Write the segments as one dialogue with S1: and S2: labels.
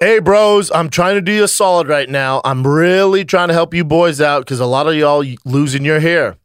S1: Hey, bros, I'm trying to do you a solid right now. I'm really trying to help you boys out because a lot of y'all losing your hair.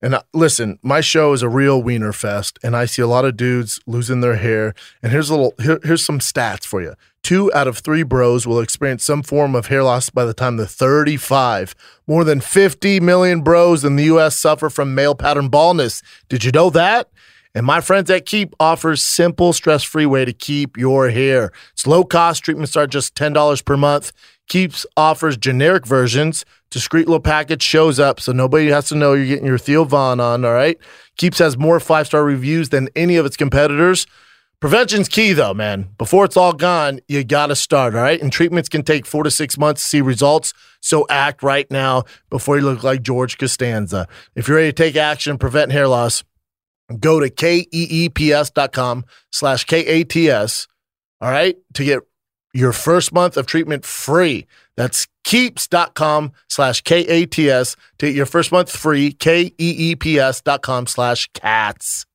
S1: And uh, listen, my show is a real wiener fest, and I see a lot of dudes losing their hair. And here's a little here, here's some stats for you. Two out of three bros will experience some form of hair loss by the time they're 35. More than 50 million bros in the U.S. suffer from male pattern baldness. Did you know that? And my friends at Keep offers simple, stress-free way to keep your hair. It's low cost. Treatments start just $10 per month. Keeps offers generic versions. Discreet little package shows up, so nobody has to know you're getting your Theo Vaughn on, all right? Keeps has more five-star reviews than any of its competitors. Prevention's key, though, man. Before it's all gone, you got to start, all right? And treatments can take four to six months to see results. So act right now before you look like George Costanza. If you're ready to take action and prevent hair loss, go to E keeps.com slash K-A-T-S, all right, to get your first month of treatment free. That's keeps.com slash K-A-T-S to get your first month free, E K-E-E-P-S dot com slash cats.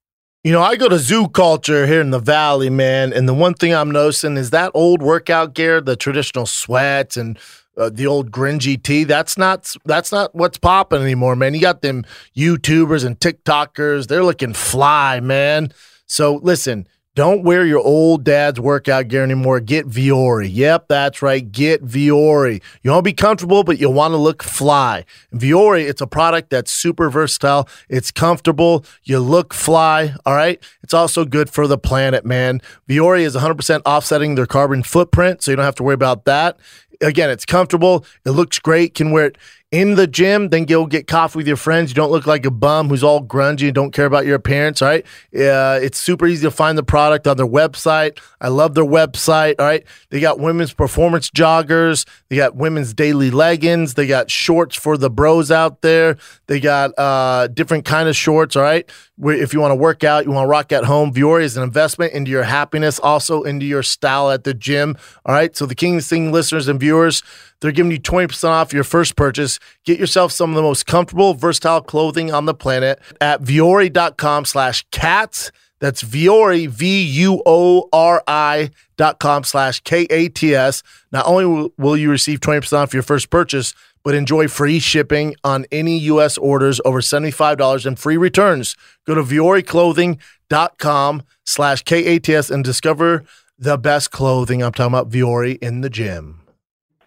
S1: You know, I go to zoo culture here in the valley, man, and the one thing I'm noticing is that old workout gear, the traditional sweats and uh, the old grungy tee. That's not that's not what's popping anymore, man. You got them YouTubers and TikTokers. They're looking fly, man. So listen, don't wear your old dad's workout gear anymore. Get Viore. Yep, that's right. Get Viore. You want to be comfortable, but you want to look fly. Viore, it's a product that's super versatile. It's comfortable. You look fly. All right. It's also good for the planet, man. Viore is 100% offsetting their carbon footprint, so you don't have to worry about that again, it's comfortable. It looks great. Can wear it in the gym. Then go get coffee with your friends. You don't look like a bum who's all grungy and don't care about your appearance. All right. Uh, it's super easy to find the product on their website. I love their website. All right. They got women's performance joggers. They got women's daily leggings. They got shorts for the bros out there. They got uh, different kind of shorts. All right. Where if you want to work out, you want to rock at home. Viore is an investment into your happiness, also into your style at the gym. All right. So the King's Thing listeners and viewers, they're giving you 20% off your first purchase. Get yourself some of the most comfortable, versatile clothing on the planet at viore.com slash cats. That's Viore, V U O R I dot com slash K A T S. Not only will- will you receive 20% off your first purchase, but enjoy free shipping on any U.S. orders over $75 and free returns. Go to VioreClothing.com slash K-A-T-S and discover the best clothing. I'm talking about Viore in the gym.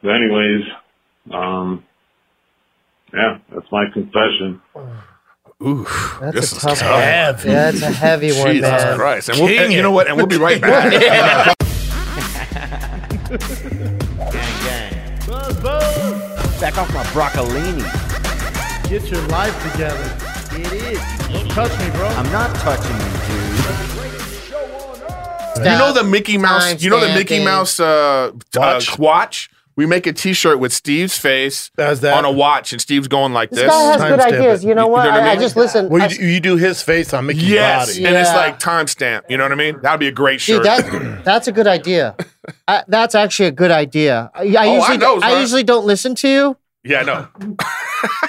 S2: But anyways, um, yeah, that's my confession.
S3: Oof,
S4: That's
S3: this
S4: a
S3: is
S4: tough
S3: tough.
S4: one. Yeah, it's a heavy one,
S3: Jesus
S4: man.
S3: Christ! And, we'll,
S1: King
S3: and
S1: it.
S3: you know what? And we'll be right back.
S5: Back off my broccolini.
S1: Get your life together.
S5: It is.
S1: Don't touch me, bro.
S5: I'm not touching you, dude.
S3: You know the Mickey Mouse. You know the
S4: timestamping.
S3: Mickey Mouse uh, t- uh,
S1: Watch?
S3: watch. We make a T-shirt with Steve's face
S1: As that.
S3: on a watch, and Steve's going like this.
S4: This guy has good
S1: timestamp it.
S4: ideas. You know
S3: You- you
S4: what?
S3: know what I
S4: I, I
S3: mean?
S4: just listen. I-
S1: Well, you, you do his face on Mickey's
S3: yes,
S1: body.
S3: and it's
S4: Yeah.
S3: like timestamp. You know what I mean? That'd be a great shirt.
S4: Dude, that, that's a good idea. I, that's actually a good idea. I, I
S3: Oh, I
S4: usually,
S3: know,
S4: I
S3: son.
S4: usually don't listen to you,
S3: yeah, no,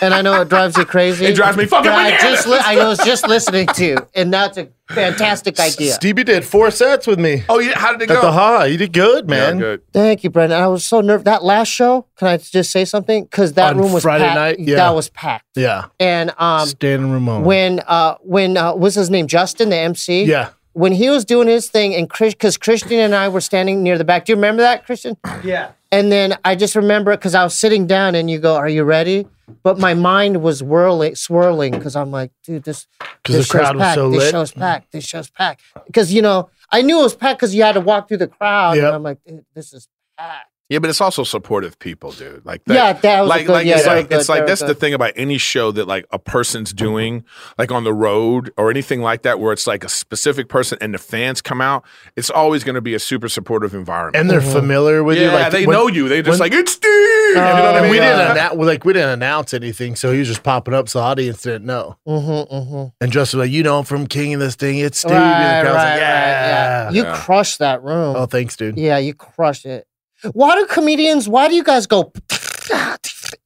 S4: and I know it drives you crazy.
S3: it drives me
S4: But
S3: fucking
S4: I
S3: bananas.
S4: just, li- I was just listening to you, and that's a fantastic idea.
S1: Stevie did four sets with me
S3: oh, yeah, how did it
S1: at
S3: go?
S1: the high. You did good,
S3: Yeah,
S1: man.
S3: good.
S4: Thank you, Brendan. I was so nervous. That last show, can I just say something? Because that
S1: On
S4: room was
S1: Friday
S4: packed.
S1: night? Yeah.
S4: That was packed.
S1: Yeah.
S4: And um,
S1: Standing room only.
S4: when uh, when uh, what's his name? Justin, the MC.
S1: Yeah.
S4: When he was doing his thing, and Chris, because Christian and I were standing near the back. Do you remember that, Christian?
S5: Yeah.
S4: And then I just remember because I was sitting down and you go, Are you ready? But my mind was whirling, swirling because I'm like, dude, this,
S1: 'Cause
S4: this
S1: the crowd
S4: show's
S1: was
S4: packed.
S1: so
S4: this
S1: lit. Mm.
S4: show's packed. This show's packed. Because, you know, I knew it was packed because you had to walk through the crowd.
S1: Yep.
S4: And I'm like, dude, this is packed.
S3: Yeah, but it's also supportive people, dude. Like that,
S4: Yeah, that was a
S3: like
S4: good-
S3: like
S4: yeah,
S3: it's
S4: that was
S3: like
S4: good,
S3: it's like
S4: that was
S3: that's the
S4: good.
S3: thing about any show that like a person's doing, like on the road or anything like that, where it's like a specific person and the fans come out. It's always going to be a super supportive environment.
S1: and they're
S4: Mm-hmm.
S1: familiar with
S3: yeah,
S1: you. Like
S3: they
S1: when-
S3: know you. They just
S1: when-
S3: like it's Steve. you know what I
S1: And
S3: mean?
S1: we didn't
S4: Uh-huh.
S3: Yeah.
S1: announce, like we didn't announce anything, so he was just popping up, so the audience didn't know.
S4: Mm-hmm, mm-hmm.
S1: And Justin was like, you know, I'm from King and this thing, it's Steve.
S4: Right,
S1: and the crowd's
S4: right,
S1: like,
S4: yeah.
S1: yeah.
S4: You
S3: Yeah.
S4: crushed that room.
S1: Oh, thanks, dude.
S4: Yeah, you crushed it. Why do comedians, why do you guys go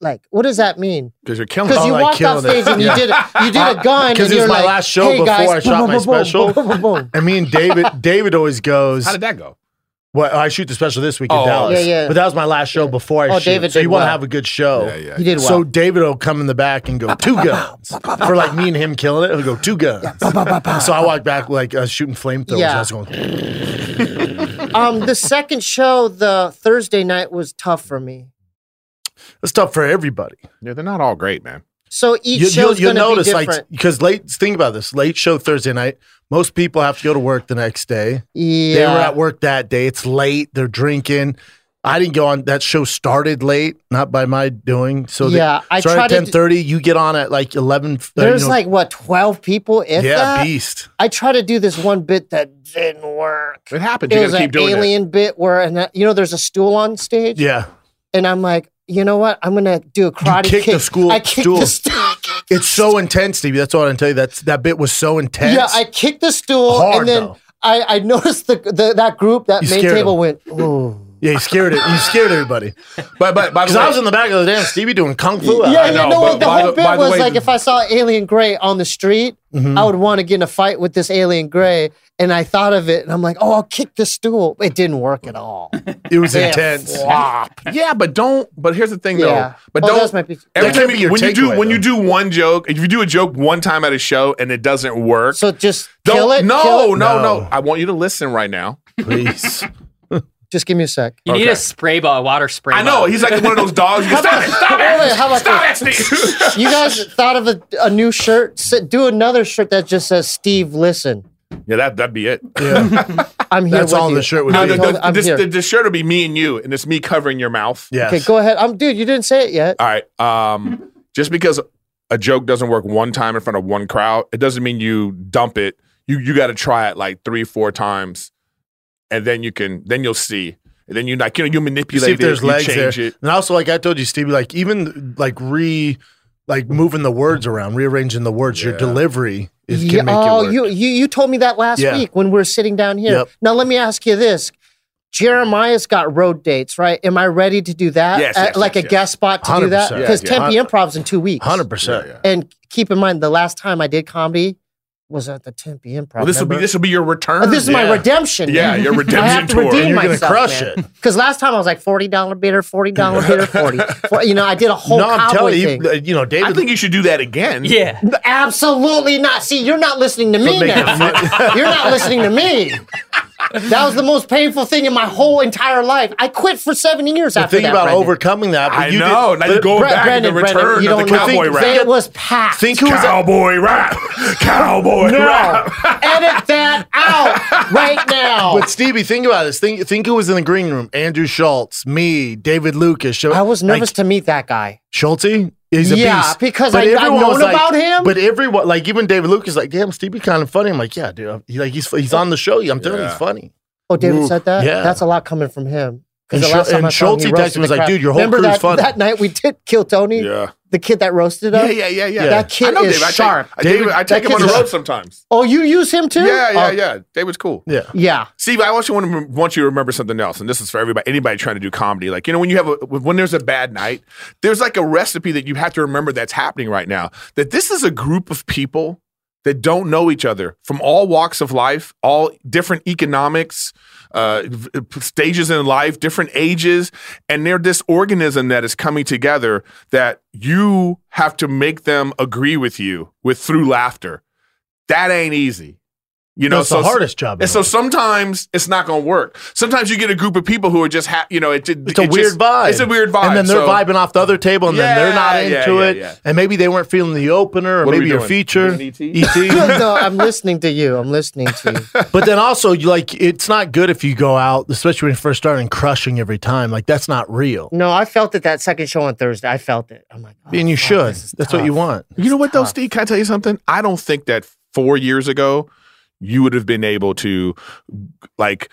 S4: like, what does that mean?
S3: Because you're killing.
S4: Because
S3: us.
S4: you
S1: like
S4: walked off
S1: killing it.
S4: stage and you did you did a gun. and
S1: 'Cause it was
S4: you're
S1: my
S4: like,
S1: last show
S4: hey
S1: before
S4: guys,
S1: I shot my
S4: boom, boom, boom, boom,
S1: special.
S4: boom, boom, boom.
S1: And me and David, David always goes,
S3: How did that go?
S1: Well, I shoot the special this week in
S3: Oh,
S1: Dallas.
S4: yeah, yeah.
S1: But that was my last show before I
S4: Oh,
S1: shoot.
S4: David
S1: so you
S4: did
S1: want to
S4: well.
S1: have a good show.
S3: Yeah, yeah.
S4: He did well.
S1: So David will come in the back and go two guns for like me and him killing it. He'll go two guns. so I walk back like uh, shooting flamethrowers.
S4: Yeah.
S1: I was going,
S4: um, the second show, the Thursday night, was tough for me.
S1: it's tough for everybody.
S3: Yeah, they're not all great, man.
S4: So each
S1: You,
S4: show's
S1: will
S4: going to be
S1: notice
S4: different.
S1: like because late. Think about this late show Thursday night. Most people have to go to work the next day.
S4: yeah,
S1: They were at work that day. It's late. They're drinking. I didn't go on. That show started late, not by my doing. So they
S4: Yeah, I
S1: started
S4: tried to
S1: at ten
S4: d-
S1: thirty. You get on at like eleven. uh,
S4: There's
S1: you know,
S4: like what twelve people, if
S1: yeah,
S4: that.
S1: beast.
S4: I tried to do this one bit that didn't work.
S3: It happens.
S4: It
S3: You
S4: was
S3: gotta keep
S4: an
S3: doing it.
S4: alien bit where, and that, you know, there's a stool on stage,
S1: Yeah,
S4: and I'm like, you know what? I'm gonna do a karate
S1: kicked
S4: kick.
S1: the school
S4: I kicked
S1: stool.
S4: the stool.
S1: it's so intense, Stevie. That's all I can tell you. That's that bit was so intense.
S4: Yeah, I kicked the stool,
S1: Hard,
S4: and then
S1: though.
S4: I, I noticed the, the that group that
S1: You
S4: main
S1: scared
S4: table
S1: him.
S4: went. Ooh.
S1: yeah, you scared it. You scared everybody.
S3: But but by the
S1: Because
S3: way,
S1: I was in the back of the damn Stevie doing kung
S4: Yeah,
S1: fu. I-
S4: yeah,
S3: know,
S4: no,
S3: but
S4: like the
S3: by
S4: whole
S3: the- by
S4: bit
S3: the
S4: was
S3: way,
S4: like
S3: the-
S4: if I saw Alien Gray on the street, I would want to get in a fight with this Alien Gray. And I thought of it, and I'm like, oh, I'll kick the stool. It didn't work at all.
S1: It was
S4: Yeah.
S1: intense.
S3: yeah, but don't. But here's the thing,
S4: yeah,
S3: though. But
S4: oh,
S3: don't.
S4: That's my piece.
S3: Every
S1: That could
S3: time
S1: be
S3: you,
S1: your
S3: when you do
S1: takeaway,
S3: when you do
S1: though.
S3: one joke, if you do a joke one time at a show and it doesn't work,
S4: So just
S3: don't
S4: kill it.
S3: no,
S4: kill it.
S3: no, no,
S1: No.
S3: I want you to listen right now.
S1: Please.
S4: Just give me a sec.
S6: You need
S3: Okay.
S6: a spray ball, a water spray.
S3: I know
S6: bottle.
S3: he's like one of those dogs. You go, stop it! Stop
S4: Wait,
S3: it!
S4: how about
S3: Stop it! Steve."
S4: You guys thought of a, a new shirt? S- Do another shirt that just says "Steve, listen,
S3: yeah, that that'd be it.
S1: Yeah.
S4: I'm here."
S1: That's
S4: with
S1: all
S4: you.
S1: the shirt would
S3: No,
S1: be.
S3: the,
S4: no,
S3: the,
S4: I'm
S3: this,
S4: here.
S3: the, the shirt will be me and you, and it's me covering your mouth.
S1: Yes.
S4: Okay, go ahead. Um, dude, you didn't say it yet.
S3: All right. Um, just because a joke doesn't work one time in front of one crowd, it doesn't mean you dump it. You you got to try it like three, four times, and then you can then you'll see. And then you like you know you
S1: You see
S3: manipulate
S1: if there's
S3: it, you
S1: legs there.
S3: change it.
S1: And also, like I told you, Stevie, like even like re, like moving the words around, rearranging the words, your delivery is
S4: Yeah,
S1: can make
S4: oh,
S1: it work.
S4: you you you told me that last
S1: Yeah.
S4: week when we were sitting down here.
S1: Yep.
S4: Now let me ask you this: Jeremiah's got road dates, right? Am I ready to do that?
S3: Yes,
S4: Uh,
S3: yes,
S4: like a
S3: yes, yes.
S4: guest spot to do that
S1: 100%.
S4: because
S1: Yeah, yeah.
S4: Tempe Improv's in two weeks.
S1: Hundred percent.
S4: And keep in mind, the last time I did comedy was at the Tempe Improv.
S3: Well, this will be
S4: remember?
S3: this will be your return.
S4: Oh, this is
S1: yeah.
S4: my redemption.
S3: yeah, your
S4: I have
S3: redemption
S4: to
S3: tour.
S4: redeem
S1: You're gonna
S4: myself.
S1: crush it.
S4: Because last time I was like forty dollar bidder, forty dollar bidder, forty. For, you know, I did a whole
S1: No, I'm
S4: cowboy
S1: telling you,
S4: thing.
S1: you, you know,
S3: I
S1: David.
S3: think you should do that again.
S6: Yeah.
S4: Absolutely not. See, you're not listening to me
S1: make it
S4: now. you're not listening to me. That was the most painful thing in my whole entire life. I quit for seven years
S1: the
S4: after
S1: thing
S4: that.
S1: about
S4: Brandon.
S1: overcoming that, but
S3: I
S1: you
S3: know.
S1: Did,
S3: now you're going
S4: Bre-
S3: back to the return
S4: you
S3: of the
S4: don't know.
S3: cowboy
S4: They-
S3: rap.
S4: It was packed.
S1: think who was that?
S3: Cowboy rap. Cowboy
S4: no.
S3: rap.
S4: Edit that out right now.
S1: But Stevie, think about this. Think think who was in the green room? Andrew Schultz, me, David Lucas. Scho-
S4: I was
S1: like,
S4: nervous to meet that guy.
S1: Schulte? He's a
S4: Yeah,
S1: beast.
S4: because I- I've
S1: everyone
S4: known
S1: was like-
S4: about him.
S1: But everyone, like even David Lucas, like damn, Stevie kind of funny. I'm like, yeah, dude. He, like he's he's on the show. I'm telling you, he's
S3: Yeah.
S1: funny.
S4: Oh, David
S1: Ooh,
S4: said that.
S1: yeah.
S4: That's a lot coming from him. 'Cause
S1: And
S4: the
S1: Schu-
S4: last time
S1: and
S4: I saw him,
S1: Schulte
S4: he
S1: texted me,
S4: roasted
S1: was
S4: the
S1: like,
S4: crowd.
S1: "Dude, your whole
S4: Remember
S1: crew's
S4: that,
S1: funny."
S4: That night we did kill Tony,
S3: Yeah.
S4: the kid that roasted us.
S3: Yeah, yeah, yeah, yeah.
S4: That kid
S3: I know
S4: is
S3: David. I take-
S4: sharp.
S3: I, David, I
S4: that
S3: take him on the
S4: kid's
S3: road
S4: sharp.
S3: sometimes.
S4: Oh, you use him too?
S3: Yeah, yeah,
S4: Oh,
S3: yeah. David's cool.
S1: Yeah.
S4: Yeah.
S3: Steve, I also want to rem- want you to remember something else, and this is for everybody, anybody trying to do comedy. Like you know, when you have a, when there's a bad night, there's like a recipe that you have to remember that's happening right now. That this is a group of people that don't know each other from all walks of life, all different economics, uh, v- stages in life, different ages, and they're this organism that is coming together that you have to make them agree with you with through laughter. That ain't easy. You know,
S1: That's the
S3: so-
S1: hardest job. in
S3: and so
S1: the
S3: sometimes it's not going to work. Sometimes you get a group of people who are just, ha- you know, it, it,
S1: It's a
S3: it
S1: weird
S3: just-
S1: vibe.
S3: It's a weird vibe.
S1: And then they're
S3: So-
S1: vibing off the other table, and then they're not
S3: Yeah, yeah,
S1: into
S3: yeah,
S1: it.
S3: yeah.
S1: And maybe they weren't feeling the opener, or
S3: What are
S1: maybe
S3: we
S1: your
S3: doing? E
S1: feature. E
S3: Doing ET?
S1: ET.
S4: no, I'm listening to you. I'm listening to you.
S1: but then also, you like, it's not good if you go out, especially when you first start and crushing every time. Like that's not real.
S4: No, I felt it that second show on Thursday. I felt it. I'm like, oh,
S1: and you
S4: fuck,
S1: should.
S4: this is
S1: That's what
S4: tough.
S1: you want.
S3: You know what, though,
S4: tough.
S3: Steve? Can I tell you something? I don't think that four years ago you would have been able to, like,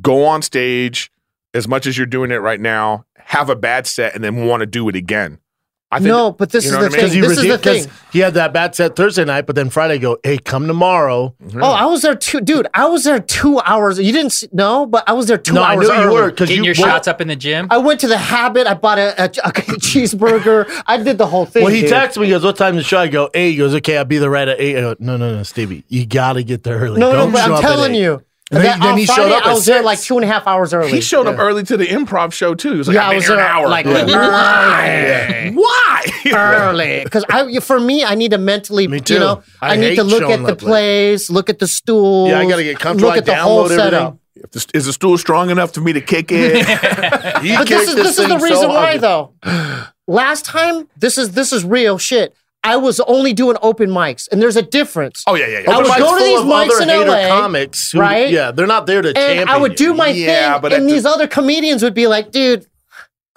S3: go on stage as much as you're doing it right now, have a bad set, and then want to do it again. I think
S4: no, but this
S3: you
S4: is
S3: know
S4: the
S3: what I mean?
S4: thing.
S1: Because he,
S4: This is the
S1: redeemed- 'cause
S4: thing.
S1: he had that bad set Thursday night, but then Friday go, hey, come tomorrow.
S3: Mm-hmm.
S4: Oh, I was there two, dude. I was there two hours. You didn't see, no, but I was there two
S1: no, I
S4: hours.
S1: know you
S4: early.
S1: were because
S6: Getting
S1: you
S6: your
S1: well,
S6: shots up in the gym.
S4: I went to the Habit. I bought a, a, a cheeseburger. I did the whole thing.
S1: Well, he
S4: dude.
S1: texts me. He goes, "What time is the show?" I go, eight. He goes, "Okay, I'll be there right at 8. I go, "No, no, no, Stevie, you got to get there early.
S4: No,
S1: Don't
S4: no, but
S1: show
S4: I'm
S1: up at
S4: telling
S1: 8."
S4: you,
S1: And
S4: That-
S1: then, then
S4: on
S1: he
S4: Friday,
S1: showed up.
S4: I
S1: at
S4: was there
S1: six.
S4: like two and a half hours early.
S3: He showed up early to the improv show too. He was like,
S4: Yeah,
S3: I've
S4: I
S3: been
S4: was
S3: here an
S4: there,
S3: hour.
S4: like,
S3: why? Why?
S4: early because I, for me, I need to mentally,
S1: Me
S4: you
S1: too.
S4: know,
S1: I
S4: I, need to
S1: hate
S4: look
S1: showing
S4: at the
S1: up late.
S4: place, look at the stool.
S1: Yeah, I gotta get comfortable.
S4: Look
S1: I
S4: at the whole
S1: download everything.
S4: setup.
S3: If this- Is the stool strong enough for me to kick in?
S1: He
S4: But this
S1: kicked
S4: is this is the
S1: thing
S4: reason
S1: so
S4: why
S1: hard.
S4: though. Last time, this is this is real shit. I was only doing open mics, and there's a difference.
S3: oh yeah, yeah, yeah.
S4: I
S1: Open
S4: would
S1: mic's
S4: go to
S1: full
S4: these
S1: of
S4: mics
S1: other
S4: in
S1: hater
S4: LA,
S1: comics, who-
S4: right?
S1: Yeah, they're not there to
S4: and
S1: champion
S4: I would
S1: you.
S4: do my
S3: Yeah,
S4: thing,
S3: but at
S4: and
S3: the-
S4: these other comedians would be like, "Dude,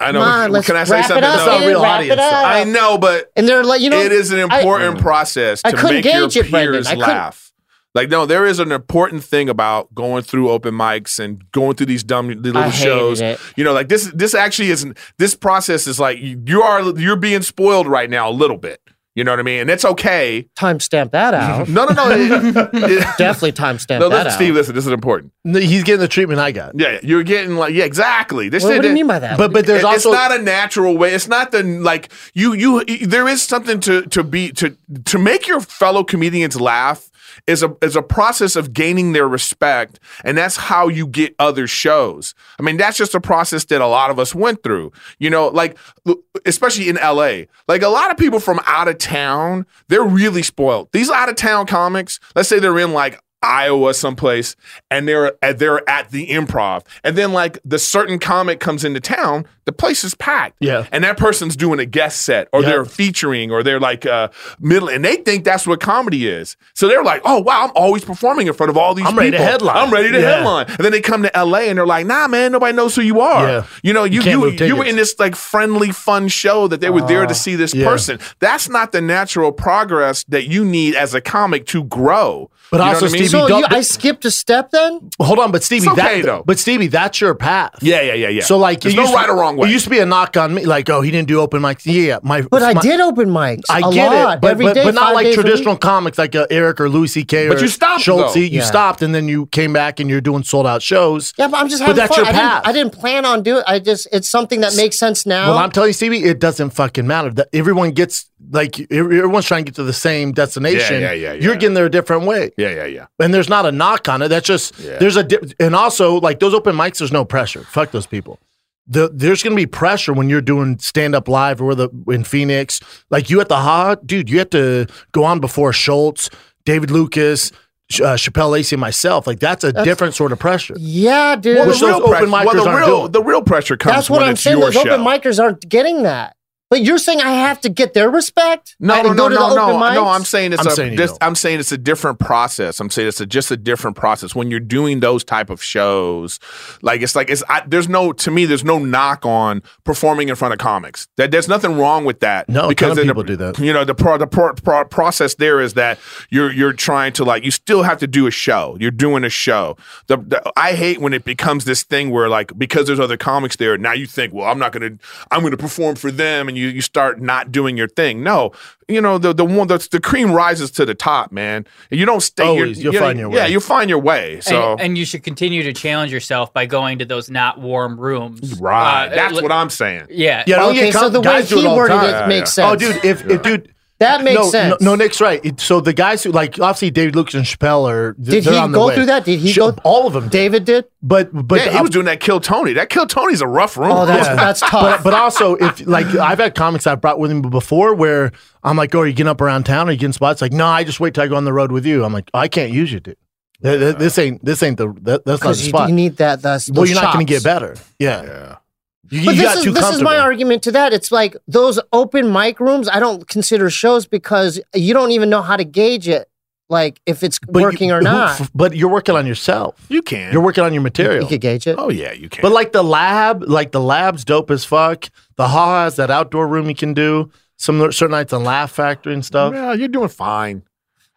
S3: I know.
S4: come on, let's
S3: Can I say
S4: wrap it
S3: something?
S4: up,
S1: It's not
S3: though?
S4: dude,
S1: real
S4: wrap
S1: audience,
S4: it
S1: though.
S4: up."
S3: I know, but
S4: And they're like, you know,
S3: it is an
S4: I- Mm.
S3: important process
S4: I
S3: to
S4: couldn't
S3: make your
S4: gauge it, Brendan.
S3: peers
S4: I couldn't-
S3: laugh. Like no, there is an important thing about going through open mics and going through these dumb little
S4: I hated
S3: shows.
S4: it.
S3: You know, like this this actually isn't this process is like you you are you're being spoiled right now a little bit. You know what I mean? And it's okay.
S4: timestamp that out.
S3: No, no, no. it- it-
S4: Definitely timestamp
S3: no,
S4: that
S3: listen,
S4: out.
S3: Steve, listen, this is important.
S1: No, He's getting the treatment I got.
S3: Yeah, you're getting like yeah, exactly. This
S4: what, what do
S3: it-
S4: you mean by that?
S1: But but there's
S3: It-
S1: also
S3: it's not a natural way. It's not the like you you. There is something to to be to to make your fellow comedians laugh is a is a process of gaining their respect, and that's how you get other shows. I mean, that's just a process that a lot of us went through. You know, like l- especially in L.A. Like a lot of people from out of town, they're really spoiled. These out of town comics, let's say they're in like Iowa someplace and they're and they're at the improv. And then like the certain comic comes into town, the place is packed.
S1: Yeah.
S3: And that person's doing a guest set or
S1: Yeah.
S3: they're featuring or they're like uh middle and they think that's what comedy is. So they're like, "Oh, wow, I'm always performing in front of all these
S1: I'm ready to
S3: people.
S1: headline."
S3: I'm ready to
S1: Yeah.
S3: headline." And then they come to LA and they're like, "Nah, man, nobody knows who you are."
S1: Yeah.
S3: You know, you
S1: can't
S3: you,
S1: move
S3: you, were
S1: tickets. Ah,
S3: in this like friendly fun show that they were there to see this
S1: yeah.
S3: person. That's not the natural progress that you need as a comic to grow.
S1: But
S3: You know
S1: also,
S3: what I mean?
S1: Stevie,
S4: so
S1: don't-
S4: you, I skipped a step then.
S1: hold on, but Stevie,
S3: It's okay,
S1: that,
S3: though.
S1: but Stevie, that's your path.
S3: Yeah, yeah, yeah, yeah.
S1: So like,
S3: there's
S1: it
S3: no
S1: used to-
S3: right or wrong way.
S1: It used to be a knock on me, like, oh, he didn't do open mics. Yeah, my,
S4: But I
S1: my-
S4: did open mics.
S1: I
S4: a
S1: get
S4: lot,
S1: it, but
S4: every
S1: but,
S4: day, five
S1: but not
S4: days
S1: like
S4: a week.
S1: traditional comics, like uh, Eric or Louis C.K.
S3: But
S1: or
S3: you stopped,
S1: Schultz.
S3: though.
S1: You
S4: Yeah.
S1: stopped, and then you came back, and you're doing sold out shows.
S4: Yeah, but I'm just
S1: But
S4: having
S1: that's
S4: fun.
S1: your
S4: I didn't-
S1: path.
S4: I, didn't, plan on doing. I just it's something that makes sense now.
S1: Well, I'm telling you, Stevie, it doesn't fucking matter. That everyone gets like ev- everyone's trying to get to the same destination.
S3: Yeah, yeah, yeah,
S1: You're
S3: yeah.
S1: getting there a different way,
S3: yeah, yeah, yeah.
S1: and there's not a knock on it. That's just
S3: Yeah.
S1: there's a di- and also like those open mics. There's no pressure. Fuck those people. The, there's going to be pressure when you're doing stand up live or the in Phoenix. Like you at the Ha, dude, you have to go on before Schultz, David Lucas, Ch- uh, Chappelle Lacey, and myself. Like that's a different sort of pressure.
S4: yeah, dude.
S1: Well, Which those open
S3: press-
S1: micers
S3: well, the
S1: aren't
S3: real
S1: doing.
S3: the real pressure comes
S4: that's what
S3: when
S4: I'm
S3: it's
S4: saying.
S3: your
S4: Those
S3: show.
S4: open micers aren't getting that. But you're saying I have to get their respect? I
S3: no,
S4: had to
S3: no,
S4: go
S3: no,
S4: to the
S3: no, no,
S4: open mics?
S3: no. I'm saying it's
S1: I'm
S3: a.
S1: saying you
S3: just-
S1: don't.
S3: I'm saying it's a different process. I'm saying it's a, just a different process when you're doing those type of shows. Like it's like it's I, there's no to me there's no knock on performing in front of comics. That there's nothing wrong with that.
S1: No, a ton of
S3: then the-
S1: people do that.
S3: You know the pro, the pro, pro, process there is that you're you're trying to like you still have to do a show. You're doing a show. The, the I hate when it becomes this thing where like because there's other comics there now you think well I'm not gonna I'm gonna perform for them and you you start not doing your thing. No, you know the the one the, the cream rises to the top, man. And you don't stay. you're-
S1: Always, you'll
S3: you know,
S1: find your
S3: Yeah,
S1: way.
S3: you'll find your way. So.
S6: and, and you should continue to challenge yourself by going to those not warm rooms.
S3: Right,
S6: Uh,
S3: that's
S6: li-
S3: what I'm saying. Oh,
S6: Yeah.
S1: Yeah, don't
S4: Uh, okay,
S1: get
S4: so
S1: com-
S4: the way
S1: guys do it
S4: he
S1: all the
S4: worded
S1: time.
S4: it makes
S1: Oh,
S4: sense.
S1: dude, if, if dude.
S4: that makes
S1: no,
S4: sense.
S1: No, no, Nick's right. It- so the guys who like obviously David Lucas and Chappelle are. th-
S4: Did
S1: they're
S4: he
S1: on the
S4: go
S1: way.
S4: through that? Did he
S1: Sh-
S4: go-
S1: All of them. Did.
S4: David did.
S1: But but
S3: yeah, he was doing that Kill Tony. That Kill Tony's a rough room.
S4: Oh, that's
S1: Yeah.
S4: that's
S1: but
S4: tough.
S1: but also if like I've had comics I've brought with me before where I'm like, oh, are you getting up around town? Are you getting spots? Like, no, I just wait till I go on the road with you. I'm like, I can't use you, dude. Th- th- This ain't this ain't the that, that's not the
S4: Because you,
S1: spot.
S4: you need that. That's
S1: well,
S4: those
S1: you're not going to
S4: chops.
S1: get better. Yeah,
S3: Yeah.
S1: you,
S4: But
S1: you
S4: this
S1: got
S4: is
S1: too
S4: this is
S1: comfortable.
S4: my argument to that. It's like those open mic rooms. I don't consider shows because you don't even know how to gauge it, like if it's
S1: But you-
S4: working or
S1: who-
S4: not.
S1: f- But you're working on yourself.
S3: you can.
S1: You're working on your material.
S4: You could gauge it.
S3: oh yeah, you can.
S1: But like the lab, like the lab's dope as fuck. The ha has that outdoor room you can do. Some of the- certain nights on Laugh Factory and stuff.
S3: Well, you're doing fine.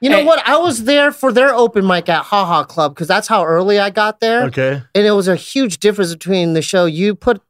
S4: You know
S3: eh.
S6: Hey.
S4: what? I was there for their open mic at Ha Ha Club because that's how early I got there,
S1: Uh, Okay.
S4: and it was a huge difference between the show you put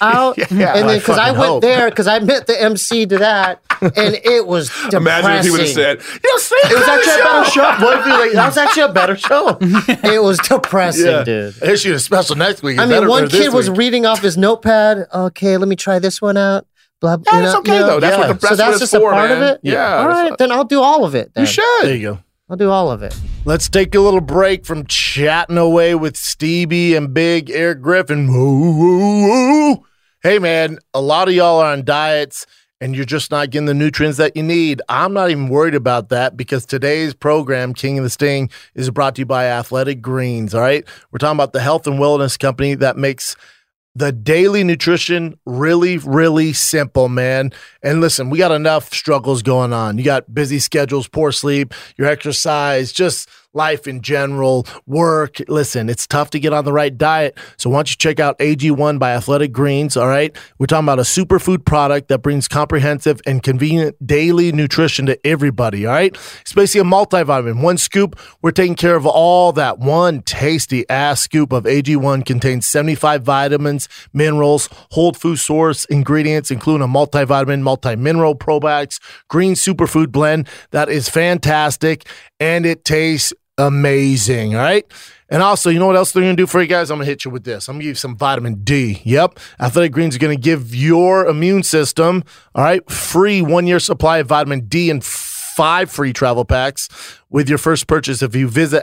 S4: out
S3: Yeah.
S4: and
S1: Well, I
S4: then because I,
S1: fucking
S4: went
S1: hope.
S4: there because I met the MC to that, and it was depressing.
S3: Imagine if he would have said, "You see, it
S1: That's actually a better show. What if you're like, that was actually a better show.
S4: it was depressing,
S1: Yeah.
S4: dude.
S1: Issue a special next week.
S4: I mean, one kid was reading off his notepad. Okay, let me try this one out. Blah blah.
S3: Yeah,
S4: you
S3: that's
S4: know-
S3: okay
S4: you know.
S3: though. That's
S1: yeah.
S3: what the
S4: so
S3: that's what
S4: that's
S3: it's
S4: just
S3: for,
S4: a part
S3: man.
S4: of it.
S3: Yeah,
S4: All
S3: that's-
S4: right, then I'll do all of it. Then.
S3: you should.
S1: There you go.
S4: I'll do all of it.
S1: Let's take a little break from chatting away with Stevie and Big Eric Griffin. Woo, woo, woo. Hey, man, a lot of y'all are on diets and you're just not getting the nutrients that you need. I'm not even worried about that because today's program, King of the Sting, is brought to you by Athletic Greens. All right. We're talking about the health and wellness company that makes the daily nutrition really really simple man and listen we got enough struggles going on you got busy schedules poor sleep your exercise just life in general work listen it's tough to get on the right diet so why don't you check out ag1 by athletic greens all right we're talking about a superfood product that brings comprehensive and convenient daily nutrition to everybody all right it's basically a multivitamin one scoop we're taking care of all that one tasty ass scoop of ag1 contains 75 vitamins minerals whole food source ingredients including a multivitamin multi-mineral probiotics green superfood blend that is fantastic and it tastes amazing. All right. And also, you know what else they're going to do for you guys? I'm going to hit you with this. I'm going to give you some vitamin D. Yep. Athletic Greens are going to give your immune system, all right, free one year supply of vitamin D and five free travel packs with your first purchase if you visit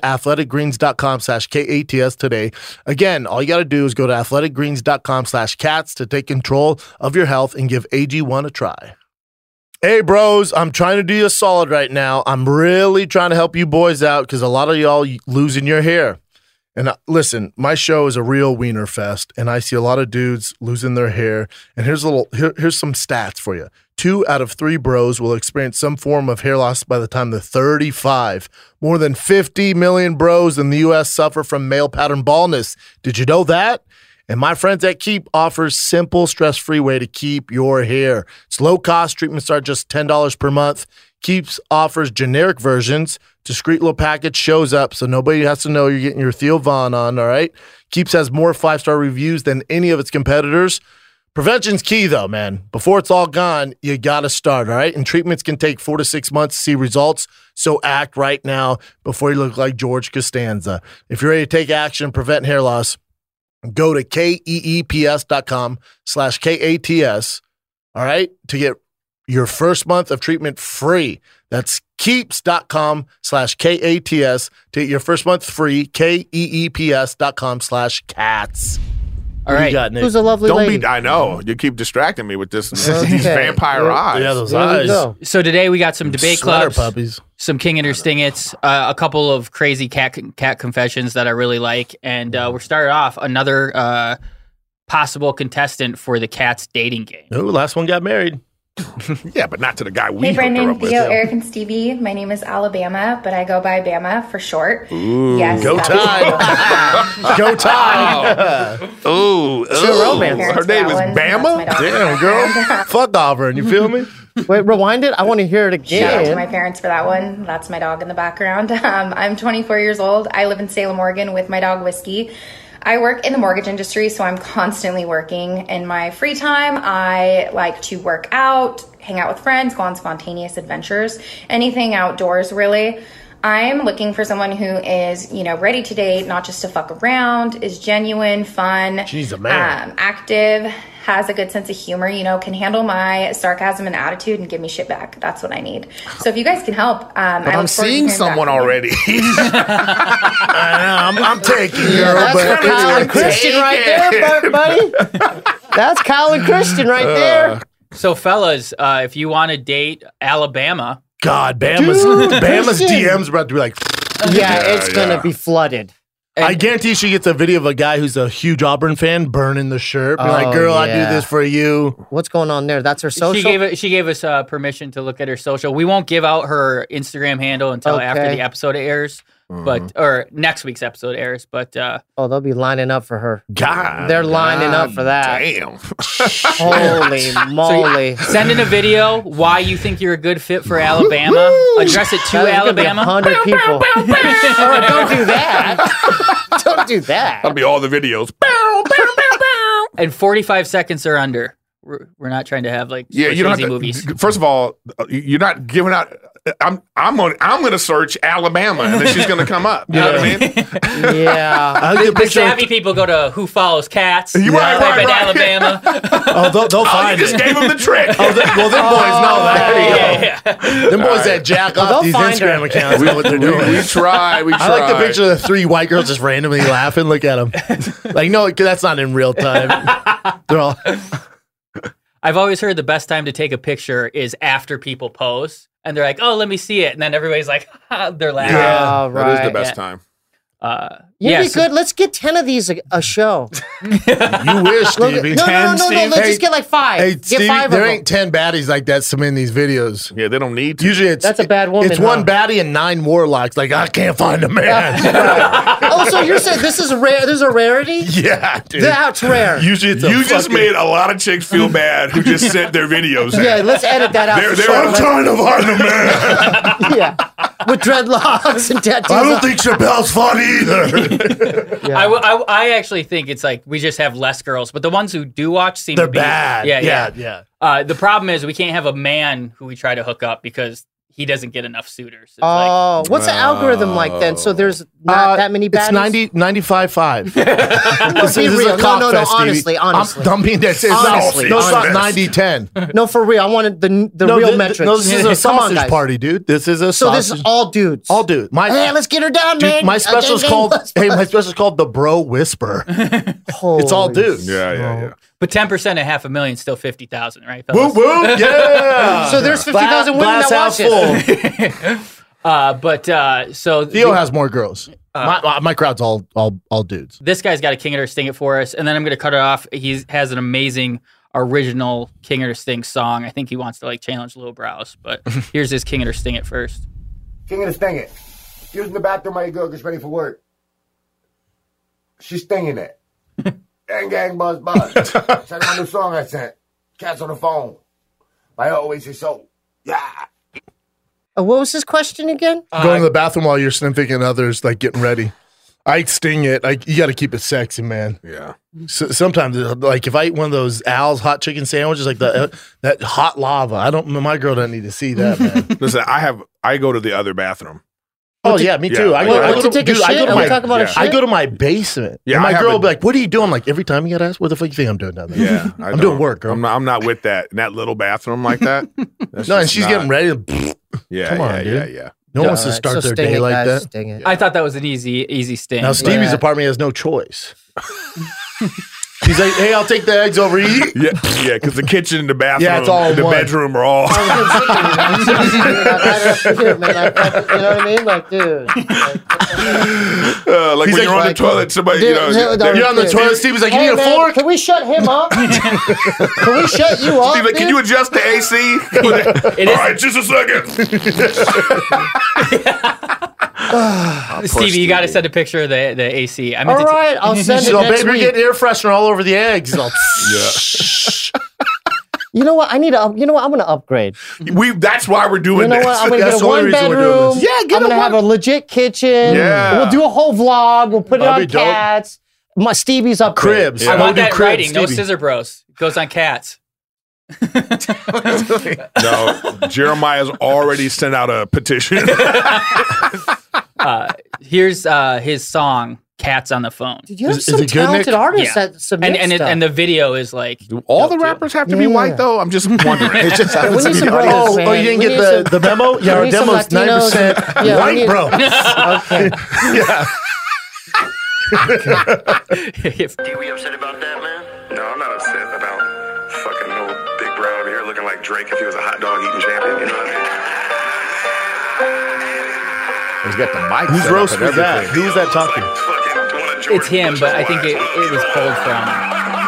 S1: athleticgreens.com slash k-a-t-s today again all you got to do is go to athleticgreens.com slash cats to take control of your health and give ag1 a try Hey, bros, I'm trying to do you a solid right now. I'm really trying to help you boys out because a lot of y'all losing your hair. And uh, listen, my show is a real wiener fest, and I see a lot of dudes losing their hair. And here's a little here, here's some stats for you. Two out of three bros will experience some form of hair loss by the time they're 35. More than 50 million bros in the U.S. suffer from male pattern baldness. Did you know that? And my friends at Keep offers simple, stress-free way to keep your hair. It's low cost. Treatments start just ten dollars per month. Keeps offers generic versions. Discreet little package shows up, so nobody has to know you're getting your Theo Vaughn on. All right. Keeps has more five-star reviews than any of its competitors. Prevention's key, though, man. Before it's all gone, you got to start, all right? And treatments can take four to six months to see results. So act right now before you look like George Costanza. If you're ready to take action and prevent hair loss, go to E keeps.com slash k-a-t-s all right to get your first month of treatment free that's keeps.com slash k-a-t-s to get your first month free E k-e-e-p-s.com slash cats
S6: All
S1: What
S6: right.
S1: you got, Nick?
S4: Who's a lovely
S3: Don't
S4: lady?
S3: be. I know you keep distracting me with this
S4: Okay.
S3: these vampire
S4: Yeah,
S3: eyes.
S1: yeah those
S4: There we
S1: eyes
S4: go.
S6: So today we got some debate
S1: Sweater
S6: clubs,
S1: puppies
S6: some King and her Stingits, uh, a couple of crazy cat cat confessions that I really like, and uh, we're started off another uh, possible contestant for the cat's dating game.
S1: oh last one got married
S3: yeah, but not to the guy we
S7: Hey,
S3: hooked her
S7: Brendan,
S3: up with.
S7: Theo, Eric, and Stevie. My name is Alabama, but I go by Bama for short. yes,
S1: go
S7: that's
S1: tie go tie
S3: Ooh, ooh.
S4: romance.
S3: Her name is
S7: Parents, that
S3: Bama.
S7: one. That's my daughter.
S1: damn girl fuck auburn you feel me
S4: Wait, rewind it. I want to hear it
S7: Shout out to
S4: again.
S7: my parents for that one. That's my dog in the background. Um, I'm 24 years old. I live in Salem, Oregon with my dog Whiskey. I work in the mortgage industry, so I'm constantly working. In my free time, I like to work out, hang out with friends, go on spontaneous adventures, anything outdoors really. I'm looking for someone who is, you know, ready to date, not just to fuck around, is genuine, fun.
S1: She's a man.
S7: Um, active, has a good sense of humor, you know, can handle my sarcasm and attitude and give me shit back. That's what I need. So if you guys can help, um,
S3: But
S7: I
S3: I'm
S7: look forward to hearing
S3: seeing
S7: back
S3: someone
S7: from you.
S3: already.
S1: I know, I'm, I'm taking girl but
S4: Colin Christian right there, bu- buddy. That's Colin Christian right
S1: Uh.
S3: Uh,
S4: there.
S6: So, fellas, uh, if you want to date Alabama,
S1: god bama's
S4: Dude,
S1: bama's
S4: Christian.
S1: dms about to be like
S4: Yeah, it's gonna
S3: yeah.
S4: be flooded.
S1: I guarantee she gets a video of a guy who's a huge Auburn fan burning the shirt. Be
S4: Oh,
S1: like, girl, I
S4: yeah.
S1: do this for you.
S4: What's going on there? That's her social.
S6: she gave it, she gave us uh, permission to look at her social. We won't give out her Instagram handle until after
S4: Okay.
S6: the episode airs, but
S3: Mm-hmm.
S6: or next week's episode airs. But uh,
S4: oh, they'll be lining up for her.
S3: God,
S4: They're lining up for that.
S3: Damn.
S4: Holy moly!
S6: send in a video why you think you're a good fit for Alabama. Address it to Alabama.
S4: Hundred people. oh, don't do that. don't do that.
S3: That'll be all the videos.
S6: And 45 seconds or under. We're, we're not trying to have like
S3: Yeah, you don't have
S6: Scorsese
S3: to,
S6: movies.
S3: First of all, uh, you're not giving out I'm I'm gonna I'm gonna search Alabama and then she's gonna come up. You know what I mean?
S4: yeah.
S1: I get a
S6: The
S1: picture.
S6: savvy people go to who follows cats.
S3: You right,
S6: type
S3: right,
S6: in
S3: right.
S6: Alabama.
S1: Oh, they'll, they'll
S3: Oh, you
S1: find
S3: just
S1: it.
S3: gave him the trick.
S1: Oh, they, well, them boys know
S4: Oh,
S1: that.
S6: yeah, yeah, yeah.
S1: Them boys
S3: right.
S1: that jack
S4: Well,
S1: off
S4: they'll
S1: these
S4: find her.
S1: Instagram accounts know what they're
S3: we,
S1: doing.
S3: we try. We try.
S1: I like the picture of the three white girls just randomly laughing. Look at them. Like, no, that's not in real time. They're all,
S6: I've always heard the best time to take a picture is after people pose and they're like, "Oh, let me see it," and then everybody's like, "They're laughing."
S3: Yeah.
S4: All right.
S3: That is the best time.
S6: Uh,
S4: You'd
S6: yeah,
S4: be
S6: so-
S4: good. Let's get ten of these a, a show.
S1: you wish,
S4: Look, no,
S1: Stevie.
S4: no, no, no, no. Let's
S1: Hey,
S4: just get like five.
S1: Hey,
S4: get
S1: Stevie,
S4: five of
S1: there
S4: them.
S1: ain't 10 baddies like that submitting these videos.
S3: Yeah, they don't need to.
S1: Usually it's
S4: That's a bad woman,
S1: It's
S4: huh?
S1: one baddie and nine warlocks. Like, I can't find a man.
S4: oh, so you're saying this is rare? There's a rarity?
S3: yeah, dude.
S4: That's rare.
S1: Usually it's a
S3: you just
S1: fucking-
S3: made a lot of chicks feel bad who just sent their videos.
S4: yeah,
S3: out.
S4: let's edit that out.
S3: They're,
S4: for
S3: they're,
S4: sure.
S3: I'm trying to find a man.
S4: yeah, with dreadlocks and tattoos.
S1: I don't think Chappelle's fun either.
S6: I, w- I, w- I actually think it's like we just have less girls, but the ones who do watch seem
S1: They're
S6: to be
S1: bad.
S6: Yeah, yeah.
S1: yeah. yeah.
S6: Uh, the problem is we can't have a man who we try to hook up because he doesn't get enough suitors. It's like,
S4: Oh, what's the algorithm like then? So there's not
S1: Uh,
S4: that many baddies.
S1: It's 90, 95 5. this,
S4: be
S1: this
S4: real. No,
S1: cock
S4: no, no,
S1: fest, Stevie.
S4: honestly, honestly.
S1: I'm, I'm being dead serious.
S4: Honestly,
S1: no, it's not
S3: honestly.
S1: 90 10.
S4: No, for real. I wanted the the real metrics.
S1: No, this is a
S4: Come on,
S1: sausage
S4: guys.
S1: party, dude. This is a
S4: So
S1: sausage
S4: this is all dudes.
S1: I'll do it. My,
S4: Hey, let's get her down,
S1: dude,
S4: man.
S1: my
S4: Uh,
S1: special's
S4: gang, gang,
S1: called,
S4: let's-
S1: hey, my special's called The Bro Whisper. It's all
S4: Holy
S1: dudes.
S3: Yeah, yeah, yeah.
S6: but ten percent of half a million is still fifty thousand, right?
S1: Woo,
S6: fellas?
S1: woo, yeah.
S4: So there's 50,000 women
S1: Glass
S4: that watch
S1: half
S4: it.
S1: full.
S6: Uh, but uh, so
S1: Theo
S6: the-
S1: has more girls. my, my- my crowd's all, all, all dudes.
S6: this guy's got a King of Her Sting it for us, and then I'm gonna cut it off. He has an amazing original King of Her Sting song. I think he wants to like challenge Lil Brows, but here's his King of Her Sting it first.
S8: King of the sting it. She was in the bathroom while your girl gets ready for work. She's stinging it. gang gang buzz buzz. Check out my new song I sent. Cats on the phone. I always say so. Yeah.
S4: Uh, what was his question again?
S1: Going to the bathroom while you're sniffing and others like getting ready. I sting it. Like you got to keep it sexy, man.
S3: Yeah.
S1: So, sometimes, uh, like if I eat one of those Al's hot chicken sandwiches, like the uh, that hot lava. I don't. My girl doesn't need to see that, man.
S3: Listen, I have. I go to the other bathroom.
S1: Oh yeah, me
S3: yeah,
S1: too. I,
S3: like
S1: go,
S3: that.
S1: I go
S4: What, to take a
S1: dude, I go
S4: shit?
S1: to
S4: Are we
S1: my,
S4: talking about a
S3: yeah.
S4: shit?
S1: I go to my basement.
S3: Yeah,
S1: and my
S3: I have
S1: girl
S3: a-
S1: will be like, "What are you doing?" Like every time you get asked, "What the fuck you think I'm doing down there?"
S3: Yeah, I
S1: I'm
S3: don't.
S1: doing work, girl.
S3: I'm not, I'm not with that in that little bathroom like that. That's
S1: no, and
S3: just
S1: she's
S3: not-
S1: getting ready. to-
S3: Yeah,
S1: Come on,
S3: yeah,
S1: dude.
S3: yeah, yeah.
S1: No one wants to
S4: Alright,
S1: start
S4: so
S1: their
S4: sting
S1: day
S4: it,
S1: like
S4: guys,
S1: that.
S4: Sting it.
S6: I thought that was an easy easy sting.
S1: Now Stevie's
S4: Yeah.
S1: apartment has no choice. He's like, "Hey, I'll take the eggs over here."
S3: Yeah, yeah, because the kitchen and the bathroom,
S1: Yeah, it's all
S3: and the
S1: one.
S3: bedroom are all.
S4: I'm so scared. I don't know, man. I fucking- you know what I mean? Like, dude.
S3: Uh, like when
S1: He's like,
S3: you're on the
S1: like,
S3: toilet, somebody, you
S4: dude,
S3: know,
S4: no,
S3: they're-
S4: no,
S1: You're on the
S4: Dude.
S1: toilet. Stevie's like, "You
S4: Hey,
S1: need a
S4: man,
S1: fork."
S4: Can we shut him up? can we shut you up?
S3: He's like, can
S4: dude?
S3: you adjust the AC? All right,
S6: It is-
S3: just a second.
S6: Stevie, you got to send a picture of the, the AC. I mean,
S4: All right, I'll send it
S1: She's all,
S4: next
S1: "Baby, you're
S4: week.
S1: getting air freshener all over the eggs." He's all,
S4: You know what? I need to. Up, you know what? I'm gonna upgrade.
S3: We. That's why we're doing
S4: You know
S3: this.
S4: what? I'm gonna
S1: That's
S4: get a
S1: the only
S4: one
S1: reason we're doing
S4: bedroom.
S1: this. Yeah, get
S4: I'm
S1: a
S4: gonna have a
S1: one-
S4: legit kitchen.
S3: Yeah.
S4: We'll do a whole vlog. We'll put it
S1: That'd
S4: on
S1: be dope.
S4: cats. My Stevie's up
S1: "Cribs."
S3: Yeah.
S6: I
S1: Go
S6: want
S1: do
S6: that
S1: cribs,
S6: writing. No
S1: Stevie.
S6: scissor bros. Goes on cats.
S3: No, Jeremiah's already sent out a petition.
S6: Uh, here's uh, his song, "Cats on the Phone,"
S4: Dude, you have
S1: Is- is
S4: some
S1: it good,
S4: talented
S1: Nick?
S4: artists
S6: Yeah.
S4: that submit
S6: and and it,
S4: stuff.
S6: and the video is like
S3: Do all the rappers have to be
S4: Yeah.
S3: white though? I'm just wondering. It's just
S4: we need some brothers,
S1: Oh,
S4: man.
S1: oh, you didn't
S4: We
S1: get
S4: need
S1: the,
S4: some-
S1: the memo? Yeah,
S4: we
S1: our
S4: need some
S1: demo's nine
S4: Latinos.
S1: percent
S4: Yeah, we
S1: white,
S4: need-
S1: bro.
S4: okay.
S9: Are we upset about that, man? No, I'm not upset about fucking old Big Bro over here looking like Drake if he was a hot dog eating champion. You know what I
S3: He's got the mic.
S1: Whose
S3: set up
S1: roast
S3: and
S1: was that?
S3: everything.
S1: Who was that talking?
S9: mean? Fucking one of Jordan
S6: it's him, but I think it, it was pulled from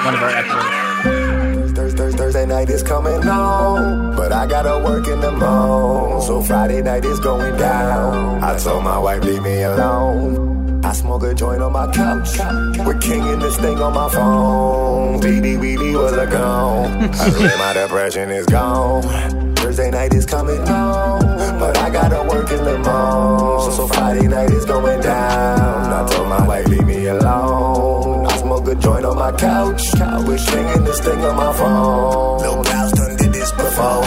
S6: one of our episodes.
S8: Thursday, Thursday, Thursday night is coming on, but I gotta work in the morning. So Friday night is going down. I told my wife, leave me alone. I smoke a joint on my couch. We're kinging this thing on my phone. BD BD was a gone. I swear my depression is gone. Thursday night is coming on, but I gotta work in the morning. So Friday night is going down. I told my wife, leave me alone. I smoke a joint on my couch. We're singing this thing on my phone. Lil Pals done did this before.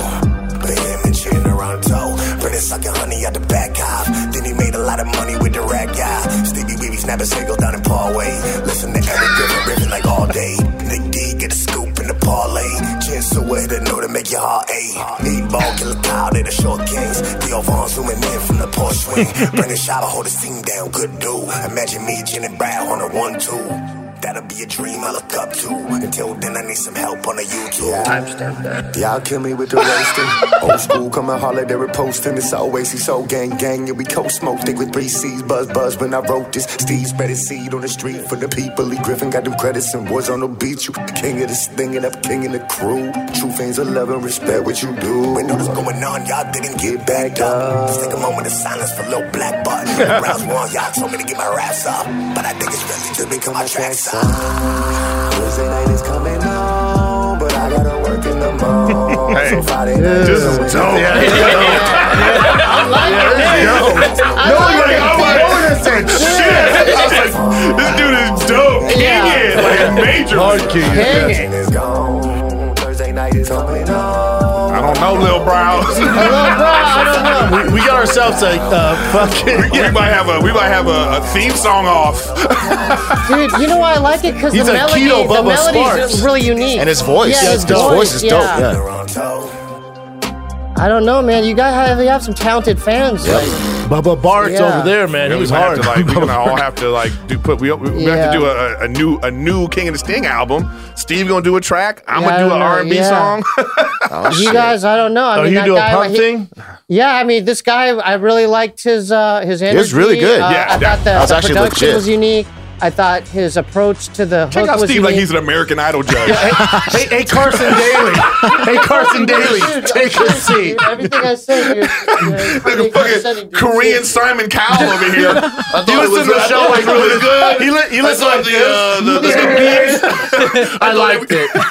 S8: Play him and chin around toe. Put his Sucking honey out the back half. Then he made a lot of money with the rat guy. Stevie Weeby snapping single down in Parkway. Listen to every different riffing like all day. Nick D get a scoop in the parlay. Chance to hit a note to make your heart ache. Meatball kill a cow, they the short kings. Theo Vaughn zooming in from the porch swing. Bring a shower, hold the scene down, good dude. Imagine me, Jen and Brad on a one-two. That'll be a dream I look up to. Until then, I need some help on the YouTube. Y'all kill me with the roasting. Old school, come and holler, they're posting. It's always he so gang gang, and we co smoke thick with three C's. Buzz buzz when I wrote this. Steve spread his seed on the street for the people. Lee Griffin got them credits and was on the beat. You king of this thing, and I'm king of the crew. True fans of love and respect what you do. When all this going on, y'all didn't get backed up. Let's take a moment of silence for little black button. Rounds one, y'all told me to get my raps up, but I think it's really just because my tracks up. Thursday night is coming on, but I gotta work in the morning. So Friday night,
S3: This is dope.
S4: I like it.
S8: Yo.
S4: I like it.
S3: I was like, this dude is dope. King
S4: Yeah.
S3: it. Like major.
S4: Hang it.
S8: Thursday is gone. Thursday night is coming on.
S3: I don't know, Lil Brows.
S1: We, we got ourselves a uh, fucking.
S3: we might have a we might have a, a theme song off.
S4: Dude, you know why I like it? Because the
S1: He's a
S4: melody,
S1: keto
S4: the
S1: Bubba
S4: melody's
S1: Sparks.
S4: really unique.
S10: And his voice.
S4: Yeah, his
S10: his voice
S4: voice,
S10: is
S4: yeah.
S10: dope. Yeah.
S8: Toronto.
S4: I don't know, man. You guys have, you have some talented fans. Like,
S1: Bubba Bart's
S4: Yeah.
S1: over there, man.
S3: Yeah,
S1: he
S3: we
S1: was
S3: might have
S1: hard.
S3: to like we're gonna all have to like do put we, we, we have
S4: Yeah.
S3: to do a, a new a new King of the Sting album. Steve gonna do a track. I'm
S4: Yeah, I
S3: gonna do
S4: don't
S3: an
S4: know,
S3: R and B
S4: yeah. Oh,
S3: song. Oh,
S4: you guys, I don't know. I
S1: oh,
S4: mean,
S1: you
S4: that
S1: do a
S4: guy,
S1: punk
S4: he-
S1: thing?
S4: Yeah, I mean, this guy, I really liked his uh, his energy.
S10: was really good.
S4: Uh,
S3: Yeah,
S4: I
S3: yeah.
S10: That
S4: thought the,
S10: was
S4: the
S10: actually
S4: production
S10: legit.
S4: was unique. I thought his approach to the
S3: Check
S4: hook
S3: out
S4: was
S3: Steve like
S4: unique.
S3: he's an American Idol judge.
S1: hey, hey, Carson Daly. hey, Carson Daly, take a seat.
S4: Dude, everything I said, you're, you're pretty
S3: Fucking
S4: upsetting, dude.
S3: Korean Simon Cowell over here. I
S10: it was- I thought it was
S3: really good.
S1: He, li- he
S3: That's
S1: listened
S3: like
S1: like
S3: the, uh, the, the,
S1: I liked it.
S3: yeah,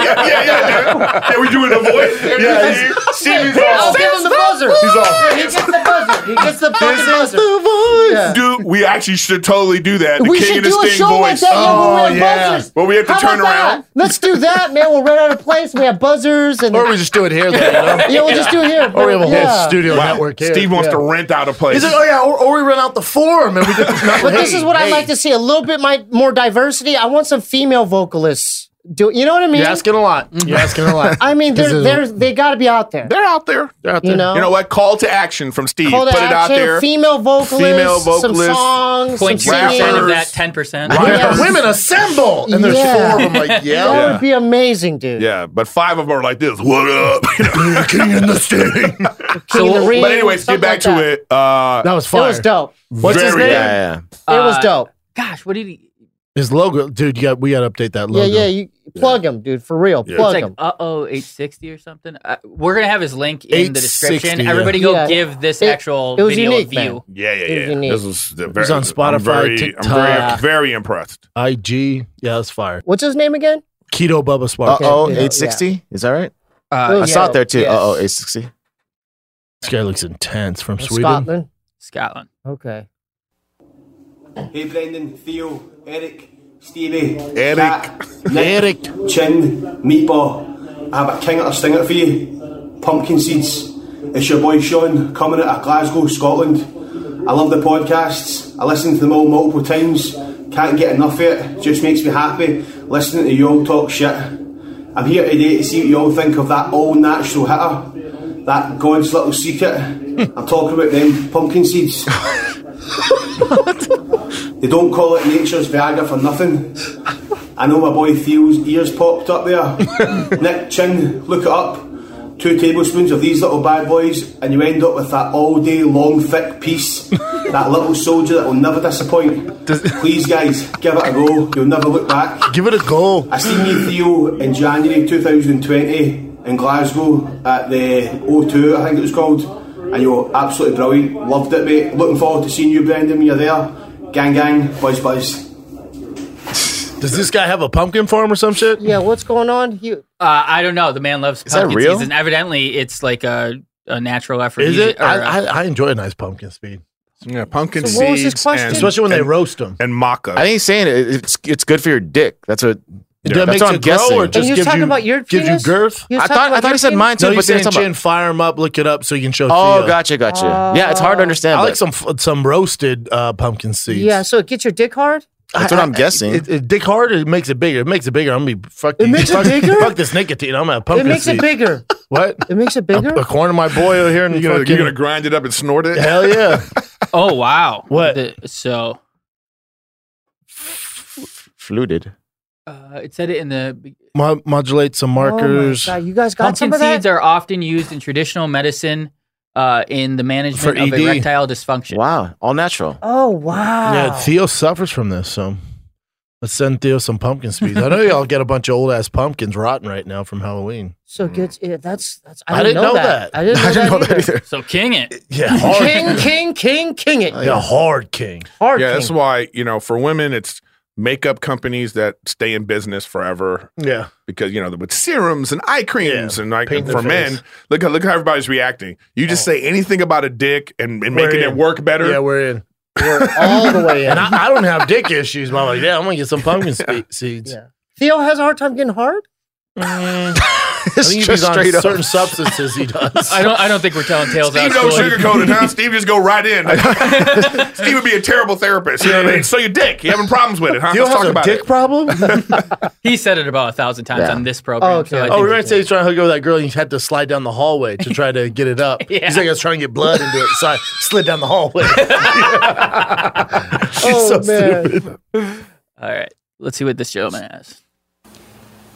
S3: yeah, yeah, yeah. Yeah, we doing the voice.
S1: Yeah,
S3: Yeah,
S1: he's-
S3: Stevie's
S4: I'll
S3: all.
S4: give him the buzzer.
S1: He's all.
S4: He gets the buzzer. He gets the fucking buzzer. Yeah.
S3: Dude, we actually should totally do that. The
S4: we
S3: King
S4: should
S3: of the
S4: do a
S3: Sting
S4: show like
S3: voice.
S4: that. Yeah,
S1: Oh,
S4: we'll have
S1: yeah.
S4: buzzers.
S3: Well, we have to
S4: How about
S3: turn around.
S4: That? Let's do that, man. We'll rent out a place. We have buzzers, and
S1: Or we just do it here, though, you know?
S4: yeah, we'll just do it here.
S1: Or we have a whole
S4: yeah.
S1: studio
S3: Wow.
S1: network here.
S3: Steve wants
S1: yeah.
S3: to rent out a place.
S1: He's like, oh yeah, or, or we run out the forum and we get this.
S4: But this is what I like to see: a little bit my, more diversity. I want some female vocalists. Do you know what I mean? Mm-hmm.
S1: You're asking a lot. You're asking a lot.
S4: I mean,
S1: This
S4: they're,
S1: is-
S4: they're, they got to be out there.
S3: They're out there. They're out
S4: You
S3: there.
S4: know?
S3: You know what? Call to action from Steve.
S4: Call
S3: Put
S4: to
S3: it out
S4: action,
S3: there.
S4: female vocalists,
S3: Female vocalists,
S4: some songs,
S6: Point
S4: some
S6: six
S4: singing.
S6: percent of
S3: Rappers.
S6: that ten percent.
S4: Yeah.
S1: Women assemble, and there's
S4: Yeah.
S1: four of them. Like,
S4: That
S1: yeah,
S3: Yeah.
S4: would be amazing, dude.
S3: Yeah, but five of them are like this. What up? You know?
S1: king in the sting.
S4: King of the Ring,
S3: but anyways, get
S4: something
S3: back
S4: like
S3: to
S4: that.
S3: it. Uh,
S1: That was
S4: It
S1: fire.
S4: was dope.
S1: What's his
S3: Very
S1: name?
S10: Yeah, yeah.
S4: it was
S6: Uh,
S4: dope.
S6: Gosh, what did he?
S1: His logo, dude. You got, we got to update that
S4: Yeah,
S1: logo.
S4: yeah. You plug him, dude, for real.
S3: Yeah.
S4: Plug
S6: It's like
S4: him.
S6: uh oh, eight sixty or something. Uh, we're gonna have his link in the
S1: 860,
S6: description.
S1: yeah.
S6: Everybody go
S4: Yeah.
S6: give this
S4: It-
S6: actual
S4: it was
S6: video
S4: unique,
S6: a view.
S4: man.
S3: Yeah,
S4: It
S3: yeah,
S4: was
S3: yeah.
S4: unique.
S3: This was the very,
S1: was on
S3: I'm
S1: Spotify,
S3: very, I'm very,
S1: TikTok.
S3: very impressed.
S1: IG. Yeah, that's fire.
S4: What's his name again?
S1: Keto Bubba
S10: Uh
S1: Spark.
S10: oh,
S4: yeah.
S10: 860. Is that right?
S6: Uh,
S4: Oh,
S10: I
S4: yeah.
S10: saw it there too.
S6: Yes.
S10: Uh oh, 860.
S1: This guy looks intense from Sweden.
S4: Scotland.
S6: Scotland.
S4: Okay.
S5: Hey, Brendan, Theo, Eric, Stevie,
S3: Eric.
S5: Jack, Nick,
S1: Eric.
S5: Chin, Meatball. I have a king of a stinger for you. Pumpkin seeds. It's your boy Sean coming out of Glasgow, Scotland. I love the podcasts. I listen to them all multiple times. Can't get enough of it. Just makes me happy listening to you all talk shit. I'm here today to see what you all think of that all natural hitter, that God's little secret. I'm talking about them pumpkin seeds. They don't call it nature's Viagra for nothing. I know my boy Theo's ears popped up there. Nick Chin, look it up. Two tablespoons of these little bad boys, and you end up with that all day long thick piece. that little soldier that will never disappoint. Please, guys, give it a go. You'll never look back.
S1: Give it a go.
S5: I seen you, Theo, in January 2020 in Glasgow at the O2, I think it was called, and you were absolutely brilliant. Loved it, mate. Looking forward to seeing you, Brendan, when you're there. Gang, gang, buzz, buzz.
S1: Does this guy have a pumpkin farm or some shit?
S4: Yeah, what's going on? You
S6: Uh, I don't know. The man loves
S10: that
S6: pumpkin
S10: real?
S6: season. Evidently, it's like a, a natural effort.
S1: Is it? I, I, I enjoy a nice pumpkin speed,
S3: uh, Yeah, pumpkin
S4: So what was his
S3: seeds
S4: question?
S3: and,
S1: especially when they
S3: and,
S1: roast them.
S3: and maca.
S10: I think he's saying it, it's it's good for your dick. That's what
S1: Did
S10: That's
S1: that make
S10: what
S1: it
S10: I'm
S1: grow
S10: guessing.
S1: or
S10: And
S1: just
S4: you
S1: gives
S4: talking
S1: you,
S4: about your
S1: gives you
S4: penis?
S1: girth?
S4: You
S10: I
S4: talking
S10: thought I
S4: about
S10: thought
S4: your
S10: he said
S4: penis?
S10: mine too,
S1: No, you
S10: but then
S1: saying
S10: he's talking
S1: chin,
S10: about,
S1: fire 'em up, look it up so you can show.
S10: oh,
S1: Theo.
S10: gotcha, gotcha.
S4: Oh.
S10: yeah, it's hard to understand.
S1: I
S10: but
S1: like some f- some roasted uh, pumpkin seeds.
S4: Yeah, so it gets your dick hard.
S10: that's what I'm guessing.
S1: It, it, dick hard. It makes it bigger. It makes it bigger. I'm gonna be fuck. It
S4: makes it
S1: fuck,
S4: bigger?
S1: Fuck this nicotine. I'm gonna have
S4: It
S1: pumpkin
S4: makes it
S1: seeds.
S4: bigger.
S1: What?
S4: It makes it bigger.
S1: A corner of my boy over here and
S3: You're gonna,
S1: fucking,
S3: you're gonna grind it up and snort it.
S1: hell yeah.
S6: Oh wow.
S1: What?
S6: The- so
S10: Fluted.
S6: uh, it said it in the
S1: Mo- modulate some
S4: Oh my
S1: markers
S4: God, you guys got
S6: pumpkin
S4: some of
S6: seeds
S4: that?
S6: are often used in traditional medicine uh, in the
S1: For
S6: management of
S1: ED.
S6: erectile dysfunction.
S10: Wow, all natural.
S4: oh wow.
S1: Yeah, Theo suffers from this, so let's send Theo some pumpkin seeds. I know y'all get a bunch of old ass pumpkins rotten right now from Halloween.
S4: so
S6: Mm.
S4: gets yeah, that's that's. I,
S1: I
S4: didn't know that. I didn't know, that, either.
S6: So king it.
S1: Yeah, hard,
S4: King, king, king, king
S6: Oh,
S4: it.
S1: yeah, hard king.
S4: Hard
S3: Oh, yeah,
S4: king.
S3: that's why you know for women it's makeup companies that stay in business forever
S1: Yeah,
S3: because you know with serums and eye creams
S1: Yeah,
S3: and like
S1: paint
S3: and
S1: the
S3: for men
S1: face.
S3: look how look how everybody's reacting. You just say anything about a dick and, and
S1: We're
S3: making it
S1: in.
S3: work better.
S1: yeah, we're in.
S4: all the way in.
S1: And I, I don't have dick issues, but I'm like, yeah, I'm gonna get some pumpkin spe- seeds.
S4: Yeah. Theo has a hard time getting hard.
S6: Mm.
S1: I think if he's
S10: Just
S1: on
S10: straight up.
S1: certain substances, he does.
S6: I don't. I don't think we're telling tales out
S3: Steve
S6: of
S3: don't
S6: school.
S3: sugarcoat it, huh? Steve just go right in. Steve would be a terrible therapist. You know what I mean? So your dick, you having problems with it, huh?
S1: Theo
S3: Let's
S1: has
S3: talk
S1: a
S3: about
S1: dick
S3: it.
S1: problem.
S6: He said it about a thousand times
S10: Yeah.
S6: on this program.
S4: Oh, okay.
S6: so I
S4: Oh,
S1: oh,
S6: think
S1: we are gonna say he's trying to hook up with that girl, and he had to slide down the hallway to try to get it up.
S6: Yeah.
S1: He's like, I was trying to get blood into it, so I slid down the hallway.
S4: oh
S1: so
S4: man.
S6: All right. Let's see what this gentleman has.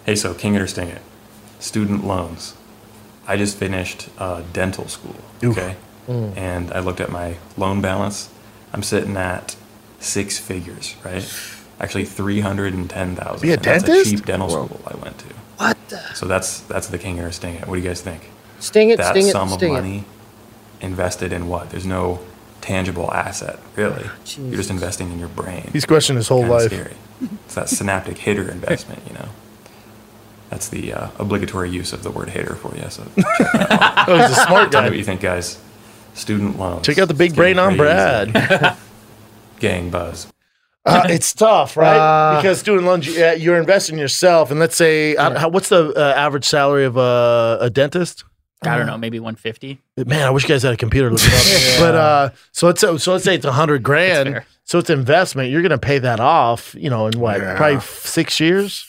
S11: Hey, so King It or Sting It. Student loans. I just finished uh, dental school. Okay. And I looked at my loan balance. I'm sitting at six figures, right? Actually, three hundred and ten thousand.
S1: Be a dentist?
S11: cheap dental school I went to. What the? So that's that's the King It or Sting It. What do you guys think?
S4: Sting it,
S11: That
S4: sting it,
S11: sum of
S4: sting it.
S11: money invested in what? There's no tangible asset, really. You're just investing in your brain
S1: He's questioned his whole
S11: kinda
S1: life.
S11: Scary. It's that synaptic hitter investment, you know. That's the uh, obligatory use of the word hitter for you. So check that out.
S1: Oh, he's a smart
S11: tell me what
S1: guy.
S11: you think, guys. Student loans.
S1: Check out the big
S11: It's getting
S1: brain on
S11: crazy.
S1: Brad.
S11: Gang buzz.
S1: Uh, it's tough, right? because student loans, you- uh, you're investing in yourself. And let's say, I- how, what's the uh, average salary of uh, a dentist?
S6: I don't know. Maybe one fifty.
S1: Man, I wish you guys had a computer to look it up. But uh, so let's so let's say it's a hundred grand.
S6: fair.
S1: So it's investment. You're going to pay that off, you know, in what probably f- six years.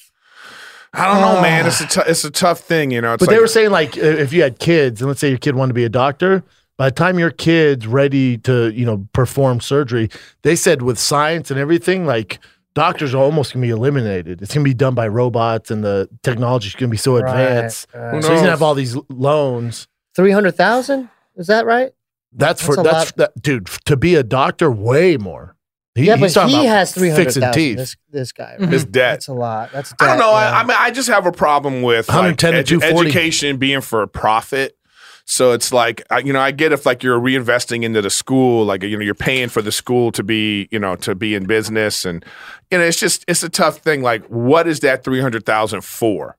S3: I don't know, man. It's a t- it's a tough thing, you know. It's
S1: Oh. But
S3: like,
S1: they were saying like uh, if you had kids, and let's say your kid wanted to be a doctor, by the time your kid's ready to you know perform surgery, they said with science and everything, like doctors are almost gonna be eliminated. It's gonna be done by robots, and the technology is gonna be so advanced.
S3: Who
S1: So he's
S3: knows?
S1: gonna have all these l- loans.
S4: Three hundred thousand? Is that right?
S1: That's for
S4: That's a
S1: that's, that dude f- to be a doctor, way more. He,
S4: yeah,
S1: he's
S4: but
S1: talking
S4: he
S1: about
S4: has three hundred
S1: fixing
S4: thousand.
S1: teeth.
S4: This this guy.
S3: It's
S6: Mm-hmm.
S1: mm-hmm.
S3: debt.
S4: That's a lot. That's
S3: I don't
S4: debt,
S3: know.
S4: yeah.
S3: I, I mean, I just have a problem with like,
S1: 110 to
S3: edu-
S1: 240.
S3: education being for profit. So it's like I, you know, I get if like you're reinvesting into the school, like you know, you're paying for the school to be, you know, to be in business, and you know, it's just it's a tough thing. Like, what is that three hundred thousand for?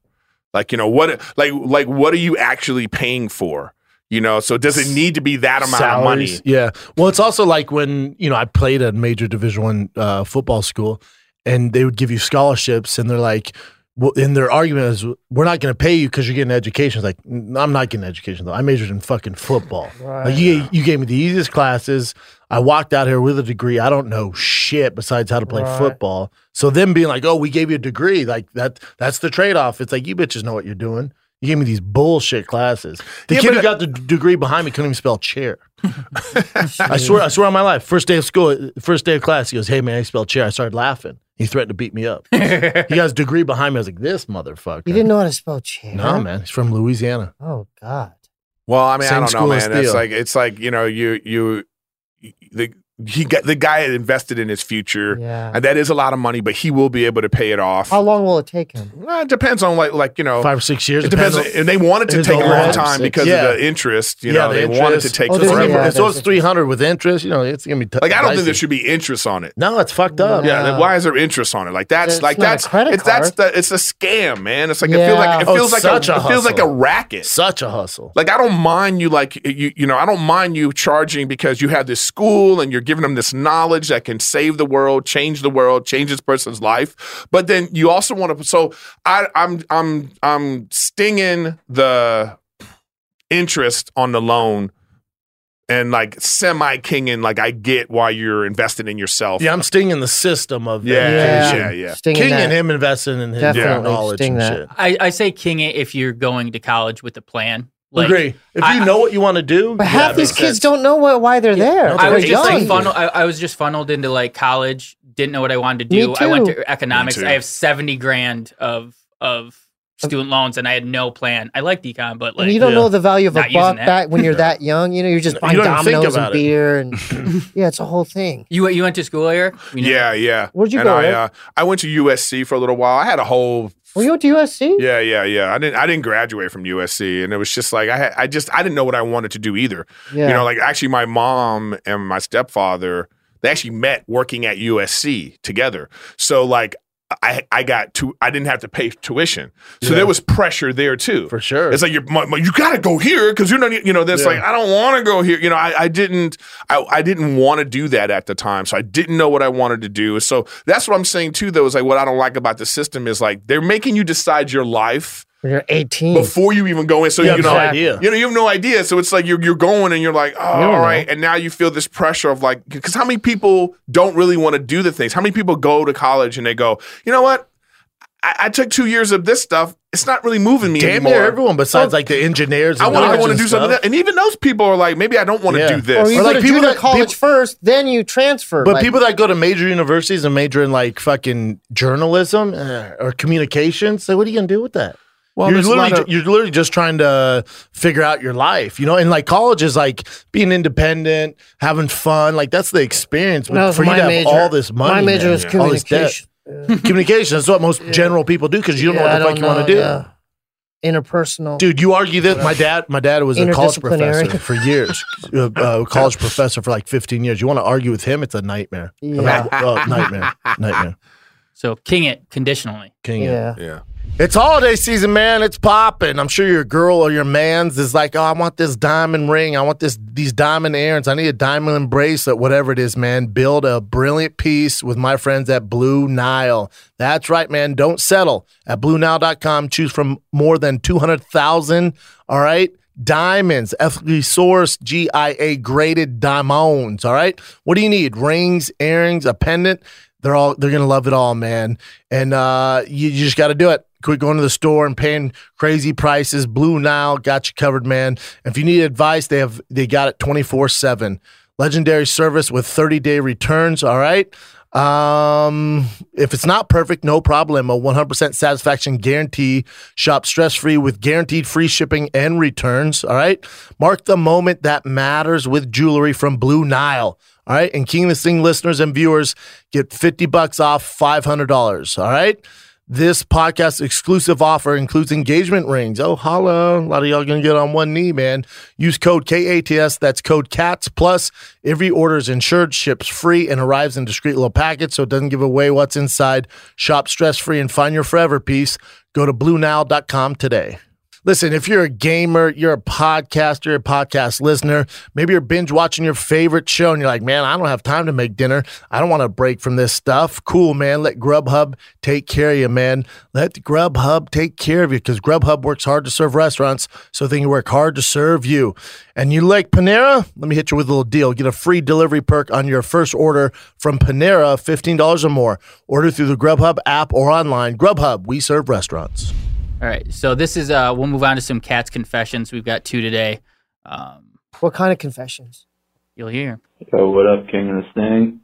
S3: Like, you know, what like like what are you actually paying for? You know, so does it need to be that amount of money?
S1: Salaries, Yeah. Well, it's also like when you know I played at a major Division One uh, football school, and they would give you scholarships, and they're like, well, and their argument is, we're not going to pay you because you're getting an education. It's like "N- I'm not getting an education though. I majored in fucking football. Like you, you gave me the easiest classes. I walked out here with a degree. I don't know shit besides how to play football. So them being like, oh, we gave you a degree, like that. That's the trade off. It's like you bitches know what you're doing. You gave me these bullshit classes. The
S3: Yeah,
S1: kid
S3: but uh,
S1: who
S3: I-
S1: got the d- degree behind me couldn't even spell chair. I swear, I swear on my life. First day of school, first day of class, he goes, "Hey man, I spelled chair." I started laughing. He threatened to beat me up. he got his degree behind me. I was like, "This motherfucker."
S4: you didn't know how to spell chair.
S1: No man, he's from Louisiana.
S4: Oh God.
S3: Well, I mean,
S1: Same
S3: I don't know,
S1: school as
S3: man. It's
S1: Theo.
S3: like it's like you know, you you the he got the guy had invested in his future,
S4: Yeah.
S3: and that is a lot of money, but he will be able to pay it off.
S4: How long will it take him?
S3: Well, it depends on like like you know.
S1: Five or six years.
S3: Oh. it depends,
S1: on-
S3: on, and they want it to
S1: his
S3: take a long
S1: overhead.
S3: time because
S1: Yeah.
S3: of the interest. You
S1: Yeah,
S3: know,
S1: the
S3: they want it to
S1: interest.
S3: take
S4: Oh, there's-
S3: forever.
S4: yeah.
S1: so it's three hundred with interest. You know, it's gonna be tough.
S3: Like I don't think there should be interest on it.
S1: No, it's fucked up.
S3: Yeah, then
S4: No.
S3: why is there interest on it? Like that's
S4: It's
S3: like
S4: not a
S3: that's
S4: credit
S3: it's that's
S4: card.
S3: the it's a scam, man. It's like it
S4: Yeah.
S3: feels like it
S1: Oh,
S3: feels like
S1: such
S3: a,
S1: a
S3: it feels like a
S1: hustle.
S3: racket.
S1: Such a hustle.
S3: Like I don't mind you like you you know I don't mind you charging because you have this school and you're giving them this knowledge that can save the world, change the world, change this person's life. But then you also want to. So I, I'm I'm I'm stinging the interest on the loan and like semi kinging. Like I get why you're investing in yourself.
S1: Yeah, I'm stinging the system of
S3: Oh, Yeah,
S1: education.
S3: yeah, yeah.
S1: King
S3: Stinging
S1: and
S3: that.
S1: him investing in his
S6: Definitely
S1: knowledge
S6: sting
S1: and
S6: that.
S1: shit.
S6: I, I say king it if you're going to college with a plan. Like,
S1: Agree. If you know what you want to do,
S4: But half these kids
S6: kids don't.
S4: don't know what, why they're there.
S6: I
S4: They're
S6: was just like
S4: young.
S6: funnel. I, I was just funneled into like college. Didn't know what I wanted to
S4: Me
S6: do. I went
S4: too.
S6: to economics.
S4: Me too.
S6: I have seventy grand of of student loans, and I had no plan. I liked econ, but like
S4: and you don't know the value of a
S6: not using
S4: buck
S6: that.
S4: back when you're that young. You know, you're just
S6: You
S4: buying
S6: don't even think
S4: dominoes
S6: about
S4: and
S6: it.
S4: beer, and yeah, it's a whole thing.
S6: You you went to school, Eric?
S3: yeah, yeah.
S4: Where'd you
S3: and
S4: go,
S3: I,
S4: Eric?
S3: uh, I went to USC for a little while. I had a whole
S4: Were you at USC?
S3: Yeah, yeah, yeah. I didn't I didn't graduate from USC and it was just like I had, I just I didn't know what I wanted to do either. You
S4: Yeah.
S3: know, like actually my mom and my stepfather, they actually met working at USC together. So like I I got to I didn't have to pay tuition. So there was pressure there too. For
S1: sure.
S3: It's like you're, my, my- you got to go here cuz you're not you know that's
S1: Yeah.
S3: like I don't want to go here. You know, I, I didn't I, I didn't want to do that at the time. So I didn't know what I wanted to do. So that's what I'm saying too though is like what I don't like about the system is like they're making you decide your life
S4: When you're 18,
S3: before you even go in. So
S4: You
S3: you
S4: have
S3: know,
S4: no idea.
S3: you know, you have no idea. So it's like you're you're going and you're like, oh,
S4: don't
S3: all right. And now you feel this pressure of like, because how many people don't really want to do the things? How many people go to college and they go, you know what? I, I took two years of this stuff. It's not really moving me
S1: Damn
S3: anymore. Oh.
S1: near everyone besides like the engineers.
S3: I
S1: and
S3: want to
S1: doctors
S3: go on and
S1: and
S3: do something
S1: stuff.
S3: else. And even those people are like, maybe I don't want to
S1: Yeah.
S3: do this.
S1: Or you Or, go like, to people
S4: you go to college first, then you transfer.
S1: But
S4: like-
S1: people that go to major universities and major in like fucking journalism eh, or communications, so what are you gonna do with that?
S10: Well,
S1: Well, you're
S10: there's a
S1: literally
S10: lot of-
S1: you're literally just trying to figure out your life, you know. And like college is like being independent, having fun, like that's the experience. But
S4: That was
S1: for you
S4: my
S1: to have
S4: major.
S1: all this money,
S4: My major
S1: man,
S4: was
S1: all this debt. communication. That's what most general people do because you don't
S4: Yeah, I
S1: know what the fuck
S4: don't
S1: you want
S4: know,
S1: to do.
S4: yeah. interpersonal.
S1: Dude, you argue that my dad, my dad was a college
S4: Interdisciplinary.
S1: professor for years, a uh, college professor for like 15 years. You want to argue with him? It's a nightmare. I mean,
S6: Yeah.
S1: oh, nightmare, nightmare.
S6: So king it conditionally.
S1: King it. Yeah.
S3: Yeah.
S1: It's holiday season, man. It's popping. I'm sure your girl or your man's is like, oh, I want this diamond ring. I want this these diamond earrings. I need a diamond bracelet, whatever it is, man. Build a brilliant piece with my friends at Blue Nile. That's right, man. Don't settle. At BlueNile.com, choose from more than 200,000, all right? Diamonds, ethically sourced, GIA graded diamonds, all right? What do you need? Rings, earrings, a pendant? They're all they're gonna love it all, man. And uh, you, you just got to do it. Quit going to the store and paying crazy prices. Blue Nile got you covered, man. If you need advice, they have they got it twenty four seven. Legendary service with thirty day returns. All right. Um, if it's not perfect, no problem. A 100% satisfaction guarantee. Shop stress free with guaranteed free shipping and returns. All right. Mark the moment that matters with jewelry from Blue Nile. All right. And King of the Sing listeners and viewers get 50 bucks off $500. All right. This podcast exclusive offer includes engagement rings. Oh, holla. A lot of y'all going to get on one knee, man. Use code KATS. That's code CATS. Plus, every order is insured, ships free, and arrives in discreet little packets so it doesn't give away what's inside. Shop stress free and find your forever piece. Go to BlueNile.com today. Listen, if you're a gamer, you're a podcaster, you're a podcast listener, maybe you're binge watching your favorite show and you're like, man, I don't have time to make dinner. I don't want to break from this stuff. Cool, man. Let Grubhub take care of you, man. Let Grubhub take care of you because Grubhub works hard to serve restaurants, so they can work hard to serve you. And you like Panera? Let me hit you with a little deal. Get a free delivery perk on your first order from Panera, $15 or more. Order through the Grubhub app or online. Grubhub, we serve restaurants.
S6: All right. So this is uh we'll move on to some cats confessions. We've got two today. Um
S4: What kind of confessions?
S6: you'll hear.
S12: So what up, King of the Sting?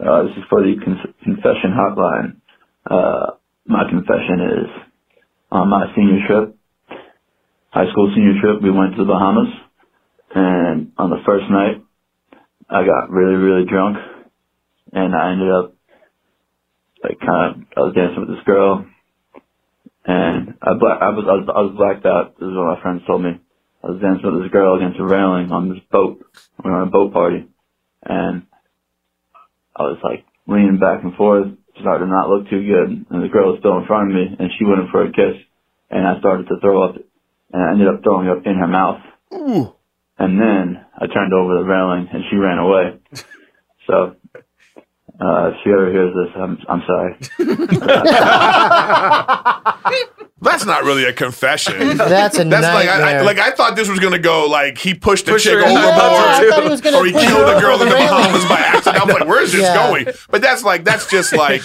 S12: Uh, this is for the con- confession hotline. Uh, my confession is on my senior trip, high school senior trip, we went to the Bahamas, and on the first night, I got really, really drunk, and I ended up like kind of I was dancing with this girl, and I bla- I was I was, I was blacked out. This is what my friends told me. I was dancing with this girl against a railing on this boat. We were on a boat party, and I was like leaning back and forth, started to not look too good. And the girl was still in front of me, and she went in for a kiss, and I started to throw up, and I ended up throwing up in her mouth. And then I turned over the railing, and she ran away. So uh, if she ever hears this, I'm I'm sorry.
S3: That's not really a confession.
S12: That's a
S3: like I, I,
S12: nightmare.
S3: like I thought this was gonna go like he pushed a
S12: Pushed
S3: chick
S12: her
S3: overboard,
S12: in the water, Yeah, I thought he was gonna
S3: or he
S12: push
S3: killed
S12: her
S3: a girl
S12: over
S3: in
S12: the
S3: the
S12: railing.
S3: Bahamas by accident. I'm like, where's this
S12: Yeah.
S3: going? But that's like that's just like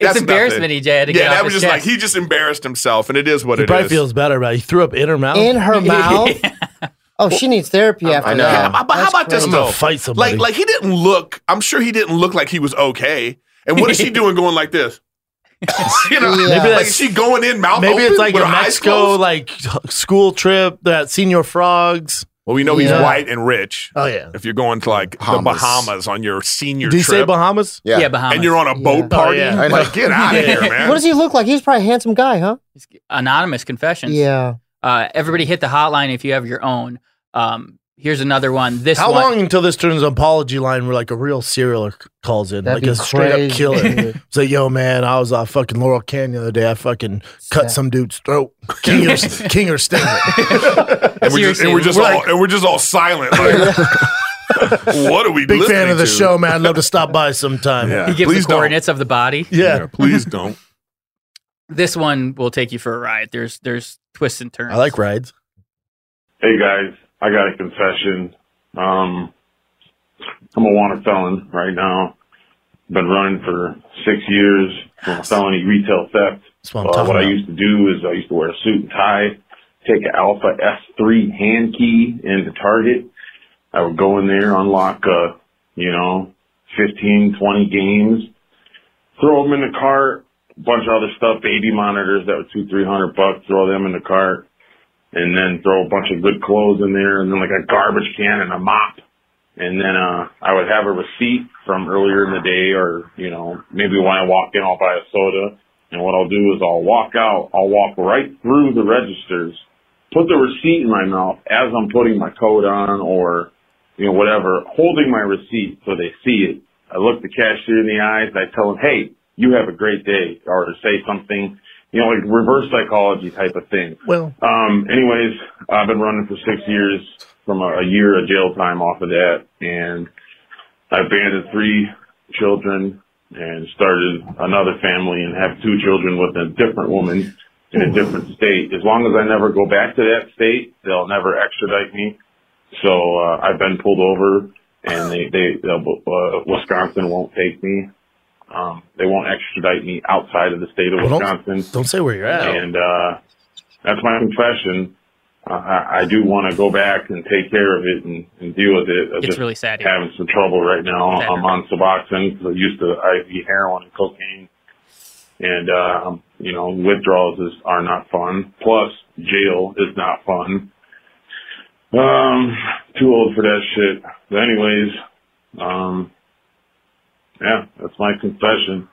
S3: that's nothing.
S6: embarrassment EJ had to
S3: yeah,
S6: get
S3: that
S6: off
S3: was
S6: his
S3: just
S6: chest.
S3: like he just embarrassed himself, and it is what
S1: He
S3: it
S1: probably
S3: is.
S1: feels better about it. He threw up in her mouth.
S4: In her mouth. Oh, she needs therapy after
S1: I know.
S4: that.
S3: How, about- how
S4: That's
S3: about this
S4: crazy.
S3: though? Like like he didn't look. I'm sure he didn't look like he was okay. And what is she doing going like this? you know,
S1: Yeah. Maybe
S3: like
S1: that's-
S3: is she going in mouth.
S1: Maybe
S3: open
S1: it's like
S3: with
S1: a
S3: her eyes
S1: Mexico
S3: closed?
S1: like school trip that senior frogs.
S3: Well, we know
S1: Yeah.
S3: he's white and rich.
S1: Oh, yeah.
S3: If you're going to like the
S1: Bahamas.
S3: Bahamas on your senior
S1: Did he
S3: trip,
S1: say Bahamas? Yeah. Yeah, Bahamas.
S3: And you're on a boat
S1: Oh,
S3: party.
S1: yeah. I know.
S3: Like, get out of here, man.
S4: What does he look like? He's probably a handsome guy, huh?
S6: anonymous confessions.
S4: Yeah.
S6: Uh, everybody hit the hotline if you have your own. Um, here's another one. This
S1: How
S6: one,
S1: long until this turns an apology line where like a real serial c- calls in,
S6: That'd
S1: like
S6: be
S1: a straight up
S6: crazy,
S1: killer?
S6: dude.
S1: It's like, yo, man, I was off fucking Laurel Canyon the other day. I fucking
S3: Yeah.
S1: cut some dude's throat. King or, King or Stinger.
S3: and we're just, and we're just all and we're just all silent. Like, what are we?
S1: Big fan
S3: listening
S1: of the
S3: to?
S1: show, man. Love to stop by sometime.
S3: Yeah.
S6: He gives
S3: Please
S6: the
S3: don't.
S6: coordinates of the body.
S1: Yeah.
S3: please don't.
S6: This one will take you for a ride. There's there's twists and turns.
S1: I like rides.
S2: Hey guys, I got a confession. Um, I'm a wanted felon right now. Been running for six years for felony retail theft.
S1: what I'm
S2: Uh,
S1: talking
S2: what I
S1: about.
S2: used to do is I used to wear a suit and tie, take an Alpha S3 hand key into Target. I would go in there, unlock, uh, you know, 15, 20 games, throw them in the cart, a bunch of other stuff, baby monitors that were two, three hundred bucks, throw them in the cart and then throw a bunch of good clothes in there and then like a garbage can and a mop. And then, uh, I would have a receipt from earlier in the day or, you know, maybe when I walk in, I'll buy a soda. And what I'll do is I'll walk out, I'll walk right through the registers, put the receipt in my mouth as I'm putting my coat on or, you know, whatever, holding my receipt so they see it. I look the cashier in the eyes. I tell him, hey, you have a great day or say something, you know, like reverse psychology type of thing.
S1: Well,
S2: Um, anyways, I've been running for six years from a, a year of jail time off of that, and I abandoned three children and started another family and have two children with a different woman in
S1: Hmm.
S2: a different state. As long as I never go back to that state, they'll never extradite me. So uh, I've been pulled over, and they they they'll, uh, Wisconsin won't take me. Um, they won't extradite me outside of the state of
S1: Well,
S2: Wisconsin.
S1: don't, don't say where you're at.
S2: And uh, that's my confession. Uh, I, I do want to go back and take care of it and, and deal with it. I'm
S6: It's
S2: just
S6: really sad here.
S2: Having some trouble right now.
S6: Sad.
S2: I'm on Suboxone 'cause I used to IV heroin and cocaine, and uh, um, you know withdrawals is, are not fun. Plus, jail is not fun. Um, too old for that shit. But anyways, um, yeah, that's my confession.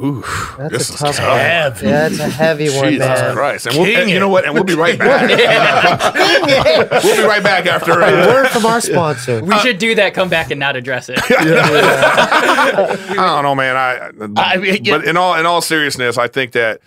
S3: Ooh,
S4: That's
S3: this
S4: a
S3: is
S4: tough
S3: tough.
S4: one. Heavy. Yeah, that's a heavy one,
S3: Jesus
S4: man.
S3: Christ! And, we'll,
S4: King
S3: and you
S4: it.
S3: know what? And we'll be right back. we'll be right back after uh,
S4: Word from our sponsor.
S6: We should do that. Come back and not address it.
S3: I don't know, man. I,
S6: I mean, yeah.
S3: but in all in all seriousness, I think that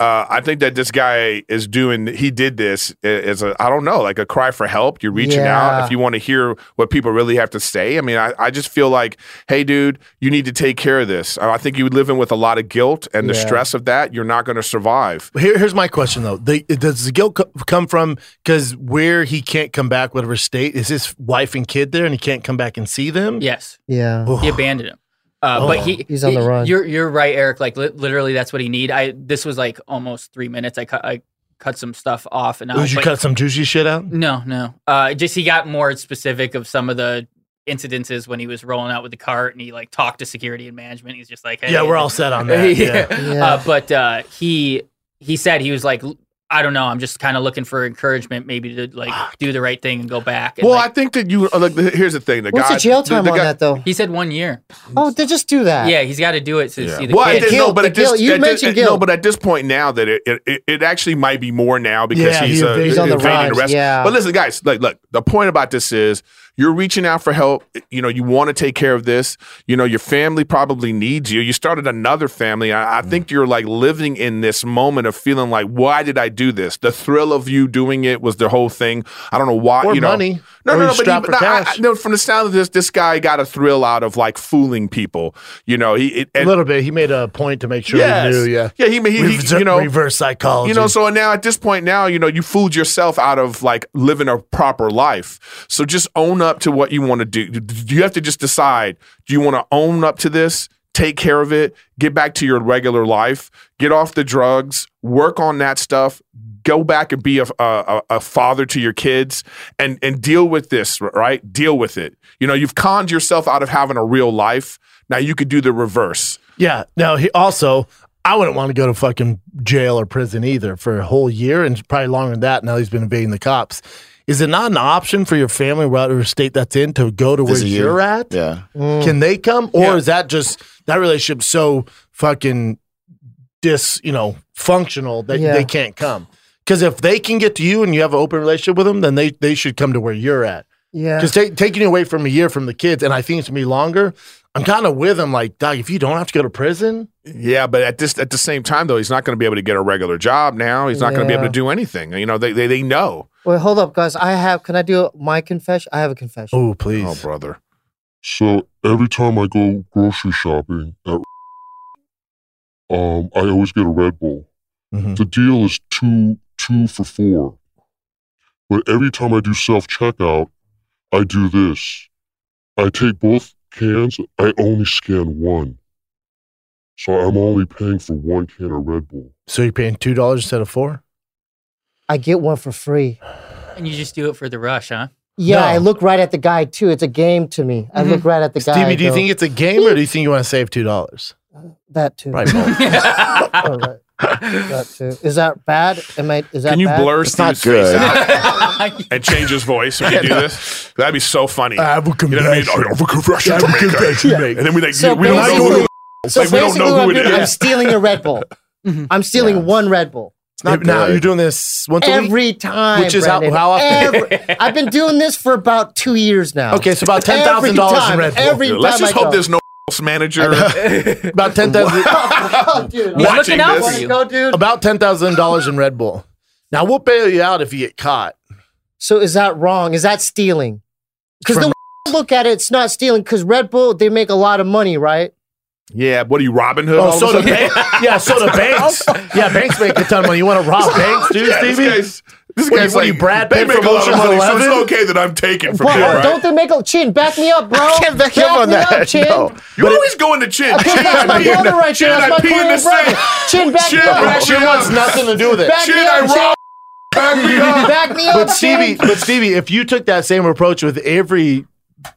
S3: uh, I think that this guy is doing. He did this i- as a I don't know, like a cry for help. You're reaching out
S1: Yeah.
S3: if you want to hear what people really have to say. I mean, I, I just feel like, hey, dude, you need to take care of this. Uh, I think you live in with a lot of guilt and the
S1: Yeah.
S3: stress of that. You're not going to survive.
S1: Here, here's my question though: the, Does the guilt co- come from because where he can't come back, whatever state, is his wife and kid there, and he can't come back and see them?
S6: Yes.
S4: Yeah.
S6: He abandoned him. Uh,
S1: Oh.
S6: but he
S4: He's on the
S6: he-
S4: run.
S6: You're you're right, Eric. Like li- literally, that's what he need. I this was like almost three minutes. I cut I cut some stuff off and out.
S1: Would you
S6: but-
S1: cut some juicy shit out?
S6: No, no. Uh, just he got more specific of some of the incidences when he was rolling out with the cart and he like talked to security and management. He's just like, hey,
S1: Yeah, we're all set on that. Yeah. Yeah.
S6: Uh, but uh, he he said he was like, I don't know. I'm just kind of looking for encouragement, maybe to like do the right thing and go back. And,
S3: Well,
S6: like,
S3: I think that you. uh, Like, the- here's the thing: the
S6: What's
S3: guy,
S6: the jail time on
S3: guy-
S6: that,
S4: though?
S6: he said one year.
S4: Oh, they just do that.
S6: Yeah, he's got to do it to see the
S3: Well,
S6: kid.
S3: at thi- no, but at this,
S4: guilt. You
S3: at this-
S4: mentioned
S3: at- No,
S4: guilt.
S3: but at this point now that it it, it, it actually might be more now because
S1: Yeah,
S3: he's,
S1: he
S3: uh,
S1: evaded- He's on the
S3: evading
S1: rise, yeah.
S3: But listen, guys, like, look, the point about this is You're reaching out for help. You know, you want to take care of this. You know, your family probably needs you. You started another family. I, I
S1: Mm.
S3: think you're like living in this moment of feeling like, why did I do this? The thrill of you doing it was the whole thing. I don't know why.
S1: Or
S3: you know,
S1: money.
S3: No,
S1: Or
S3: no,
S1: you
S3: no. But
S1: strap
S3: he,
S1: for
S3: no, I-
S1: cash.
S3: I- no, from the sound of this, this guy got a thrill out of like fooling people. You know, he it,
S1: a
S3: and
S1: little bit. He made a point to make sure
S3: Yes.
S1: he knew. Yeah,
S3: Yeah, he ma- he- he-
S1: Rever-
S3: you know-
S1: reverse psychology.
S3: you know, so now at this point now, you know, you fooled yourself out of like living a proper life. So just own up to what you want to do. Do You have to just decide, do you want to own up to this? Take care of it, get back to your regular life, get off the drugs, work on that stuff, go back and be a, a, a father to your kids and, and deal with this, right? Deal with it. You know, you've conned yourself out of having a real life. Now you could do the reverse.
S1: yeah. Now he also, I wouldn't want to go to fucking jail or prison either for a whole year and probably longer than that. Now he's been evading the cops. Is it not an option for your family, whatever state that's in, to go to where
S10: Visit you.
S1: you're at?
S10: Yeah.
S1: Can they come, or is that just that relationship so fucking dis, you know, functional that
S4: Yeah.
S1: they can't come? Because if they can get to you and you have an open relationship with them, then they they should come to where you're at.
S4: Yeah.
S1: Because taking away from a year from the kids, and I think it's gonna be longer. I'm kind of with him, like, dog, if you don't have to go to prison,
S3: Yeah, but at this at the same time though, he's not going to be able to get a regular job now. He's not going to be
S4: Yeah.
S3: able to do anything. You know, they they, they know.
S4: Wait, hold up, guys. I have. Can I do my confession? I have a confession.
S1: Oh, please.
S3: Oh, brother.
S13: So every time I go grocery shopping at um, I always get a Red Bull.
S1: Mm-hmm.
S13: The deal is two two for four. But every time I do self checkout, I do this. I take both cans. I only scan one. So I'm only paying for one can of Red Bull.
S1: so you're paying two dollars instead of four.
S4: I get one for free.
S6: And you just do it for the rush, huh?
S4: Yeah, I look right at the guy too. It's a game to me. I look right at the guy.
S1: Stevie, do you
S4: I go,
S1: think it's a game, or do you think you want to save two dollars?
S4: that too?
S1: Right, both.
S4: that too. Is that bad? Am I? Is that?
S3: Can you
S4: bad?
S3: blur Steve's face out and change his voice when you do this? That'd be so funny. I
S1: have a
S3: confession. You know what I mean? I have a confession to make. And then we like
S4: So
S3: we don't know who
S4: basically-
S3: it is.
S4: So
S3: like, we don't
S4: basically,
S3: know
S4: what I'm
S3: who it
S4: doing, I'm
S3: is.
S4: stealing a Red Bull. I'm stealing one Red Bull.
S1: Mm-hmm. Not now you're doing this once a week?
S4: every time.
S1: Which is how-
S4: Brendan.
S1: how often?
S4: Every- I've been doing this for about two years now.
S1: Okay, so about ten thousand dollars in
S4: Every
S1: Red Bull.
S4: time, Every time
S3: Let's
S4: I
S3: just hope
S4: go.
S3: there's no manager.
S1: about ten thousand.
S4: Oh, dude,
S1: Watching
S4: I wanna Go, dude.
S1: About ten thousand dollars in Red Bull. Now we'll bail you out if you get caught.
S4: So is that wrong? Is that stealing? Because the way I look at it, it's not stealing. Because Red Bull, they make a lot of money, right?
S3: Yeah, what are you, Robin Hood? all of a
S1: Oh, so the
S3: sudden?
S1: bank, yeah, so the banks, yeah, banks make a ton of money. You want to rob banks, dude,
S3: Yeah, this
S1: Stevie?
S3: guy's- This
S1: What,
S3: guy's
S1: what are
S3: like,
S1: you, Brad
S3: they
S1: Pitt
S3: make
S1: from
S3: a lot of
S1: Ocean's
S3: money, so
S1: Eleven?
S3: it's okay that I'm taking from
S4: But
S3: here, right?
S4: uh, don't they make a chin? Back me up, bro.
S10: I can't back you up on
S4: me
S10: that.
S4: chin.
S10: No.
S3: You always go into chin.
S4: Okay,
S3: Chin,
S4: that's
S3: I
S4: my
S3: pee in
S4: brother
S3: the-
S4: right there.
S3: chin,
S4: That's
S3: I
S4: my
S3: pee in the
S4: Korean brother.
S3: sink.
S4: Chin, back me
S3: Chin,
S4: up.
S3: Chin
S1: wants nothing to do with it.
S4: Back
S3: Shit,
S4: me
S3: I
S4: up,
S3: robbed. Back me up.
S4: Back me up,
S1: But
S4: chin.
S1: Stevie, but Stevie, if you took that same approach with every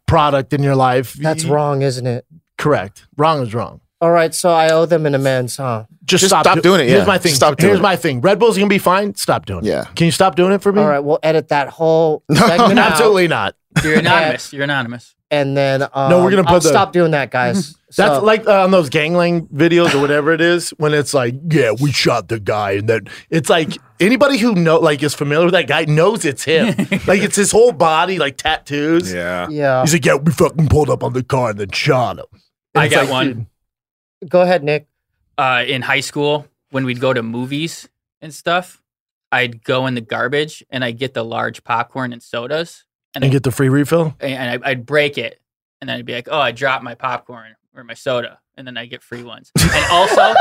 S1: product in your life,
S4: That's
S1: you-
S4: wrong, isn't it?
S1: Correct. Wrong is wrong.
S4: All right, so I owe them an amends, huh?
S1: Just,
S10: Just
S1: stop,
S10: stop
S1: do-
S10: doing it, yeah.
S1: Here's my thing.
S10: Stop doing
S1: Here's
S10: it.
S1: my thing. Red Bull's gonna be fine. Stop doing
S10: Yeah.
S1: it. Can you stop doing it for me?
S4: All right, we'll edit that whole segment out,
S1: Absolutely not.
S6: You're anonymous. You're anonymous.
S4: and then um,
S1: No, we're gonna
S4: I'll
S1: put the-
S4: stop doing that, guys.
S1: That's
S4: So-
S1: like uh, on those gangland videos or whatever it is when it's like, yeah, we shot the guy, and then it's like anybody who know like is familiar with that guy knows it's him. like it's his whole body, like tattoos.
S3: Yeah.
S4: yeah.
S1: He's like, yeah, we fucking pulled up on the car and then shot him. And
S6: I
S1: it's
S6: got
S1: like,
S6: one.
S1: dude,
S4: Go ahead, Nick.
S6: uh, in high school when we'd go to movies and stuff, I'd go in the garbage and I'd get the large popcorn and sodas
S1: and get the free refill.
S6: and I, I'd break it and then I'd be like, oh, I dropped my popcorn or my soda and then I get free ones. And also,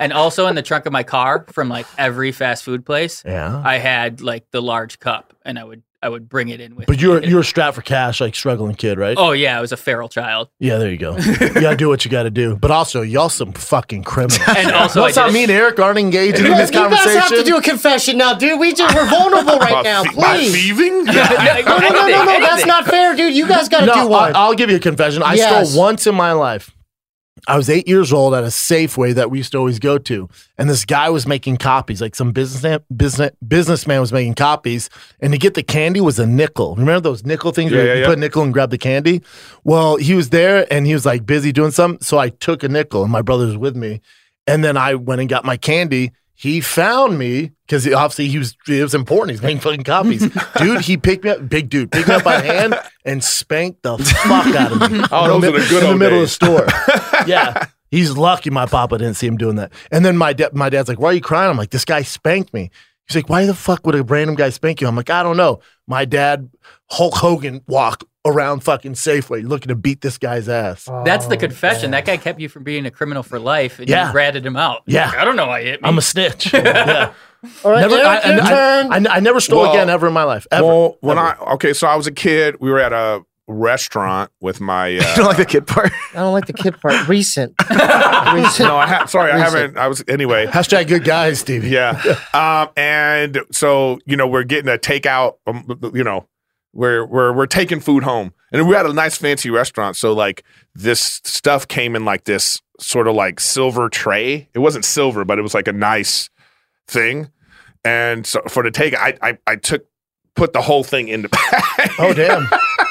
S6: and also in the trunk of my car from like every fast food place,
S1: Yeah.
S6: I had like the large cup and I would I would bring it in with.
S1: But
S6: me.
S1: you're
S6: And-
S1: you're strapped for cash, like struggling kid, right?
S6: oh yeah, I was a feral child.
S1: Yeah, there you go. you gotta do what you gotta do. But also, y'all some fucking criminals.
S6: And also I
S1: What's up,
S6: did-
S1: me and Eric aren't engaging in
S4: You
S1: this
S4: guys
S1: conversation.
S4: have to do a confession now, dude. We just we're vulnerable right now.
S3: By thie- by
S4: Please.
S3: thieving?
S4: No, no, no, no, no. That's not fair, dude. You guys got to do one.
S1: I, will give you a confession. I
S4: Yes.
S1: stole once in my life. I was eight years old at a Safeway that we used to always go to, and this guy was making copies. Like some business business businessman was making copies, and to get the candy was a nickel. Remember those nickel things? where
S3: Yeah, yeah,
S1: you
S3: yeah.
S1: put a nickel and grab the candy. Well, he was there and he was like busy doing something, so I took a nickel, and my brother was with me, and then I went and got my candy. He found me because obviously he was it was important. He's making fucking copies, dude. He picked me up, big dude, picked me up by hand and spanked the fuck out of me.
S3: Oh,
S1: in
S3: those
S1: the,
S3: are the good
S1: in the
S3: old
S1: middle
S3: days.
S1: of the store. yeah, he's lucky my papa didn't see him doing that. And then my dad, my dad's like, "Why are you crying?" I'm like, "This guy spanked me." He's like, "Why the fuck would a random guy spank you?" I'm like, "I don't know." My dad, Hulk Hogan, walk around fucking Safeway looking to beat this guy's ass.
S6: That's the confession. That guy kept you from being a criminal for life, and
S1: Yeah.
S6: you ratted him out.
S1: Yeah.
S6: Like, I don't know why it.
S1: I'm a snitch.
S4: All right,
S1: Never-
S4: Eric,
S1: I- I-
S4: your
S1: I-
S4: turn.
S1: I, I never stole
S3: Well-
S1: again ever in my life. Ever.
S3: Well, when I okay, so I was a kid. We were at a restaurant with my. Uh,
S10: don't like the kid part?
S4: I don't like the kid part. Recent.
S3: no, I ha- sorry, I
S1: Recent.
S3: haven't. I was anyway.
S1: Hashtag good guys, Stevie.
S3: Yeah. Um, and so you know, we're getting a takeout. Um, you know, we're we're we're taking food home, and we're at a nice fancy restaurant. So like this stuff came in like this sort of like silver tray. It wasn't silver, but it was like a nice thing. And so for the take, I I, I took put the whole thing in the bag.
S1: Oh damn.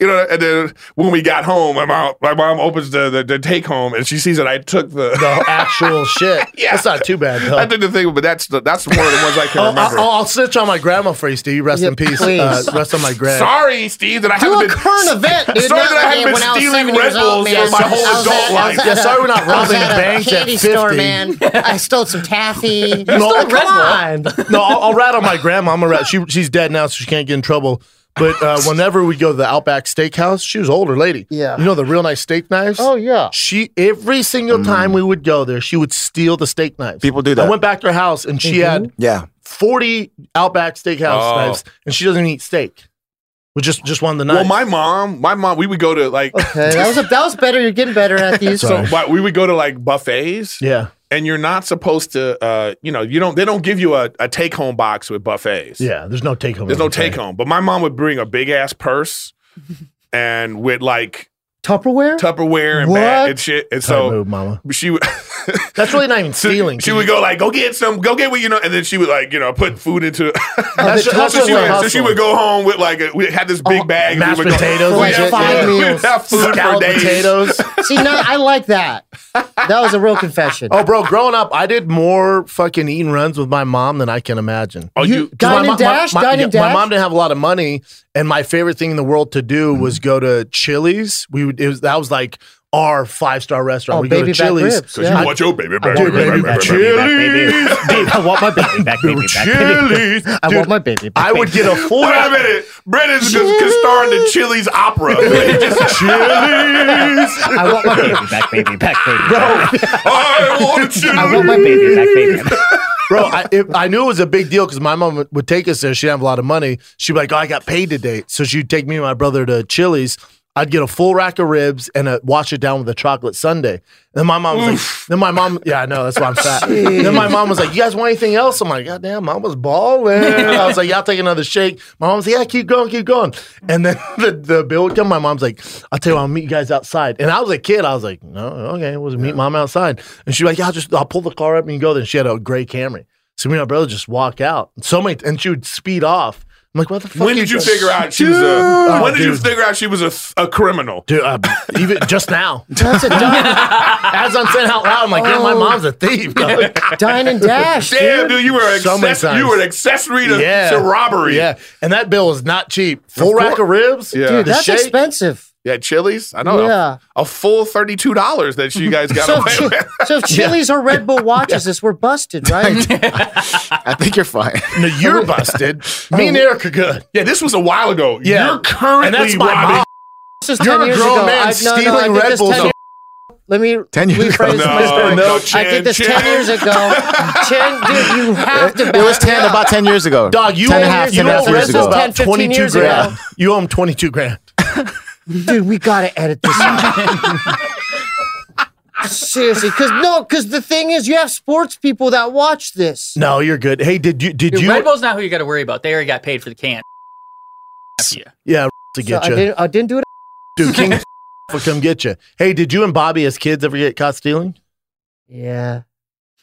S3: you know, and then when we got home, my mom, my mom opens the, the, the take home and she sees that I took the,
S1: the actual shit.
S3: yeah.
S1: That's not too bad, though.
S3: I took the thing, but that's the, that's one of the ones I can
S1: I'll,
S3: remember.
S1: I'll, I'll snitch on my grandma for you, Steve. Rest
S4: Yeah,
S1: in peace.
S4: please.
S1: Uh, rest on my grand.
S3: Sorry, Steve, that I
S4: Do
S3: haven't
S4: a
S3: been
S4: current event, dude.
S3: Sorry
S4: not
S3: that I haven't
S4: like when
S3: been
S4: was
S3: stealing
S4: seven years
S3: Red
S4: old,
S3: Bulls
S4: man.
S3: for my whole
S4: I was
S3: adult
S4: at- I was
S3: life.
S4: at
S1: Yeah,
S4: a-
S1: sorry we're not
S4: I was
S1: robbing
S4: at a
S1: banks at
S4: candy store,
S1: 50.
S4: man. I stole some taffy.
S1: No,
S4: stole
S1: come
S4: Red Bull.
S1: no, I'll, I'll rat on my grandma. I'm a rat. She, she's dead now, so she can't get in trouble. But uh, whenever we go to the Outback Steakhouse, she was an older lady.
S4: Yeah.
S1: You know the real nice steak knives?
S4: Oh, yeah.
S1: She every single
S3: Mm.
S1: time we would go there, she would steal the steak knives.
S10: People do that.
S1: I went back to her house and she had
S4: Mm-hmm.
S10: Yeah.
S1: 40 Outback Steakhouse
S3: Oh.
S1: knives, and she doesn't eat steak. With just just one of the
S3: Well,
S1: knives.
S3: my mom, my mom, we would go to like,
S4: Okay, that was a, that was better. You're getting better at these.
S3: so, but we would go to like buffets,
S1: yeah.
S3: and you're not supposed to, uh, you know, you don't, they don't give you a, a take home box with buffets.
S1: Yeah. There's no take home.
S3: There's no take home. But my mom would bring a big ass purse and with like
S4: Tupperware.
S3: Tupperware and
S4: What?
S3: bag and shit. And
S1: So,
S3: so
S1: move, mama.
S3: she would
S1: That's really not even stealing.
S3: she would go like, go get some, go get what you know, and then she would like, you know, put food into
S1: That's,
S4: the
S1: that's
S3: so,
S1: what
S3: she
S1: we're
S3: would, so she
S1: hustling.
S3: would go home with like a, we had this big bag and we
S1: Oh, mashed
S3: would go-
S1: potatoes
S3: we
S1: and
S3: had
S1: shit,
S3: five
S1: yeah.
S3: we would
S4: meals.
S3: have food for
S1: Scalloped
S3: days.
S1: potatoes.
S4: See, now I like that. That was a real confession.
S1: Oh, bro, growing up, I did more fucking eating runs with my mom than I can imagine.
S3: Oh, you,
S1: 'Cause
S4: Dine
S1: my,
S4: and
S1: mo- my-
S4: dash?
S1: my-
S4: Dine
S1: yeah,
S4: and
S1: my
S4: dash?
S1: mom didn't have a lot of money, and my favorite thing in the world to do
S4: Mm-hmm.
S1: was go to Chili's. We would, it was that was like our five star restaurant.
S4: Oh,
S1: we go to
S4: baby back
S1: Chili's.
S4: ribs, yeah.
S3: you want your baby back.
S1: Dude, oh, baby back, baby back,
S3: Chili's.
S1: Dude, I want my baby back, baby back.
S3: Chili's.
S4: I
S1: Dude,
S4: want my baby. back.
S1: I would get a full.
S3: Wait a minute. Brennan's just just starring the Chili's opera. Just Chili's.
S4: I want my baby.
S10: Back baby, back baby.
S3: I want a Chili's.
S10: baby, back baby.
S1: Bro, I, if, I knew it was a big deal because my mom would- would take us there. She didn't have a lot of money. She'd be like, oh, I got paid today. So she'd take me and my brother to Chili's. I'd get a full rack of ribs and a, wash it down with a chocolate sundae. And then my mom was like, then my mom, yeah, I know, that's why I'm fat. then my mom was like, you guys want anything else? I'm like, God damn, mom was balling. I was like, y'all take another shake. My mom's like, yeah, keep going, keep going. And then the, the bill would come. My mom's like, I'll tell you, what, I'll meet you guys outside. And I was a kid. I was like, no, okay, we'll meet mom outside. And she's like, yeah, I'll just, I'll pull the car up and you go there. And she had a gray Camry. So me and my brother just walk out. So many, and she would speed off. I'm like, what the fuck?
S3: When
S1: are
S3: did you
S1: guys-
S3: figure out she was a? When
S1: Oh,
S3: did you
S1: dude.
S3: figure out she was a a criminal?
S1: Dude, uh, even just now,
S4: That's a dine,
S1: as I'm saying out loud, I'm like, yeah, my
S4: Oh.
S1: mom's a thief. dog.
S4: dine and dash.
S3: Damn,
S4: dude.
S3: dude, you were an
S1: So many
S3: access- you
S1: times.
S3: were an accessory to,
S1: yeah,
S3: to robbery.
S1: Yeah, and that bill was not cheap. Full rack of ribs.
S3: Yeah.
S4: Dude,
S1: The
S4: that's
S1: shake?
S4: expensive.
S3: Yeah, Chili's. I know. a-
S4: Yeah.
S3: A, full thirty-two dollars that you guys got
S4: So
S3: away
S4: if, Chi-
S3: with.
S4: so if Chili's or Red Bull watches this, we're busted, right?
S10: I think you're fine.
S1: No, you're busted. Me and Eric are good.
S3: Yeah, this was a while ago.
S1: Yeah.
S3: You're currently
S1: And that's my
S3: robbing.
S1: mom.
S4: This is
S1: You're
S4: 10
S1: a
S4: years
S1: grown
S4: ago.
S1: man
S4: I-
S1: stealing
S4: I did
S1: Red
S4: this
S1: Bulls.
S4: 10 years- Let me
S10: 10 years
S4: rephrase
S10: ago.
S4: my story.
S3: No,
S4: I did this
S3: Chan,
S4: 10 years
S3: Chan.
S4: ago. 10, dude, you have to back
S10: It was 10,
S4: me up.
S10: about 10 years ago.
S1: Dog, you
S10: 10 and
S1: owe,
S10: a half,
S1: you
S10: 10 and a
S1: owe
S10: half years
S1: Red Bull
S10: ago.
S1: about
S4: 10, 15
S1: 22
S4: years
S1: grand.
S4: ago.
S1: You owe him 22 grand.
S4: Dude, we got to edit this out. Seriously, because no, because the thing is, you have sports people that watch this.
S1: No, you're good. Hey, did you did
S6: Dude,
S1: you?
S6: Red Bull's not who you got to worry about. They already got paid for the can. After you.
S1: yeah, to
S4: So
S1: get
S4: I,
S1: you,
S4: didn't, I didn't do it.
S1: dude. King will come get you. Hey, did you and Bobby as kids ever get caught stealing?
S4: Yeah.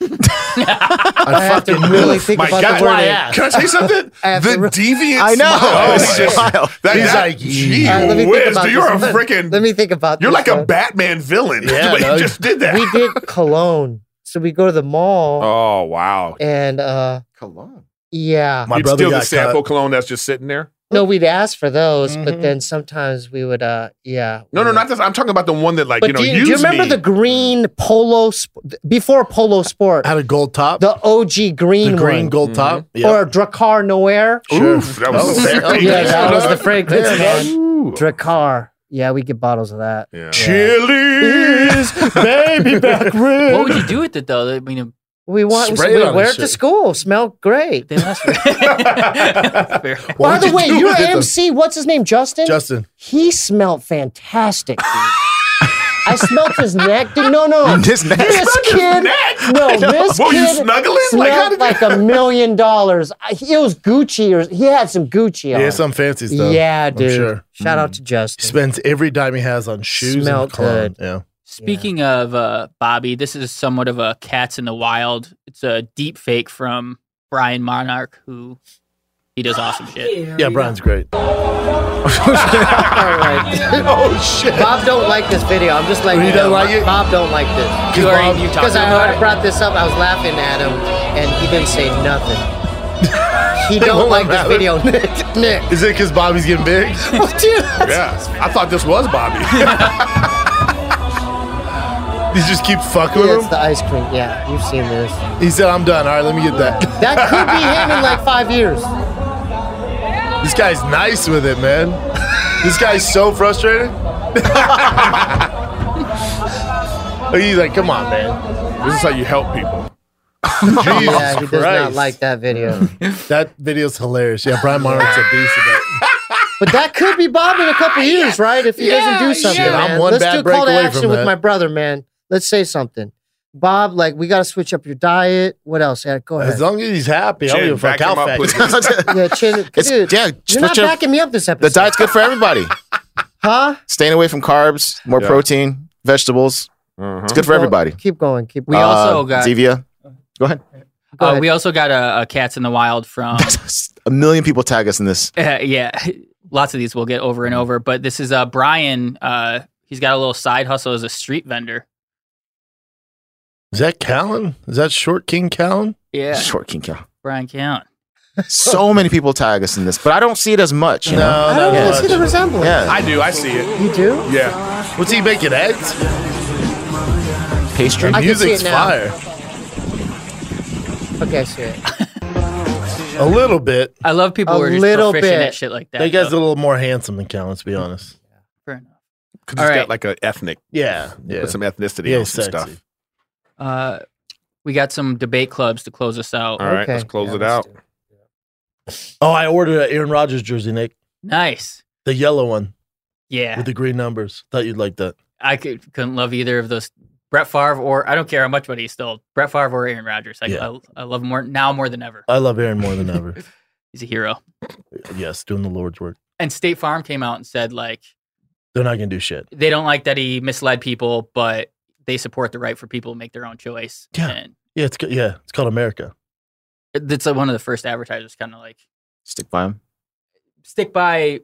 S1: I,
S4: I have to
S1: fucking
S4: really
S1: knew it.
S4: think
S3: My
S4: about
S3: God,
S4: the word.
S1: why
S4: I-
S1: ass.
S3: Can I tell you something?
S4: I have
S3: the
S4: to re-
S3: deviant
S10: I know.
S3: smile.
S10: Oh, shit.
S3: That,
S1: He's
S3: that,
S1: like,
S3: gee
S1: yeah.
S4: All right, uh, let me think
S3: whiz,
S4: about
S3: dude, you're a
S4: this.
S3: freaking,
S4: Let me think about
S3: you're
S4: this,
S3: like a
S4: though.
S3: Batman villain.
S1: Yeah,
S3: the way you
S1: dog.
S3: just did that.
S4: we did cologne. so we go to the mall
S3: Oh wow.
S4: and uh
S10: cologne.
S4: Yeah,
S3: You'd steal the sample cologne that's just sitting there.
S4: No, we'd ask for those,
S3: Mhm.
S4: but then sometimes we would uh yeah.
S3: No, no, not this. I'm talking about the one that like
S4: but
S3: you know.
S4: do, you, do
S3: use
S4: you remember
S3: me.
S4: the green polo sp- before polo sport
S1: had a gold top?
S4: The OG green,
S1: The green
S4: one.
S3: Mm-hmm.
S1: gold top? Mhm.
S4: or Dracar Noir.
S1: Sure. Oof, that was
S4: Oh,
S1: very
S4: yeah, that was
S1: good.
S4: the fragrance.
S1: Yeah, man.
S4: man. Dracar. Yeah, we get bottles of that.
S3: Yeah.
S1: Chili's, baby back rib.
S6: What would you do with it though? I mean, uh,
S4: We want
S6: Spray
S4: we
S6: it on
S4: wear
S6: the
S4: it to
S6: shit.
S4: school. Smell great. By
S1: would
S4: the
S1: you
S4: way,
S1: do
S4: your
S1: with it, though?
S4: MC, what's his name? Justin.
S1: Justin.
S4: He smelled fantastic. dude. I smelt his neck. Dude, no, no,
S10: His neck? You
S4: This
S10: smelled his
S4: kid.
S10: neck? I
S4: No,
S10: know.
S4: this
S10: Were you
S4: kid
S10: snuggling? Like, how
S4: smelled
S10: did
S4: like, a million dollars. I- It was Gucci or he had some Gucci on.
S1: Yeah, some fancy stuff.
S4: Yeah,
S1: I'm
S4: dude.
S1: sure.
S4: Shout
S10: Mm.
S4: out to Justin.
S1: Spends every dime he has on shoes
S6: Smelled
S1: and cologne.
S6: good.
S1: Yeah.
S6: Speaking of uh, Bobby, this is somewhat of a Cats in the Wild. It's a deep fake from Brian Monarch, who he does awesome shit.
S1: Yeah, Brian's great.
S4: All right. Oh shit. Bob don't like this video. I'm just like
S1: He
S4: you
S1: doesn't
S4: know,
S1: like it?
S4: Bob don't like this.
S1: You already knew
S4: Because
S1: talking
S4: I
S1: about
S4: already brought this up. I was laughing at him, and he didn't say nothing. He don't like this video. Nick. Nick.
S1: Is it because Bobby's getting big?
S4: Well, dude.
S3: Yeah. I thought this was Bobby.
S1: He just keep fucking
S4: Yeah,
S1: with
S4: it's
S1: him.
S4: the ice cream. Yeah, you've seen this.
S1: He said, "I'm done. All right, let me get that."
S4: That could be him in like five years.
S1: This guy's nice with it, man. This guy's so frustrated. He's like, "Come on, man.
S3: This is how you help people."
S4: yeah, he does not
S1: Christ.
S4: like that video.
S1: That video's hilarious. Yeah, Brian Monarch's a beast. at that.
S4: But that could be Bob in a couple years, right? If he doesn't do something,
S1: yeah.
S4: man.
S1: I'm one
S4: let's
S1: bad
S4: do a
S1: break
S4: call to
S1: away
S4: action
S1: from
S4: with
S1: that.
S4: my brother, man. Let's say something. Bob, like we got to switch up your diet. What else? Eric? Go ahead.
S1: As long as he's happy, I don't give a fuck how fat.
S4: yeah, chin,
S10: It's-
S4: dude,
S10: yeah,
S4: you're not
S10: switch up-
S4: backing me up this episode,
S10: The diet's good for everybody.
S4: huh?
S10: Staying away from carbs, more
S4: Yeah. Mm-hmm.
S10: protein, vegetables. It's good for
S4: Keep going-
S10: everybody.
S4: Keep going. Keep.
S6: We
S10: Uh,
S6: also got-
S10: Zevia. Go ahead.
S6: Uh, we also got a, a Cats in the Wild from
S10: A million people tag us in this.
S6: Uh, yeah, lots of these we'll get over and over. But this is uh, Brian. Uh, he's got a little side hustle as a street vendor.
S1: Is that Callan? Is that Short King Callan?
S6: Yeah,
S10: Short King Cow.
S6: Brian Count.
S10: So many people tag us in this, but I don't see it as much. You
S1: No,
S10: know?
S1: I don't
S10: Yeah.
S1: really see the
S4: resemblance.
S10: Yeah.
S3: I do. I see it.
S4: You do?
S3: Yeah.
S1: What's he making eggs?
S10: Pastry.
S1: The
S4: I can see
S1: music's
S4: it now.
S1: fire.
S4: Okay, I see it.
S1: A little bit.
S6: I love people
S4: A
S6: who are just
S4: little
S6: proficient
S4: bit.
S6: at shit like that.
S1: That guy's a
S6: though.
S1: little more handsome than Callan, to be honest.
S6: Fair enough.
S3: Because
S6: All
S3: it's
S6: right.
S3: got like an ethnic.
S1: Yeah, yeah.
S3: With some ethnicity
S1: Yeah,
S3: and some
S1: sexy.
S3: stuff.
S6: Uh, we got some debate clubs to close us out.
S3: All right, let's close it out.
S1: Oh, I ordered an Aaron Rodgers jersey, Nick.
S6: Nice.
S1: The yellow one
S6: Yeah,
S1: with the green numbers. Thought you'd like that.
S6: I could, couldn't love either of those. Brett Favre or I don't care how much money he's still Brett Favre or Aaron Rodgers. I,
S1: Yeah.
S6: I, I love him more now more than ever.
S1: I love Aaron more than ever.
S6: He's a hero.
S1: yes, doing the Lord's work.
S6: And State Farm came out and said like
S1: They're not gonna do shit.
S6: they don't like that he misled people, but they support the right for people to make their own choice.
S1: Yeah.
S6: And
S1: Yeah, it's ca- yeah, it's called America.
S6: that's like one of the first advertisers kind of like
S10: Stick by him.
S6: stick by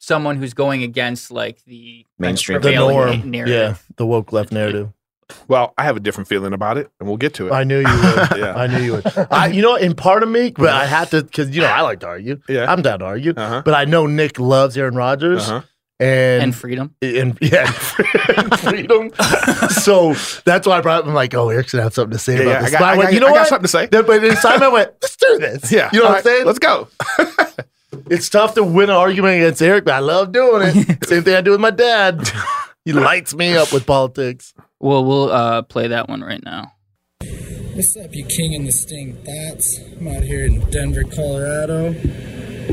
S6: someone who's going against like the kind of
S10: Mainstream.
S1: The
S6: prevailing
S1: norm. Yeah,
S6: narrative.
S1: the woke left narrative.
S3: Well, I have a different feeling about it, and we'll get to it.
S1: I knew you would.
S3: Yeah.
S1: I knew you would. I, you know, in part of me, but I have to because you know I like to argue. Yeah, I'm down to argue.
S3: Uh-huh.
S1: But I know Nick loves Aaron Rodgers
S3: Uh-huh.
S1: and
S6: And freedom.
S1: and yeah, and freedom. so that's why I brought. I'm like, oh, Eric's gonna have something to say
S3: Yeah,
S1: about
S3: yeah, I
S1: this.
S3: got-
S1: But
S3: I
S1: went,
S3: got-
S1: you know
S3: I got
S1: what?
S3: something to say.
S1: Then- but inside I went, let's do this.
S3: Yeah.
S1: you know
S3: All
S1: what I'm
S3: right,
S1: saying.
S3: Let's go.
S1: It's tough to win an argument against Eric, but I love doing it. Same thing I do with my dad. He lights me up with politics.
S6: Well, we'll uh, play that one right now.
S14: What's up, you king and the sting thats? I'm out here in Denver, Colorado,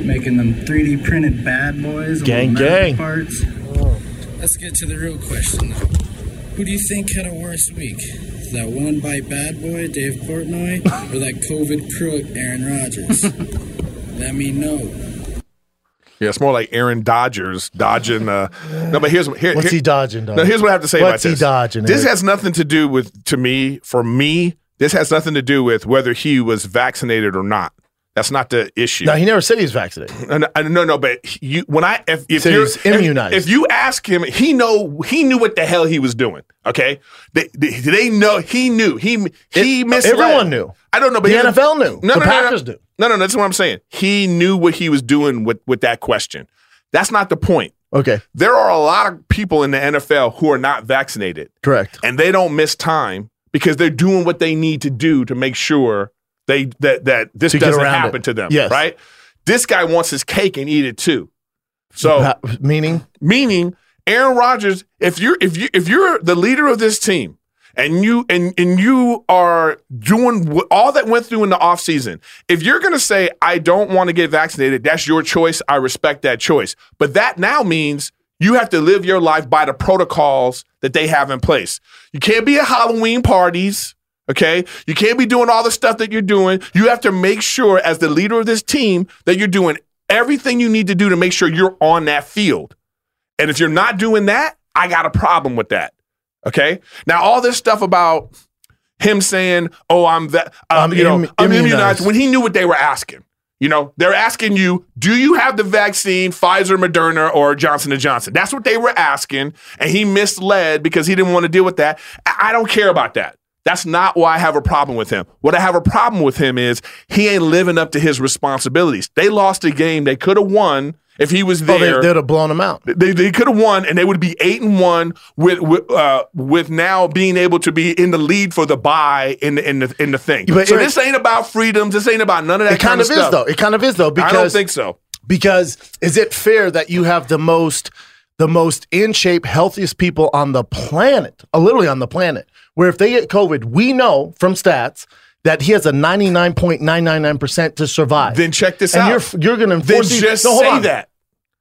S14: making them 3D printed bad boys. and
S1: Gang,
S14: little metal
S1: gang.
S14: Parts. Let's get to the real question, though. Who do you think had a worse week? That one bite bad boy, Dave Portnoy, or that COVID crook, Aaron Rodgers? Let me know.
S3: Yeah, it's more like Aaron Dodgers dodging. Uh, no, but here's here,
S1: What's
S3: here-
S1: he dodging, dog?
S3: No, here's what I have to say
S1: What's
S3: about
S1: he
S3: this.
S1: dodging,
S3: This
S1: Eric?
S3: has nothing to do with to me. For me, this has nothing to do with whether he was vaccinated or not. That's not the issue.
S1: Now he never said he was vaccinated.
S3: And- and no, no, but you when I if, if
S1: So
S3: you're
S1: he's immunized.
S3: if, if you ask him, he know he knew what the hell he was doing. Okay, they they, they know he knew he he misled.
S1: everyone knew.
S3: I don't know, but
S1: The
S3: here's-
S1: NFL knew.
S3: No, no,
S1: The Packers
S3: no,
S1: knew.
S3: no, no, no. That's what I'm saying. He knew what he was doing with with that question. That's not the point.
S1: Okay,
S3: There are a lot of people in the NFL who are not vaccinated
S1: correct.
S3: and they don't miss time because they're doing what they need to do to make sure they that that this
S1: To get
S3: doesn't
S1: around
S3: happen
S1: it.
S3: to them.
S1: Yes.
S3: Right. This guy wants his cake and eat it too. So
S1: Ha- meaning
S3: meaning Aaron Rodgers, if you're if you if you're the leader of this team and you and and you are doing wh- all that went through in the offseason, if you're going to say I don't want to get vaccinated, that's your choice. I respect that choice. But that now means you have to live your life by the protocols that they have in place. You can't be at Halloween parties. Okay, you can't be doing all the stuff that you're doing. You have to make sure, as the leader of this team, that you're doing everything you need to do to make sure you're on that field. And if you're not doing that, I got a problem with that. Okay. Now, all this stuff about him saying, "Oh, I'm that," um,
S1: I'm
S3: you know,
S1: immu-
S3: I'm
S1: immunized.
S3: immunized. When he knew what they were asking, you know, they're asking you, "Do you have the vaccine, Pfizer, Moderna, or Johnson and Johnson?" That's what they were asking, and he misled because he didn't want to deal with that. I I don't care about that. That's not why I have a problem with him. What I have a problem with him is he ain't living up to his responsibilities. They lost a game they could have won if he was
S1: Oh,
S3: there
S1: they, they'd have blown him out.
S3: they, they could have won and they would be eight and one with with, uh, with now being able to be in the lead for the bye in the in the in the thing.
S1: But
S3: so
S1: Eric-
S3: this ain't about freedoms. This ain't about none of that.
S1: It kind of is
S3: stuff.
S1: though. It kind of is though.
S3: I
S1: Because
S3: don't think so.
S1: because is it fair that you have the most the most in shape healthiest people on the planet uh, literally on the planet where if they get covid we know from stats that he has a 99.999% to survive
S3: Then check this
S1: and
S3: out.
S1: you're f- you're going to
S3: Then just say that.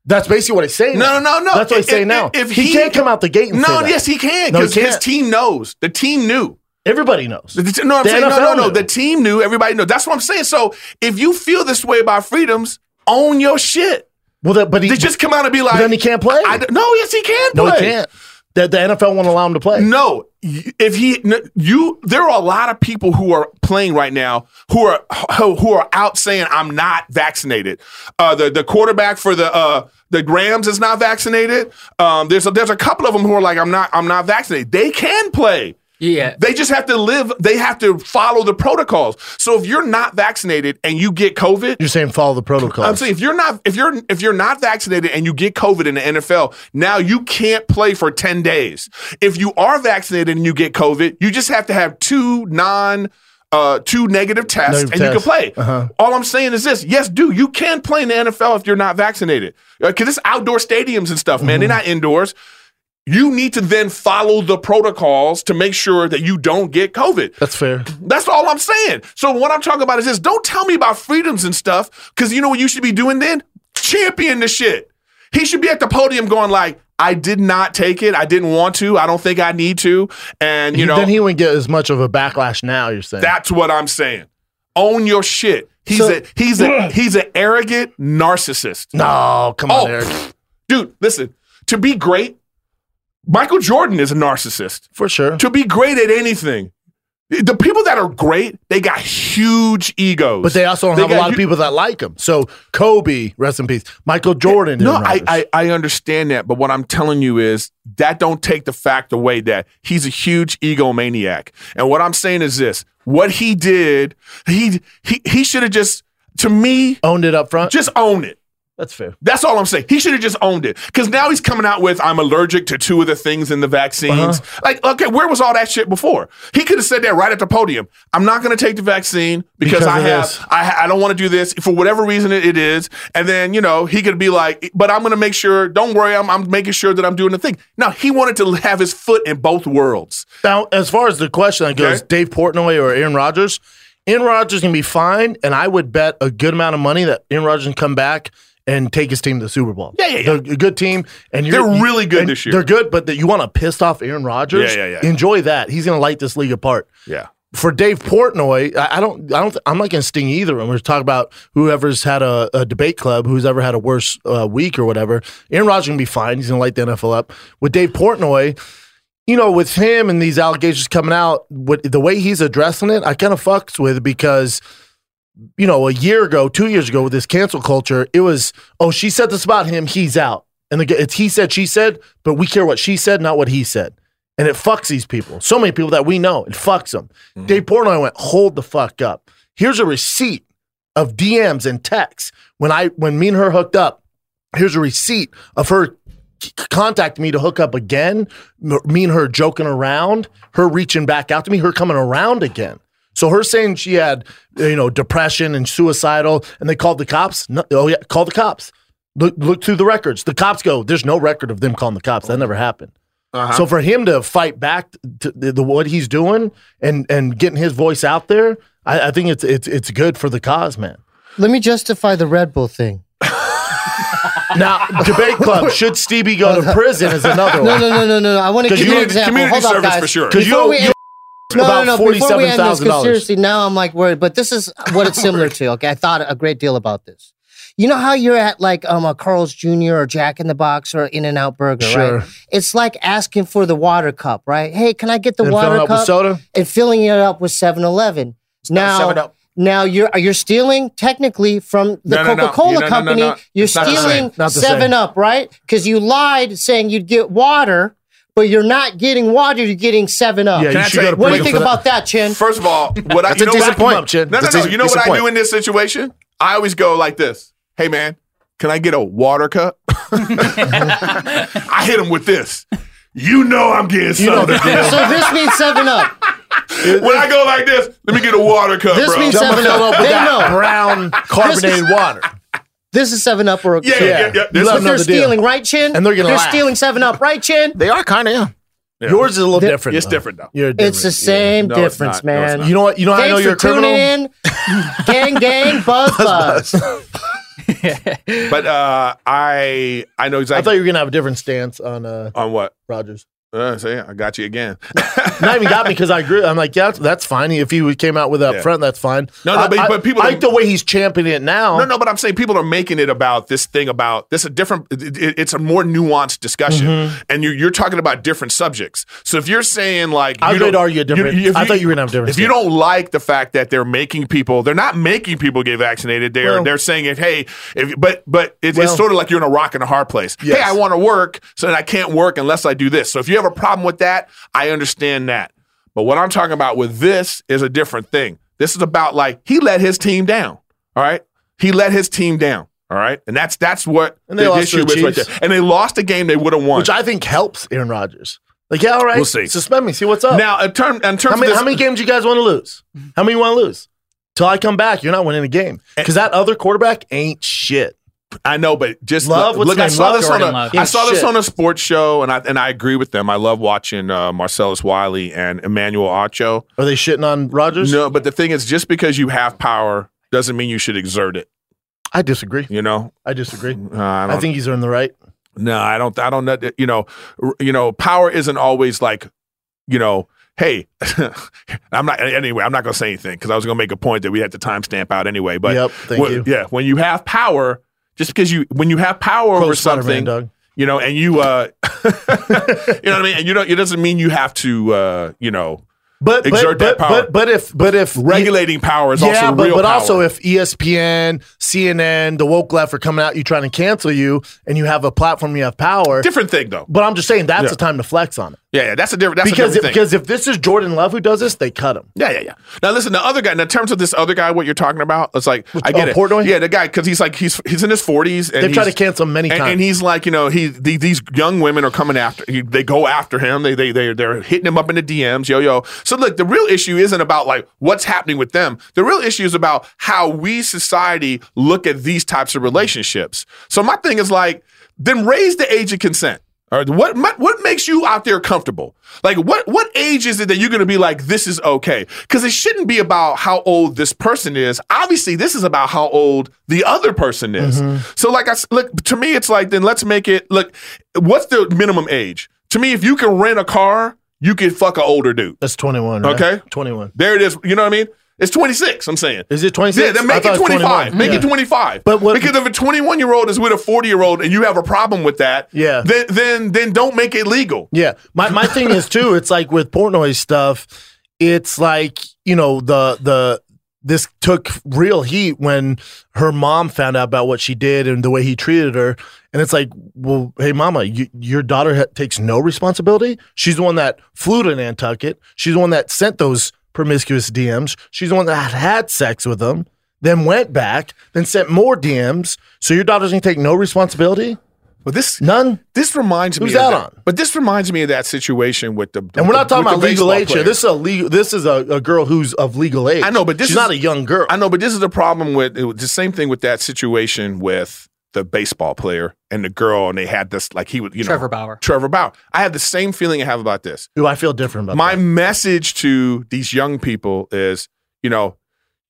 S1: that's basically what he's saying
S3: No,
S1: now.
S3: no, no, no.
S1: that's what he's
S3: If-
S1: saying
S3: if-
S1: now
S3: if
S1: he,
S3: he-
S1: can't come out the gate and say
S3: No,
S1: that.
S3: yes, he can
S1: No, he
S3: because his
S1: can't.
S3: team knows. The team knew.
S1: everybody knows
S3: The t- No, I'm
S1: The
S3: saying no,
S1: NFL
S3: no, no.
S1: knew.
S3: The team knew. Everybody knew. That's what I'm saying. So if you feel this way about freedoms, own your shit.
S1: well that, but he
S3: They just come out and be like,
S1: but then he can't play
S3: I, don't- no, yes, he can.
S1: no
S3: play.
S1: he can't the, the nfl won't allow him to play
S3: No, y- if he n- you, there are a lot of people who are playing right now who are who who are out saying I'm not vaccinated. Uh, the the quarterback for the uh, the Rams is not vaccinated. Um, there's a, there's a couple of them who are like I'm not I'm not vaccinated. They can play.
S6: Yeah.
S3: They just have to live. They have to follow the protocols. So if you're not vaccinated and you get COVID,
S1: you're saying follow the protocol
S3: I'm saying if you're not if you're if you're not vaccinated and you get COVID in the NFL, now you can't play for 10 days. If you are vaccinated and you get COVID, you just have to have two non uh, two negative tests
S1: Negative
S3: and you can
S1: tests.
S3: play.
S1: Uh-huh.
S3: All I'm saying is this: Yes, dude, you can play in the NFL if you're not vaccinated, because it's outdoor stadiums and stuff, man. They're not indoors. You need to then follow the protocols to make sure that you don't get COVID.
S1: that's fair
S3: That's all I'm saying. So what I'm talking about is this: don't tell me about freedoms and stuff, because you know what you should be doing then? Champion the shit. He should be at the podium going like, "I did not take it. I didn't want to. I don't think I need to." And you know,
S1: then he wouldn't get as much of a backlash now. You're saying
S3: that's what I'm saying. Own your shit. He's
S1: So-
S3: a he's a he's an arrogant narcissist.
S1: no, come on,
S3: Oh,
S1: Eric,
S3: pfft. dude, listen. To be great, Michael Jordan is a narcissist
S1: for sure.
S3: to be great at anything. The people that are great, they got huge egos.
S1: But they also don't have a
S3: got
S1: lot of
S3: hu-
S1: people that like him. So Kobe, rest in peace. Michael Jordan.
S3: No,
S1: Aaron
S3: I,
S1: Rodgers.
S3: I I understand that, but what I'm telling you is that don't take the fact away that he's a huge egomaniac. And what I'm saying is this: what he did, he he he should have just, to me,
S1: owned it up front.
S3: just own it.
S1: That's fair.
S3: That's all I'm saying. He should have just owned it because now he's coming out with I'm allergic to two of the things in the vaccines.
S1: Uh-huh.
S3: Like, okay, where was all that shit before? He could have said that right at the podium. I'm not going to take the vaccine because,
S1: Because
S3: I
S1: of
S3: have
S1: this.
S3: I, ha- I don't want to do this for whatever reason it- it is. And then you know he could be like, but I'm going to make sure. Don't worry, I'm, I'm making sure that I'm doing the thing. No, he wanted to have his foot in both worlds.
S1: Now, as far as the question that goes,
S3: Okay.
S1: Dave Portnoy or Aaron Rodgers, Aaron Rodgers can be fine, and I would bet a good amount of money that Aaron Rodgers can come back and take his team to the Super Bowl.
S3: Yeah, yeah, yeah.
S1: They're a good team, and you're,
S3: They're really good
S1: and
S3: this year.
S1: They're good, but that you want to pissed off Aaron Rodgers.
S3: Yeah, yeah, yeah.
S1: Enjoy that. He's going to light this league apart.
S3: Yeah.
S1: for Dave Portnoy, I, I don't, I don't, I'm not going to sting either. And we're talking about whoever's had a, a debate club, who's ever had a worse uh, week or whatever. Aaron Rodgers gonna be fine. He's gonna light the NFL up. With Dave Portnoy, you know, with him and these allegations coming out, with the way he's addressing it, I kind of fucks with it because you know, a year ago, two years ago with this cancel culture, it was, oh, she said this about him, he's out. And the, g- it's he said, she said, but we care what she said, not what he said. And it fucks these people. So many people that we know, it fucks them. Dave Portnoy went, hold the fuck up. Here's a receipt of DMs and texts when I when me and her hooked up. Here's a receipt of her c- contacting me to hook up again. m- Me and her joking around, her reaching back out to me, her coming around again. So her saying she had you know depression and suicidal, and they called the cops. No, oh yeah, call the cops. Look look through the records. The cops go. There's no record of them calling the cops. That never happened.
S3: Uh-huh.
S1: So for him to fight back to the, the what he's doing and and getting his voice out there, I, I think it's it's it's good for the cause, man.
S4: Let me justify the Red Bull thing.
S1: Now, debate club. Should Stevie go to prison? Is another
S4: No,
S1: one.
S4: no, no, no, no, no. I want to
S1: 'Cause
S4: give
S1: you-
S4: you an example.
S1: community
S4: Hold on,
S1: service
S4: guys.
S1: for sure. 'Cause
S4: Before
S1: you-
S4: we
S1: you-
S4: end, no,
S1: about
S4: no, no. Before we end this, 'cause
S1: $47,000.
S4: seriously, now I'm like worried. But this is what it's similar to. Okay, I thought a great deal about this. You know how you're at like um a Carl's Jr. or Jack in the Box or In and Out Burger,
S1: Sure.
S4: right? It's like asking for the water cup, right? Hey, can I get the
S1: And filling
S4: water
S1: up
S4: cup
S1: with soda?
S4: and filling it up with 7-Eleven? Now,
S1: 7-Up.
S4: now you're you're stealing technically from the
S1: No, no, no.
S4: Coca-Cola
S1: You- no, no, no,
S4: company.
S1: no.
S4: You're
S1: It's not the same.
S4: stealing
S1: Not the same.
S4: Seven Up, right? Because you lied saying you'd get water, but you're not getting water. You're getting Seven Up.
S3: Yeah, you Can I should go to
S4: what do you
S3: prison
S4: think
S3: for that.
S4: about that, Chin?
S3: First of all, what I,
S1: That's
S3: you
S1: a
S3: know
S1: decent
S3: what I-
S1: point, Chin.
S3: No, no,
S1: That's
S3: no.
S1: a
S3: You know what
S1: decent
S3: I do
S1: point.
S3: in this situation? I always go like this. Hey, man, can I get a water cup? I hit him with this. You know I'm getting
S4: You know
S3: something.
S4: so this means Seven Up.
S3: when I go like this, let me get a water cup,
S4: This
S3: bro.
S4: means Seven
S1: oh
S4: Up. They know
S1: brown
S4: This is- This is Seven Up or a
S3: Yeah, yeah, yeah, yeah. This-
S4: But they're
S3: Another deal.
S4: stealing, right, Chin?
S3: And they're gonna
S4: they're
S3: laugh.
S4: stealing Seven Up, right, Chin?
S10: They are kind of. Yeah.
S1: Yours is a little
S4: They're-
S1: different.
S4: It's
S1: though.
S4: different, though.
S1: You're
S4: It's the same
S1: No, it's
S4: difference,
S1: not. No, it's
S4: man.
S1: not. You know what- you know how I
S4: Thanks
S1: know you're
S4: for
S1: a criminal?
S4: tuning in. gang, gang, buzz, buzz.
S3: But uh, I I know
S1: I
S3: exactly
S1: thought you were gonna have a different stance on uh,
S3: on what
S1: Rogers.
S3: Uh, see, I got you again.
S1: Not even got me because I agree. I'm like, yeah, that's- that's fine. If he came out with it up
S3: Yeah.
S1: front, that's fine.
S3: No, no,
S1: I-
S3: but-
S1: I-
S3: but people
S1: I like the way he's championing it now.
S3: No, no, but I'm saying people are making it about this thing about this a different. It, it- it's a more nuanced discussion,
S1: Mm-hmm.
S3: and you're you're talking about different subjects. So if you're saying like,
S1: I
S3: you
S1: would
S3: don't-
S1: argue a different-
S3: if
S1: I thought you were gonna have a different
S3: If you don't like the fact that they're making people, they're not making people get vaccinated. They're
S1: Well-
S3: they're saying it. Hey, if, but but it,
S1: Well-
S3: it's sort of like you're in a rock and a hard place. Hey,
S1: Yes.
S3: I want to work, so that I can't work unless I do this. So if you have a problem with that, I understand that. But what I'm talking about with this is a different thing. This is about like he let his team down. All right, he let his team down. All right, and that's that's what
S1: And they
S3: the
S1: lost to
S3: issue
S1: the
S3: is right there.
S1: Chiefs.
S3: And they lost a game they would have won.
S1: which I think helps Aaron Rodgers. Like, yeah, all right,
S3: We'll see.
S1: Suspend me, see what's up.
S3: now, in, term, in terms
S1: how
S3: of
S1: many,
S3: this-
S1: how many games you guys want to lose? How many you want to lose? Till I come back, you're not winning a game because that other quarterback ain't shit.
S3: I know, but just
S1: Love,
S3: look.
S1: what's
S3: look,
S1: his
S3: I
S1: name?
S3: saw
S1: Love?
S3: this
S1: Jordan
S3: on a,
S1: Love.
S3: I saw this
S1: Shit.
S3: on a sports show, and I and I agree with them. I love watching uh, Marcellus Wiley and Emmanuel Acho.
S1: Are they shitting on Rodgers?
S3: No, but the thing is, just because you have power doesn't mean you should exert it.
S1: I disagree.
S3: You know,
S1: I disagree.
S3: Uh, I,
S1: I
S3: don't,
S1: think he's earned the right.
S3: no, I don't. I don't. know that- You know, r- you know, power isn't always like, you know. Hey, I'm not anyway. I'm not gonna say anything because I was gonna make a point that we had to timestamp out anyway. But
S1: Yep, thank
S3: when-
S1: you.
S3: yeah, when you have power, just because you when you have power over
S1: Quote Spider-Man,
S3: something,
S1: dog.
S3: you know, and you, uh, you know what I mean, and you don't. It doesn't mean you have to, uh, you know,
S1: But
S3: exert
S1: but,
S3: that
S1: but,
S3: power.
S1: but but if but if
S3: regulating power is
S1: yeah,
S3: also
S1: but,
S3: real
S1: but
S3: power.
S1: also if E ESPN, CNN, the woke left are coming out, you trying to cancel you, and you have a platform, you have power.
S3: different thing though.
S1: But I'm just saying that's
S3: Yeah.
S1: the time to flex on it
S3: Yeah, yeah, that's a different. That's
S1: because
S3: a
S1: if,
S3: different thing.
S1: because if this is Jordan Love who does this, they cut him.
S3: Yeah, yeah, yeah. Now listen, the other guy. Now, in terms of this other guy, what you're talking about, it's like I
S1: oh,
S3: get it.
S1: Portnoy?
S3: Yeah, the guy because he's like he's he's in his 40s. And
S1: They've tried
S3: he's-
S1: to cancel him many
S3: and,
S1: times.
S3: and he's like, you know, he the, these young women are coming after. He, they go after him. They they they they're hitting him up in the DMs. Yo yo. So look, the real issue isn't about like what's happening with them. The real issue is about how we society look at these types of relationships. So my thing is like, then raise the age of consent. All right, what ma- what makes you out there comfortable? Like, what what age is it that you're going to be like, this is okay? Because it shouldn't be about how old this person is. Obviously, this is about how old the other person is.
S1: Mm-hmm.
S3: So, like, I s- look to me, it's like then let's make it look. What's the minimum age? To me, if you can rent a car, you can fuck an older dude.
S1: That's 21. Right?
S3: Okay,
S1: 21.
S3: there it is. You know what I mean? It's 26. I'm saying.
S1: Is it 26?
S3: Yeah, then
S1: I
S3: make
S1: thought
S3: it
S1: was
S3: 25.
S1: 21.
S3: Make it
S1: Yeah.
S3: 25.
S1: But what-
S3: because if a 21 year old is with a 40 year old and you have a problem with that,
S1: Yeah.
S3: then then then don't make it legal.
S1: Yeah. My my thing is too, it's like with Portnoy stuff, it's like, you know, the the this took real heat when her mom found out about what she did and the way he treated her. And it's like, well, hey, mama, you, your daughter ha- takes no responsibility. She's the one that flew to Nantucket. She's the one that sent those promiscuous DMs. She's the one that had sex with them, then went back, then sent more DMs. So your daughter's gonna take no responsibility.
S3: Well, this
S1: none.
S3: This reminds
S1: Who's
S3: me of
S1: that
S3: that-
S1: on?
S3: But this reminds me of that situation with the.
S1: And we're not talking
S3: with the
S1: about legal
S3: baseball
S1: age here.
S3: player.
S1: This is a legal. This is a, a girl who's of legal age.
S3: I know, but this
S1: she's
S3: is
S1: not a young girl.
S3: I know, but this is the problem with it was the same thing with that situation with the baseball player and the girl, and they had this like he was you
S6: Trevor
S3: know
S6: Bauer.
S3: Trevor Bauer. I have the same feeling I have about this.
S1: Who I feel different about.
S3: My message to these young people is, you know,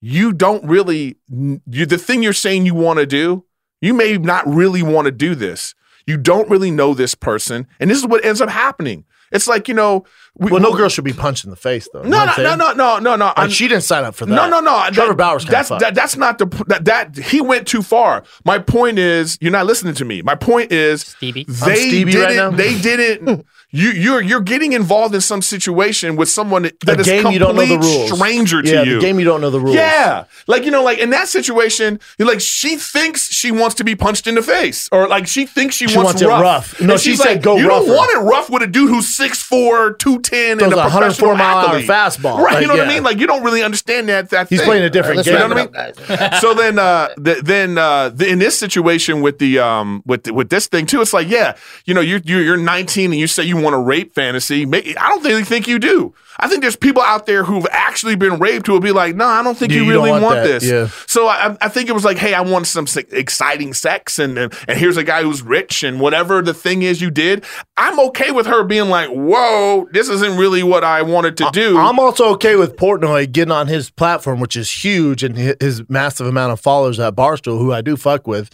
S3: you don't really you the thing you're saying you want to do, you may not really want to do this. You don't really know this person, and this is what ends up happening. It's like you know, we,
S1: well, no girl should be punched in the face though. You
S3: no,
S1: know what
S3: no,
S1: I'm
S3: no,
S1: saying?
S3: no, no, no, no.
S1: Like,
S3: I'm-
S1: she didn't sign up for that.
S3: No, no, no.
S1: Trevor
S3: that-
S1: Bauer's kinda
S3: that's
S1: fucked.
S3: that, that's not the p- that, that he went too far. My point is, you're not listening to me. My point is,
S6: Stevie,
S1: I'm
S3: they
S1: Stevie
S3: didn't.
S1: right now.
S3: They didn't. you you're you're getting involved in some situation with someone that
S1: The
S3: is
S1: game
S3: complete
S1: you don't know the rules.
S3: stranger to
S1: yeah,
S3: you.
S1: The game you don't know the rules.
S3: Yeah, like you know, like in that situation, you're like she thinks she wants to be punched in the face, or like she thinks she,
S1: She
S3: wants,
S1: wants it
S3: rough.
S1: rough. No,
S3: And
S1: she
S3: she's
S1: said
S3: like,
S1: go
S3: You
S1: rougher."
S3: don't want it rough with a dude who's 6'4", 210, and
S1: Throws
S3: a
S1: a 104
S3: professional
S1: mile an hour
S3: athlete.
S1: fastball.
S3: Right,
S1: Like,
S3: you know what
S1: yeah.
S3: I mean? Like you don't really understand that. That
S1: He's
S3: thing.
S1: playing a different
S3: You know
S1: game.
S3: what I mean?
S6: guys.
S3: so then uh th- then uh th- in this situation with the um with the, with this thing too it's like yeah you know you're you're, you're 19 and you say you want a rape fantasy May i don't really think you do i think there's people out there who've actually been raped who will be like no i don't think
S1: You-
S3: you,
S1: you don't
S3: really
S1: want
S3: want,
S1: that,
S3: this
S1: yeah.
S3: so I, I think it was like hey i want some se- exciting sex and, and and here's a guy who's rich and whatever the thing is you did i'm okay with her being like whoa this isn't really what i wanted to do
S1: I'm also okay with Portnoy getting on his platform, which is huge, and hi- his massive amount of followers at Barstool, who I do fuck with,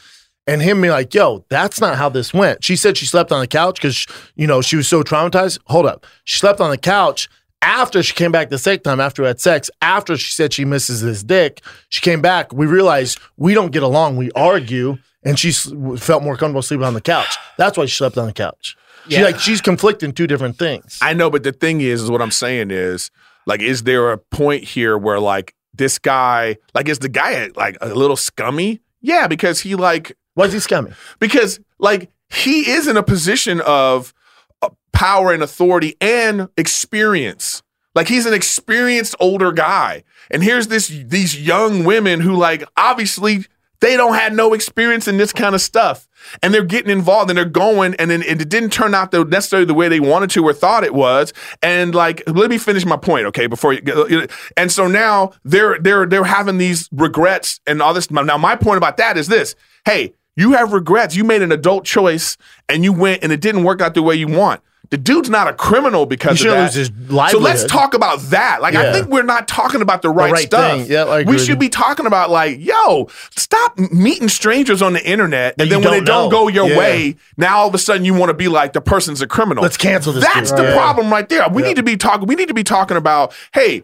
S1: and him being like, "Yo, that's not how this went." She said she slept on the couch because you know she was so traumatized. Hold up, she slept on the couch after she came back the second time after we had sex. After she said she misses his dick, she came back. We realized we don't get along. We argue, and she s- felt more comfortable sleeping on the couch. That's why she slept on the couch. She
S6: Yeah.
S1: like she's conflicting two different things.
S3: I know, but the thing is, is what I'm saying is, like, is there a point here where like this guy, like, is the guy like a little scummy? Yeah, because he like
S1: Why is he scumming?
S3: because like he is in a position of uh, power and authority and experience. Like he's an experienced older guy, and here's this these young women who like obviously they don't have no experience in this kind of stuff, and they're getting involved and they're going, and then it didn't turn out the, necessarily the way they wanted to or thought it was. And like, let me finish my point, okay? Before you, get- and so now they're they're they're having these regrets and all this. Now my point about that is this: Hey, you have regrets. You made an adult choice and you went and it didn't work out the way you want. The dude's not a criminal because
S1: You
S3: of that.
S1: shouldn't lose his
S3: So let's
S1: livelihood.
S3: talk about that. Like
S1: Yeah.
S3: I think we're not talking about the right,
S1: right
S3: stuff.
S1: thing. Yeah, I agree
S3: we
S1: with you.
S3: should be talking about like, yo, stop meeting strangers on the internet,
S1: That
S3: and
S1: you
S3: then when
S1: don't
S3: it don't
S1: know.
S3: go your
S1: Yeah.
S3: way, now all of a sudden you want to be like the person's a criminal.
S1: Let's cancel this
S3: That's
S1: dude.
S3: the
S1: Right.
S3: problem right there. We need to be talking. We need to be talking about hey.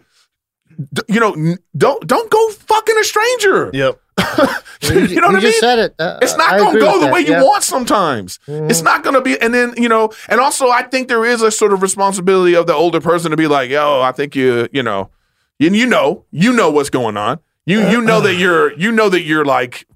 S3: d- You know, n- don't don't go fucking a stranger.
S1: Yep.
S3: you
S4: you
S3: know what I mean?
S4: just said it. Uh,
S3: It's not
S4: I
S3: going to
S4: agree
S3: go
S4: with
S3: the
S4: that,
S3: way you
S4: yeah. Mm.
S3: want sometimes. It's not going to be, and then you know, and also I think there is a sort of responsibility of the older person to be like, yo, I think you, you know, you, you know, you know what's going on. You you know that you're you know that you're like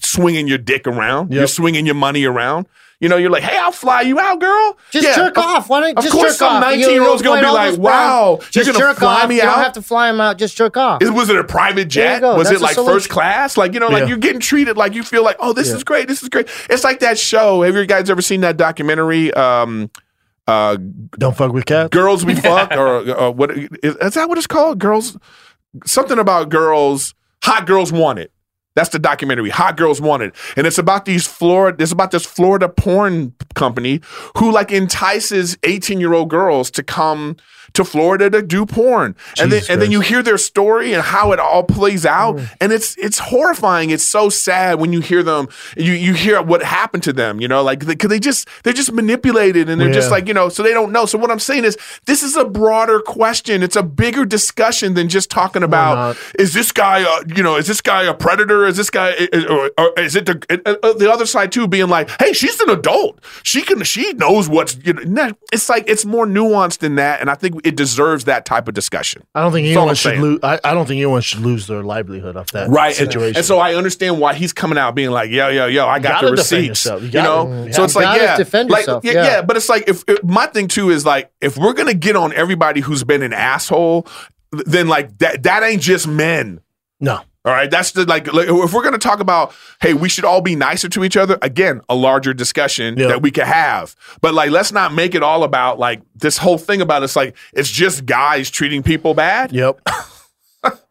S3: swinging your dick around. You're swinging your money around. You know, you're like, hey, I'll fly you out, girl.
S4: Just
S3: Yeah,
S4: jerk
S3: of-
S4: off. Why don't
S3: of
S4: just
S3: course
S4: jerk
S3: some
S4: off?
S3: 19-year-old's gonna
S4: you'll avoid
S3: be
S4: all
S3: like,
S4: this problem.
S3: "Wow, you're
S4: just
S3: gonna
S4: jerk
S3: fly
S4: off.
S3: me
S4: you
S3: out?"
S4: don't have to fly him out. Just jerk off.
S3: Is- was it a private
S4: There you
S3: jet?
S4: go.
S3: Was
S4: That's
S3: it
S4: the
S3: like
S4: solution.
S3: first class? Like you know, like
S1: Yeah.
S3: you're getting treated like you feel like, oh, this
S1: Yeah.
S3: is great, this is great. It's like that show. Have you guys ever seen that documentary? Um, uh,
S1: Don't fuck with cats.
S3: girls we fuck, or, or what is, is that? What it's called? Girls, something about girls. Hot girls want it. That's the documentary. Hot girls want it, and it's about these Florida. It's about this Florida porn company who like entices eighteen year old girls to come to Florida to do porn, and then
S1: Jesus
S3: and then
S1: Christ.
S3: you hear their story and how it all plays out,
S1: Mm.
S3: and it's it's horrifying. It's so sad when you hear them. You you hear what happened to them. You know, like because they just they're just manipulated and they're just
S1: Yeah.
S3: like you know, so they don't know. So what I'm saying is, this is a broader question. It's a bigger discussion than just talking about
S1: not?
S3: is this guy, a, you know, is this guy a predator? or is this guy? Or, or is it the, uh, the other side too? Being like, hey, she's an adult. She can. She knows what's. You know, nah, it's like it's more nuanced than that, and I think it deserves that type of discussion.
S1: I don't think
S3: That's all
S1: anyone
S3: I'm
S1: should
S3: saying.
S1: lose. I, I don't think anyone should lose their livelihood off that
S3: right and-
S1: situation.
S3: And, so I understand why he's coming out being like, yo, yo, yo, I
S1: You
S3: got
S1: gotta
S3: the
S1: defend
S3: receipts.
S1: yourself. You
S3: You,
S1: gotta-
S3: know,
S1: yeah.
S3: so it's
S1: You
S3: like,
S1: gotta
S3: yeah,
S1: defend
S3: like,
S1: yourself,
S3: Yeah,
S1: yeah.
S3: yeah, but it's like if if- my thing too is like if we're gonna get on everybody who's been an asshole, th- then like that that ain't just men.
S1: No.
S3: All right, that's the like, like, if we're going to talk about hey, we should all be nicer to each other. Again, a larger discussion that we could have. But like let's not make it all about like this whole thing about it's like it's just guys treating people bad.
S1: Yep.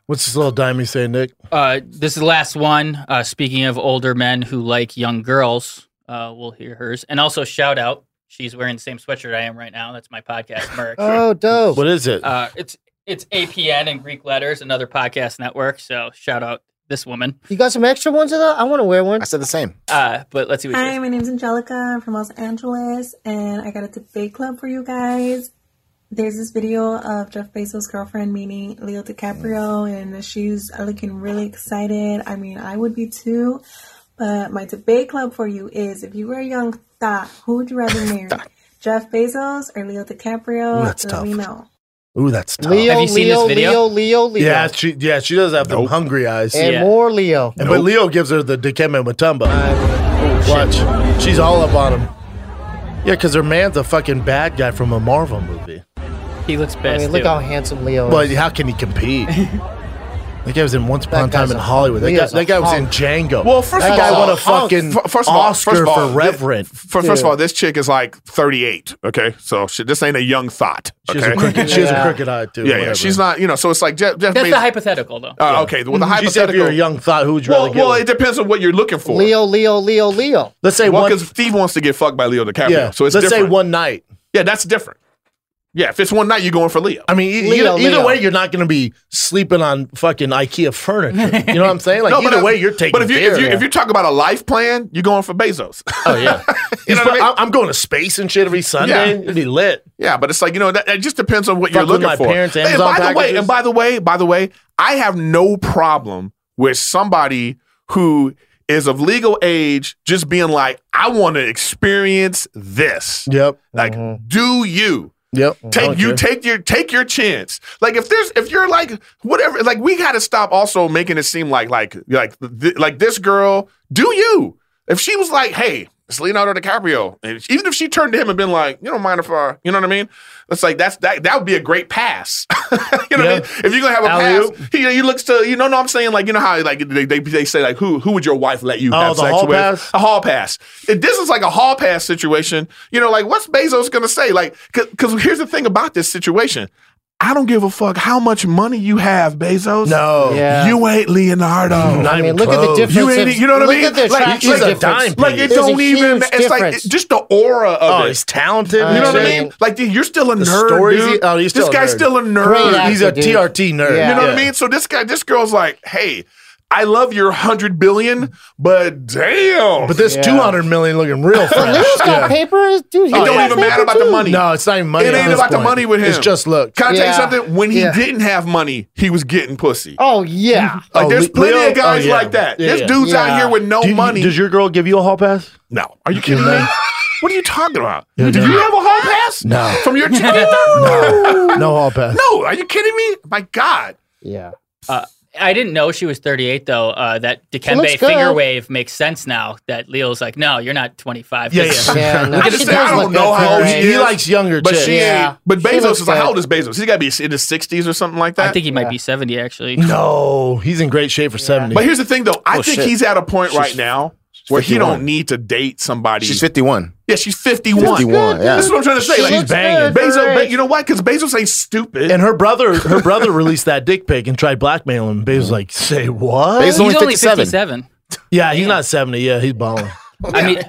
S1: What's this little dimey say, Nick?
S6: Uh, this is the last one. Uh, speaking of older men who like young girls, uh, we'll hear hers. And also, shout out. She's wearing the same sweatshirt I am right now. That's my podcast merch.
S4: Oh, dope.
S1: What is it?
S6: Uh, it's it's APN and Greek letters, another podcast network. So shout out this woman.
S4: You got some extra ones of that? I want to wear one. I
S10: said the same.
S6: Uh, but let's see what she
S15: Hi, my name's Angelica. I'm from Los Angeles, and I got a debate club for you guys. There's this video of Jeff Bezos' girlfriend meeting Leo DiCaprio, and she's looking really excited. I mean, I would be too. But my debate club for you is: if you were a young thot, who would you rather marry, Jeff Bezos or Leo DiCaprio?
S1: Ooh, that's
S15: Let
S1: tough.
S15: me know.
S1: Ooh, that's tough.
S4: Leo, Have you seen this Leo, video? Leo, Leo, Leo.
S1: Yeah, she, yeah, she does have them hungry eyes.
S4: And
S1: Yeah.
S4: more Leo.
S1: And- But Leo gives her the Dikembe Mutombo.
S3: Oh,
S1: Watch. She's all up on him. Yeah, because her man's a fucking bad guy from a Marvel movie.
S6: He looks
S4: I
S6: best.
S4: mean, look
S6: too.
S4: how handsome Leo is.
S1: But how can he compete? that guy was in Once Upon a
S4: guy's
S1: Time in
S4: a-
S1: Hollywood. That guy,
S4: Leo's a
S1: that guy was in
S4: hunk.
S1: Django.
S3: Well, first
S1: that
S3: of
S1: guy
S3: all,
S1: won a
S3: oh,
S1: fucking
S3: f- first of all,
S1: Oscar
S3: first of all,
S1: for Reverend.
S3: Th- f- first of all, this chick is like 38. Okay, so she, this ain't a young thought.
S1: She
S3: Okay?
S1: has a crooked- she has a Yeah. crooked eye, too,
S3: Yeah, yeah,
S1: whatever.
S3: she's not. You know, so it's like Jeff. Jeff
S6: That's
S3: Bezos-
S6: the hypothetical, though.
S3: Uh, Okay, well the
S1: She said
S3: hypothetical.
S1: if you're a young thought, who would you
S3: well,
S1: rather get
S3: well,
S1: with?
S3: it depends on what you're looking for.
S4: Leo, Leo, Leo, Leo.
S1: Let's say
S3: well,
S1: one-
S3: because Steve wants to get fucked by Leo DiCaprio,
S1: Yeah,
S3: so it's
S1: let's say
S3: different.
S1: one night.
S3: Yeah, that's different. Yeah, if it's one night, you're going for Leo.
S1: I mean, e-
S3: Leo,
S1: either, either
S3: Leo.
S1: way, you're not going to be sleeping on fucking IKEA furniture. You know what I'm saying? Like
S3: No, but
S1: either
S3: I-
S1: way, you're taking.
S3: But if you
S1: care
S3: if you
S1: of
S3: if you talk about a life plan, you're going for Bezos.
S1: Oh yeah, you know I am going to space and shit every Sunday.
S3: Yeah.
S1: It'd be lit.
S3: Yeah, but it's like you know that, that just depends on what
S1: Fuck
S3: you're
S1: with
S3: looking
S1: my
S3: for.
S1: parents'
S3: and
S1: Amazon
S3: by the way,
S1: packages.
S3: and by the way, by the way, I have no problem with somebody who is of legal age just being like, I want to experience this.
S1: Yep. Mm-hmm.
S3: Like, do you?
S1: Yep.
S3: Take you take your take your chance. Like if there's if you're like whatever like we got to stop also making it seem like like like th- like this girl do you if she was like hey it's Leonardo DiCaprio and even if she turned to him and been like you don't mind if I you know what I mean it's like that's that that would be a great pass you know what I mean if you're gonna have a
S1: Alley-oop.
S3: pass he, he looks to you know no I'm saying like you know how like they, they they say like who who would your wife let you
S1: Oh,
S3: have
S1: the
S3: sex
S1: hall
S3: with
S1: pass?
S3: a hall pass. If this is like a hall pass situation, you know, like what's Bezos gonna say? Like, because here's the thing about this situation. I don't give a fuck how much money you have, Bezos.
S1: No. Yeah.
S3: you ain't Leonardo.
S1: Not I mean, even look at the close. difference
S3: You ain't. e,
S1: in-
S3: You know what I
S1: look
S3: mean?
S1: at the
S3: like,
S1: attraction
S3: like,
S1: difference.
S3: like it
S1: There's a
S3: don't even.
S1: huge
S3: It's like
S1: difference.
S3: it- just the aura of
S1: Oh,
S3: it.
S1: he's
S3: You
S1: talented.
S3: know what I mean? Like, dude, you're still a nerd. dude.
S1: oh,
S3: this guy's still a nerd.
S1: he's a TRT nerd.
S3: You know what I mean? So this guy, this girl's like, hey, I love your hundred billion, but damn.
S1: But this 200 million looking real fresh.
S4: Leo's got
S1: Yeah. Oh,
S4: paper, dude.
S3: It
S4: he's
S3: don't
S4: got
S3: even
S4: paper
S3: matter about the
S4: too.
S3: money.
S1: No, it's not even money. Oh,
S3: It
S1: at
S3: ain't
S1: this
S3: about the
S1: point.
S3: money with him.
S1: It's just look.
S3: Can I tell you
S1: Yeah.
S3: something? When he
S1: Yeah.
S3: didn't have money, he was getting pussy.
S4: Oh
S6: Mm-hmm.
S4: yeah.
S3: Like,
S1: Oh,
S3: there's
S1: Le-
S3: plenty
S1: Leo-
S3: of guys
S1: oh, yeah.
S3: like that.
S1: Yeah,
S3: There's
S1: yeah.
S3: dudes out
S1: Yeah.
S3: here with no
S1: Do you-
S3: money.
S1: Does your girl give you a hall pass?
S3: no, are you kidding me? What are you talking about?
S1: Yeah,
S3: Did
S1: no.
S3: you have a hall pass?
S1: No.
S3: From your chick?
S1: No hall pass.
S3: No, are you kidding me? My God.
S1: Yeah.
S6: Uh, I didn't know she was 38 though. Uh, that
S4: looks
S6: Dikembe
S4: good.
S6: finger wave makes sense now. That Leo's like, no, you're not 25.
S1: Yeah, yeah. Yeah, no, I she just said, does I don't look know good how for her she age. is. He likes younger
S3: But
S1: chicks.
S3: she
S1: Yeah.
S3: ain't. But
S1: She
S3: Bezos
S1: looks
S3: is like,
S1: good.
S3: how old is Bezos? He's got to be in his 60s or something like that.
S6: I think he might be 70 actually.
S1: No, he's in great shape for 70.
S3: But here's the thing, though. I
S1: Oh,
S3: think
S1: shit.
S3: he's at a point
S1: She's-
S3: right now where he
S10: 51.
S3: don't need to date somebody.
S10: She's 51.
S3: yeah, she's 51.
S10: 51, yeah.
S3: This is what I'm trying to say.
S1: She
S3: like,
S1: looks good for her
S3: Bezos, Be-
S1: age.
S3: you know why? Because Bezos ain't stupid.
S1: And her brother, her brother released that dick pic and tried blackmailing him. Bezos was like, say
S4: Uh,
S1: what?
S6: He's only 57.
S1: Yeah, he's not 70. Yeah, he's balling.
S6: I mean,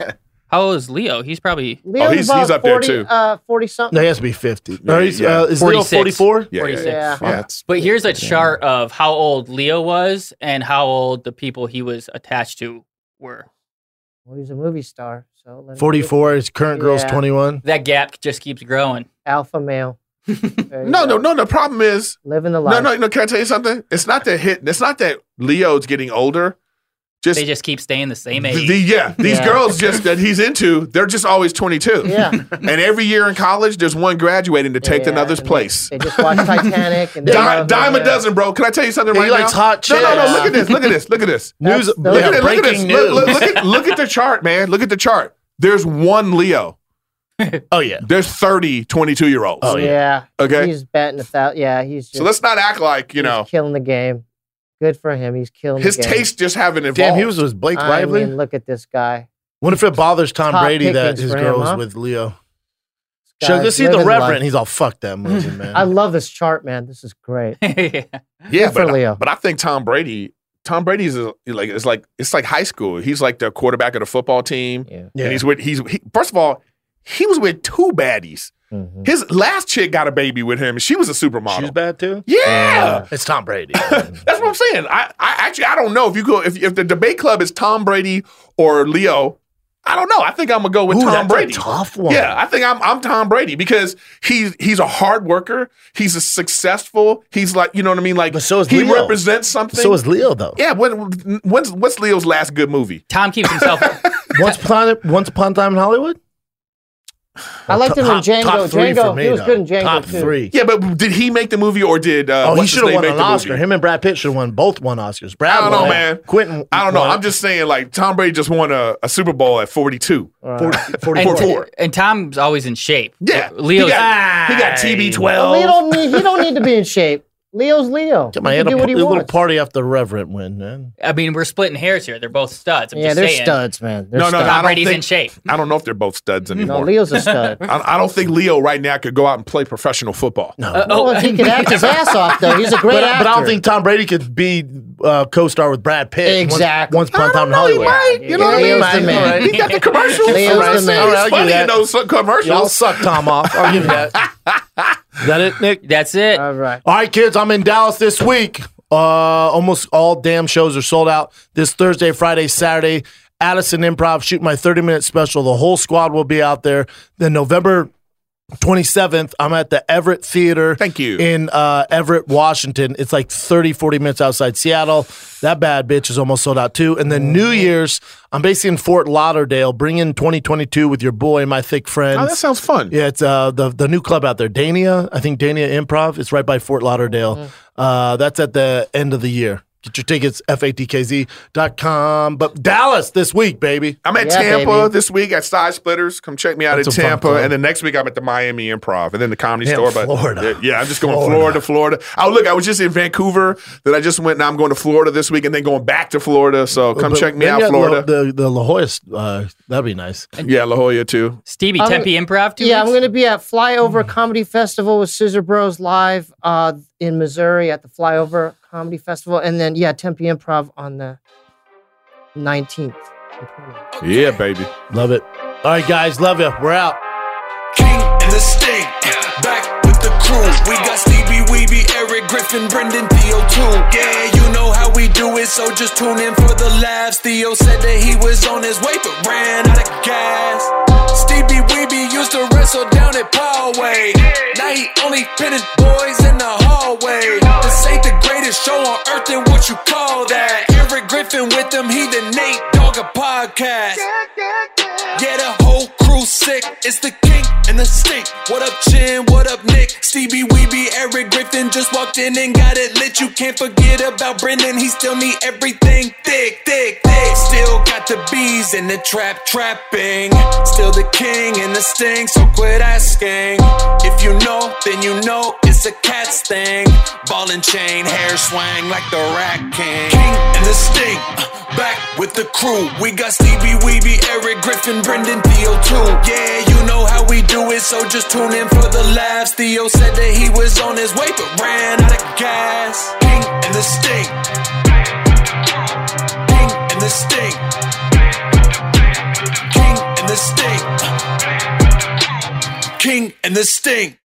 S6: how old is Leo? He's probably
S3: Oh,
S4: Leo's about 40, Uh, 40 something.
S1: No, he has to be 50. No, he's, uh, is Leo
S6: 46.
S1: 44?
S6: 46.
S4: yeah.
S1: Yeah.
S6: But here's a chart of how old Leo was and how old the people he was attached to were.
S4: Well, Oh, he's a movie star, so let him
S1: 44. His current girl's
S4: Yeah.
S1: 21.
S6: That gap just keeps growing.
S4: Alpha male.
S3: No, no, no. The problem is
S4: Living the
S3: no,
S4: life.
S3: no, no. Can I tell you something? It's not that hit. It's not that Leo's getting older. Just-
S6: they just keep staying the same
S3: The-
S6: age.
S3: the- yeah, these girls just that he's into, they're just always 22.
S6: Yeah.
S3: and every year in college, there's one graduating to take another's place.
S4: They just watch Titanic and they
S3: Dime,
S4: love
S3: dime
S4: it.
S3: a dozen, bro. Can I tell you something
S4: Yeah,
S3: right
S4: he likes
S3: now?
S4: hot
S3: No, no, no.
S4: chicks.
S3: Look at this. Look at this. Look at this.
S1: News- That's-
S3: Look at
S1: yeah,
S3: it. Look at this.
S1: breaking
S3: Look, look-
S1: news.
S3: look at, look at the chart, man. Look at the chart. There's one Leo.
S1: oh yeah.
S3: There's 30 22 year olds.
S4: Oh yeah.
S3: Okay.
S4: He's betting a thousand. Yeah, he's. Just,
S3: so let's not act like you
S4: he's
S3: know
S4: killing the game. Good for him. He's killing
S3: his
S4: the game.
S3: taste just haven't evolved.
S1: Damn, he was with Blake
S4: I
S1: Lively.
S4: mean, look at this guy.
S1: What if it bothers Tom
S4: Top
S1: Brady that
S4: pickings
S1: his
S4: for him,
S1: girl was
S4: huh?
S1: with Leo?
S4: This
S1: Should I
S4: guy's
S1: go see the
S4: living life.
S1: Reverend? He's all fuck that movie, man.
S4: I love this chart, man. This is great.
S3: yeah,
S4: Good for
S3: but I-
S4: Leo.
S3: but I think Tom Brady. Tom Brady's a, like it's like it's like high school. He's like the quarterback of the football team,
S1: Yeah.
S3: and he's with he's he, first of all he was with two baddies. His last chick got a baby with him, and she was a supermodel.
S1: She's bad too.
S3: Yeah.
S1: it's Tom Brady.
S3: That's what I'm saying. I, I actually I don't know if you go if, if the debate club is Tom Brady or Leo. I don't know. I think I'm gonna go with
S1: Ooh,
S3: Tom
S1: that's a
S3: Brady.
S1: tough one.
S3: Yeah, I think I'm I'm Tom Brady because he's he's a hard worker. He's a successful. He's like you know what I mean. Like so
S1: is
S3: he
S1: Leo.
S3: represents something.
S1: So is Leo though.
S3: Yeah. When when's what's Leo's last good movie?
S6: Tom keeps himself.
S1: Once upon Once upon a time in Hollywood.
S4: I liked him in
S1: Top-
S4: Django.
S1: top three
S4: Django.
S1: for me,
S4: he was
S1: though.
S4: good in Django
S1: Top
S4: too.
S1: three.
S3: Yeah, but did he make the movie or did uh,
S1: oh, he
S3: what's his
S1: should have
S3: name
S1: won
S3: make
S1: an
S3: the movie?
S1: Oscar. Him and Brad Pitt should have won both won Oscars. Brad
S3: I don't know,
S1: won.
S3: man.
S1: Quentin.
S3: I don't know.
S1: won.
S3: I'm just saying, like Tom Brady just won a, a Super Bowl at 42, 44.
S6: And, and Tom's always in shape.
S3: Yeah,
S6: Leo's.
S3: He got, he got TB12.
S4: Leo don't need, he don't need to be in shape. Leo's Leo.
S1: Come on,
S4: he
S1: he
S4: can do
S1: had a,
S4: what he
S1: a little
S4: wants.
S1: party after the Reverend win, man.
S6: I mean, we're splitting hairs here. They're both studs. I'm
S4: yeah,
S6: just
S4: they're
S6: saying.
S4: studs, man. They're
S3: no, no,
S4: studs.
S3: Oh, no, I don't
S6: Brady's
S3: think,
S6: in shape.
S3: I don't know if they're both studs anymore.
S4: Leo's a stud.
S3: I, I don't think Leo right now could go out and play professional football. No,
S4: Well, Uh, oh, he can act his ass off though. He's a great
S1: but,
S4: actor.
S1: but I don't think Tom Brady could be uh, co-star with Brad Pitt. once-
S4: Exactly.
S1: Once, upon a time in Hollywood.
S3: you know what I mean?
S4: Leo's the
S3: Like,
S4: man.
S3: all right, He got the commercials.
S4: Leo's
S3: All right,
S4: the
S3: so
S4: man.
S3: he's
S1: I'll give
S3: funny
S1: you
S3: in
S1: that.
S3: those commercials.
S1: Y'all suck Tom off. I'll give you that. Is that it, Nick?
S6: That's it.
S4: All right.
S1: All right, kids, I'm in Dallas this week. Uh, almost all damn shows are sold out this Thursday, Friday, Saturday. Addison Improv, shoot my 30 minute special. The whole squad will be out there. Then November 27th, I'm at the Everett Theater.
S3: Thank you.
S1: In uh, Everett, Washington. It's like 30, 40 minutes outside Seattle. That bad bitch is almost sold out too. And then New Year's, I'm basically in Fort Lauderdale. Bring in 2022 with your boy, my thick friend.
S3: Oh, that sounds fun.
S1: Yeah, it's uh, the the new club out there, Dania. I think Dania Improv. It's right by Fort Lauderdale.
S3: Mm-hmm.
S1: Uh, that's at the end of the year. Get your tickets, fatkz.com. But Dallas this week, baby.
S3: I'm at
S4: Yeah,
S3: Tampa
S4: baby.
S3: this week at Side Splitters. Come check me out
S1: That's
S3: at
S1: a fun
S3: Tampa,
S1: club.
S3: and then next week I'm at the Miami Improv, and then the Comedy
S1: Damn,
S3: Store. But
S1: Florida.
S3: yeah, I'm just going
S1: Florida.
S3: Florida, Florida. Oh, look, I was just in Vancouver. That I just went. Now I'm going to Florida this week, and then going back to Florida. So come
S1: But
S3: check me
S1: maybe
S3: out,
S1: at La-
S3: Florida.
S1: The, the La Jolla, uh, that'd be nice.
S3: yeah, La Jolla too. Oh.
S6: Stevie
S4: I'm-
S6: Tempe Improv. Two
S4: Yeah, I'm
S6: weeks?
S4: going to be at
S3: Mm.
S4: Flyover Comedy Festival with Scissor Bros live uh, in Missouri at the Flyover Comedy Festival, and then yeah, Tempe Improv on the 19th.
S3: Yeah, baby.
S1: Love it. All right, guys. Love you. We're out.
S16: King and the Sting, back with the crew. We got Stevie Weeby, Eric Griffin, Brendan Theo too. Yeah, you know how we do it, so just tune in for the laughs. Theo said that he was on his way, but ran out of gas. Stevie Weeby used to wrestle down at Poway. Now he only finished boys in the hallway. This ain't the greatest show on earth, and what you call that? Eric Griffin with them, he the Nate Dogger podcast. Yeah, the whole crew sick. It's the king and the stink. What up, Chin? What up, Nick? Stevie Weeby, Eric Griffin just walked in and got it lit. You can't forget about Brendan. He still need everything thick, thick, thick. Still got the bees in the trap, trapping. Still the king and the sting. So quit asking. If you know, then you know it's a cat's thing. Ball and chain, hair swang like the Rat King. King and the stink. Back with the crew. We got Stevie Weeby, Eric Griffin, Brendan Theo too. Yeah, you know how we do it, so just tune in for the laughs. Theo said that he was on his way, but ran out of gas. King and the stink. King and the stink. King and the stink. King and the stink.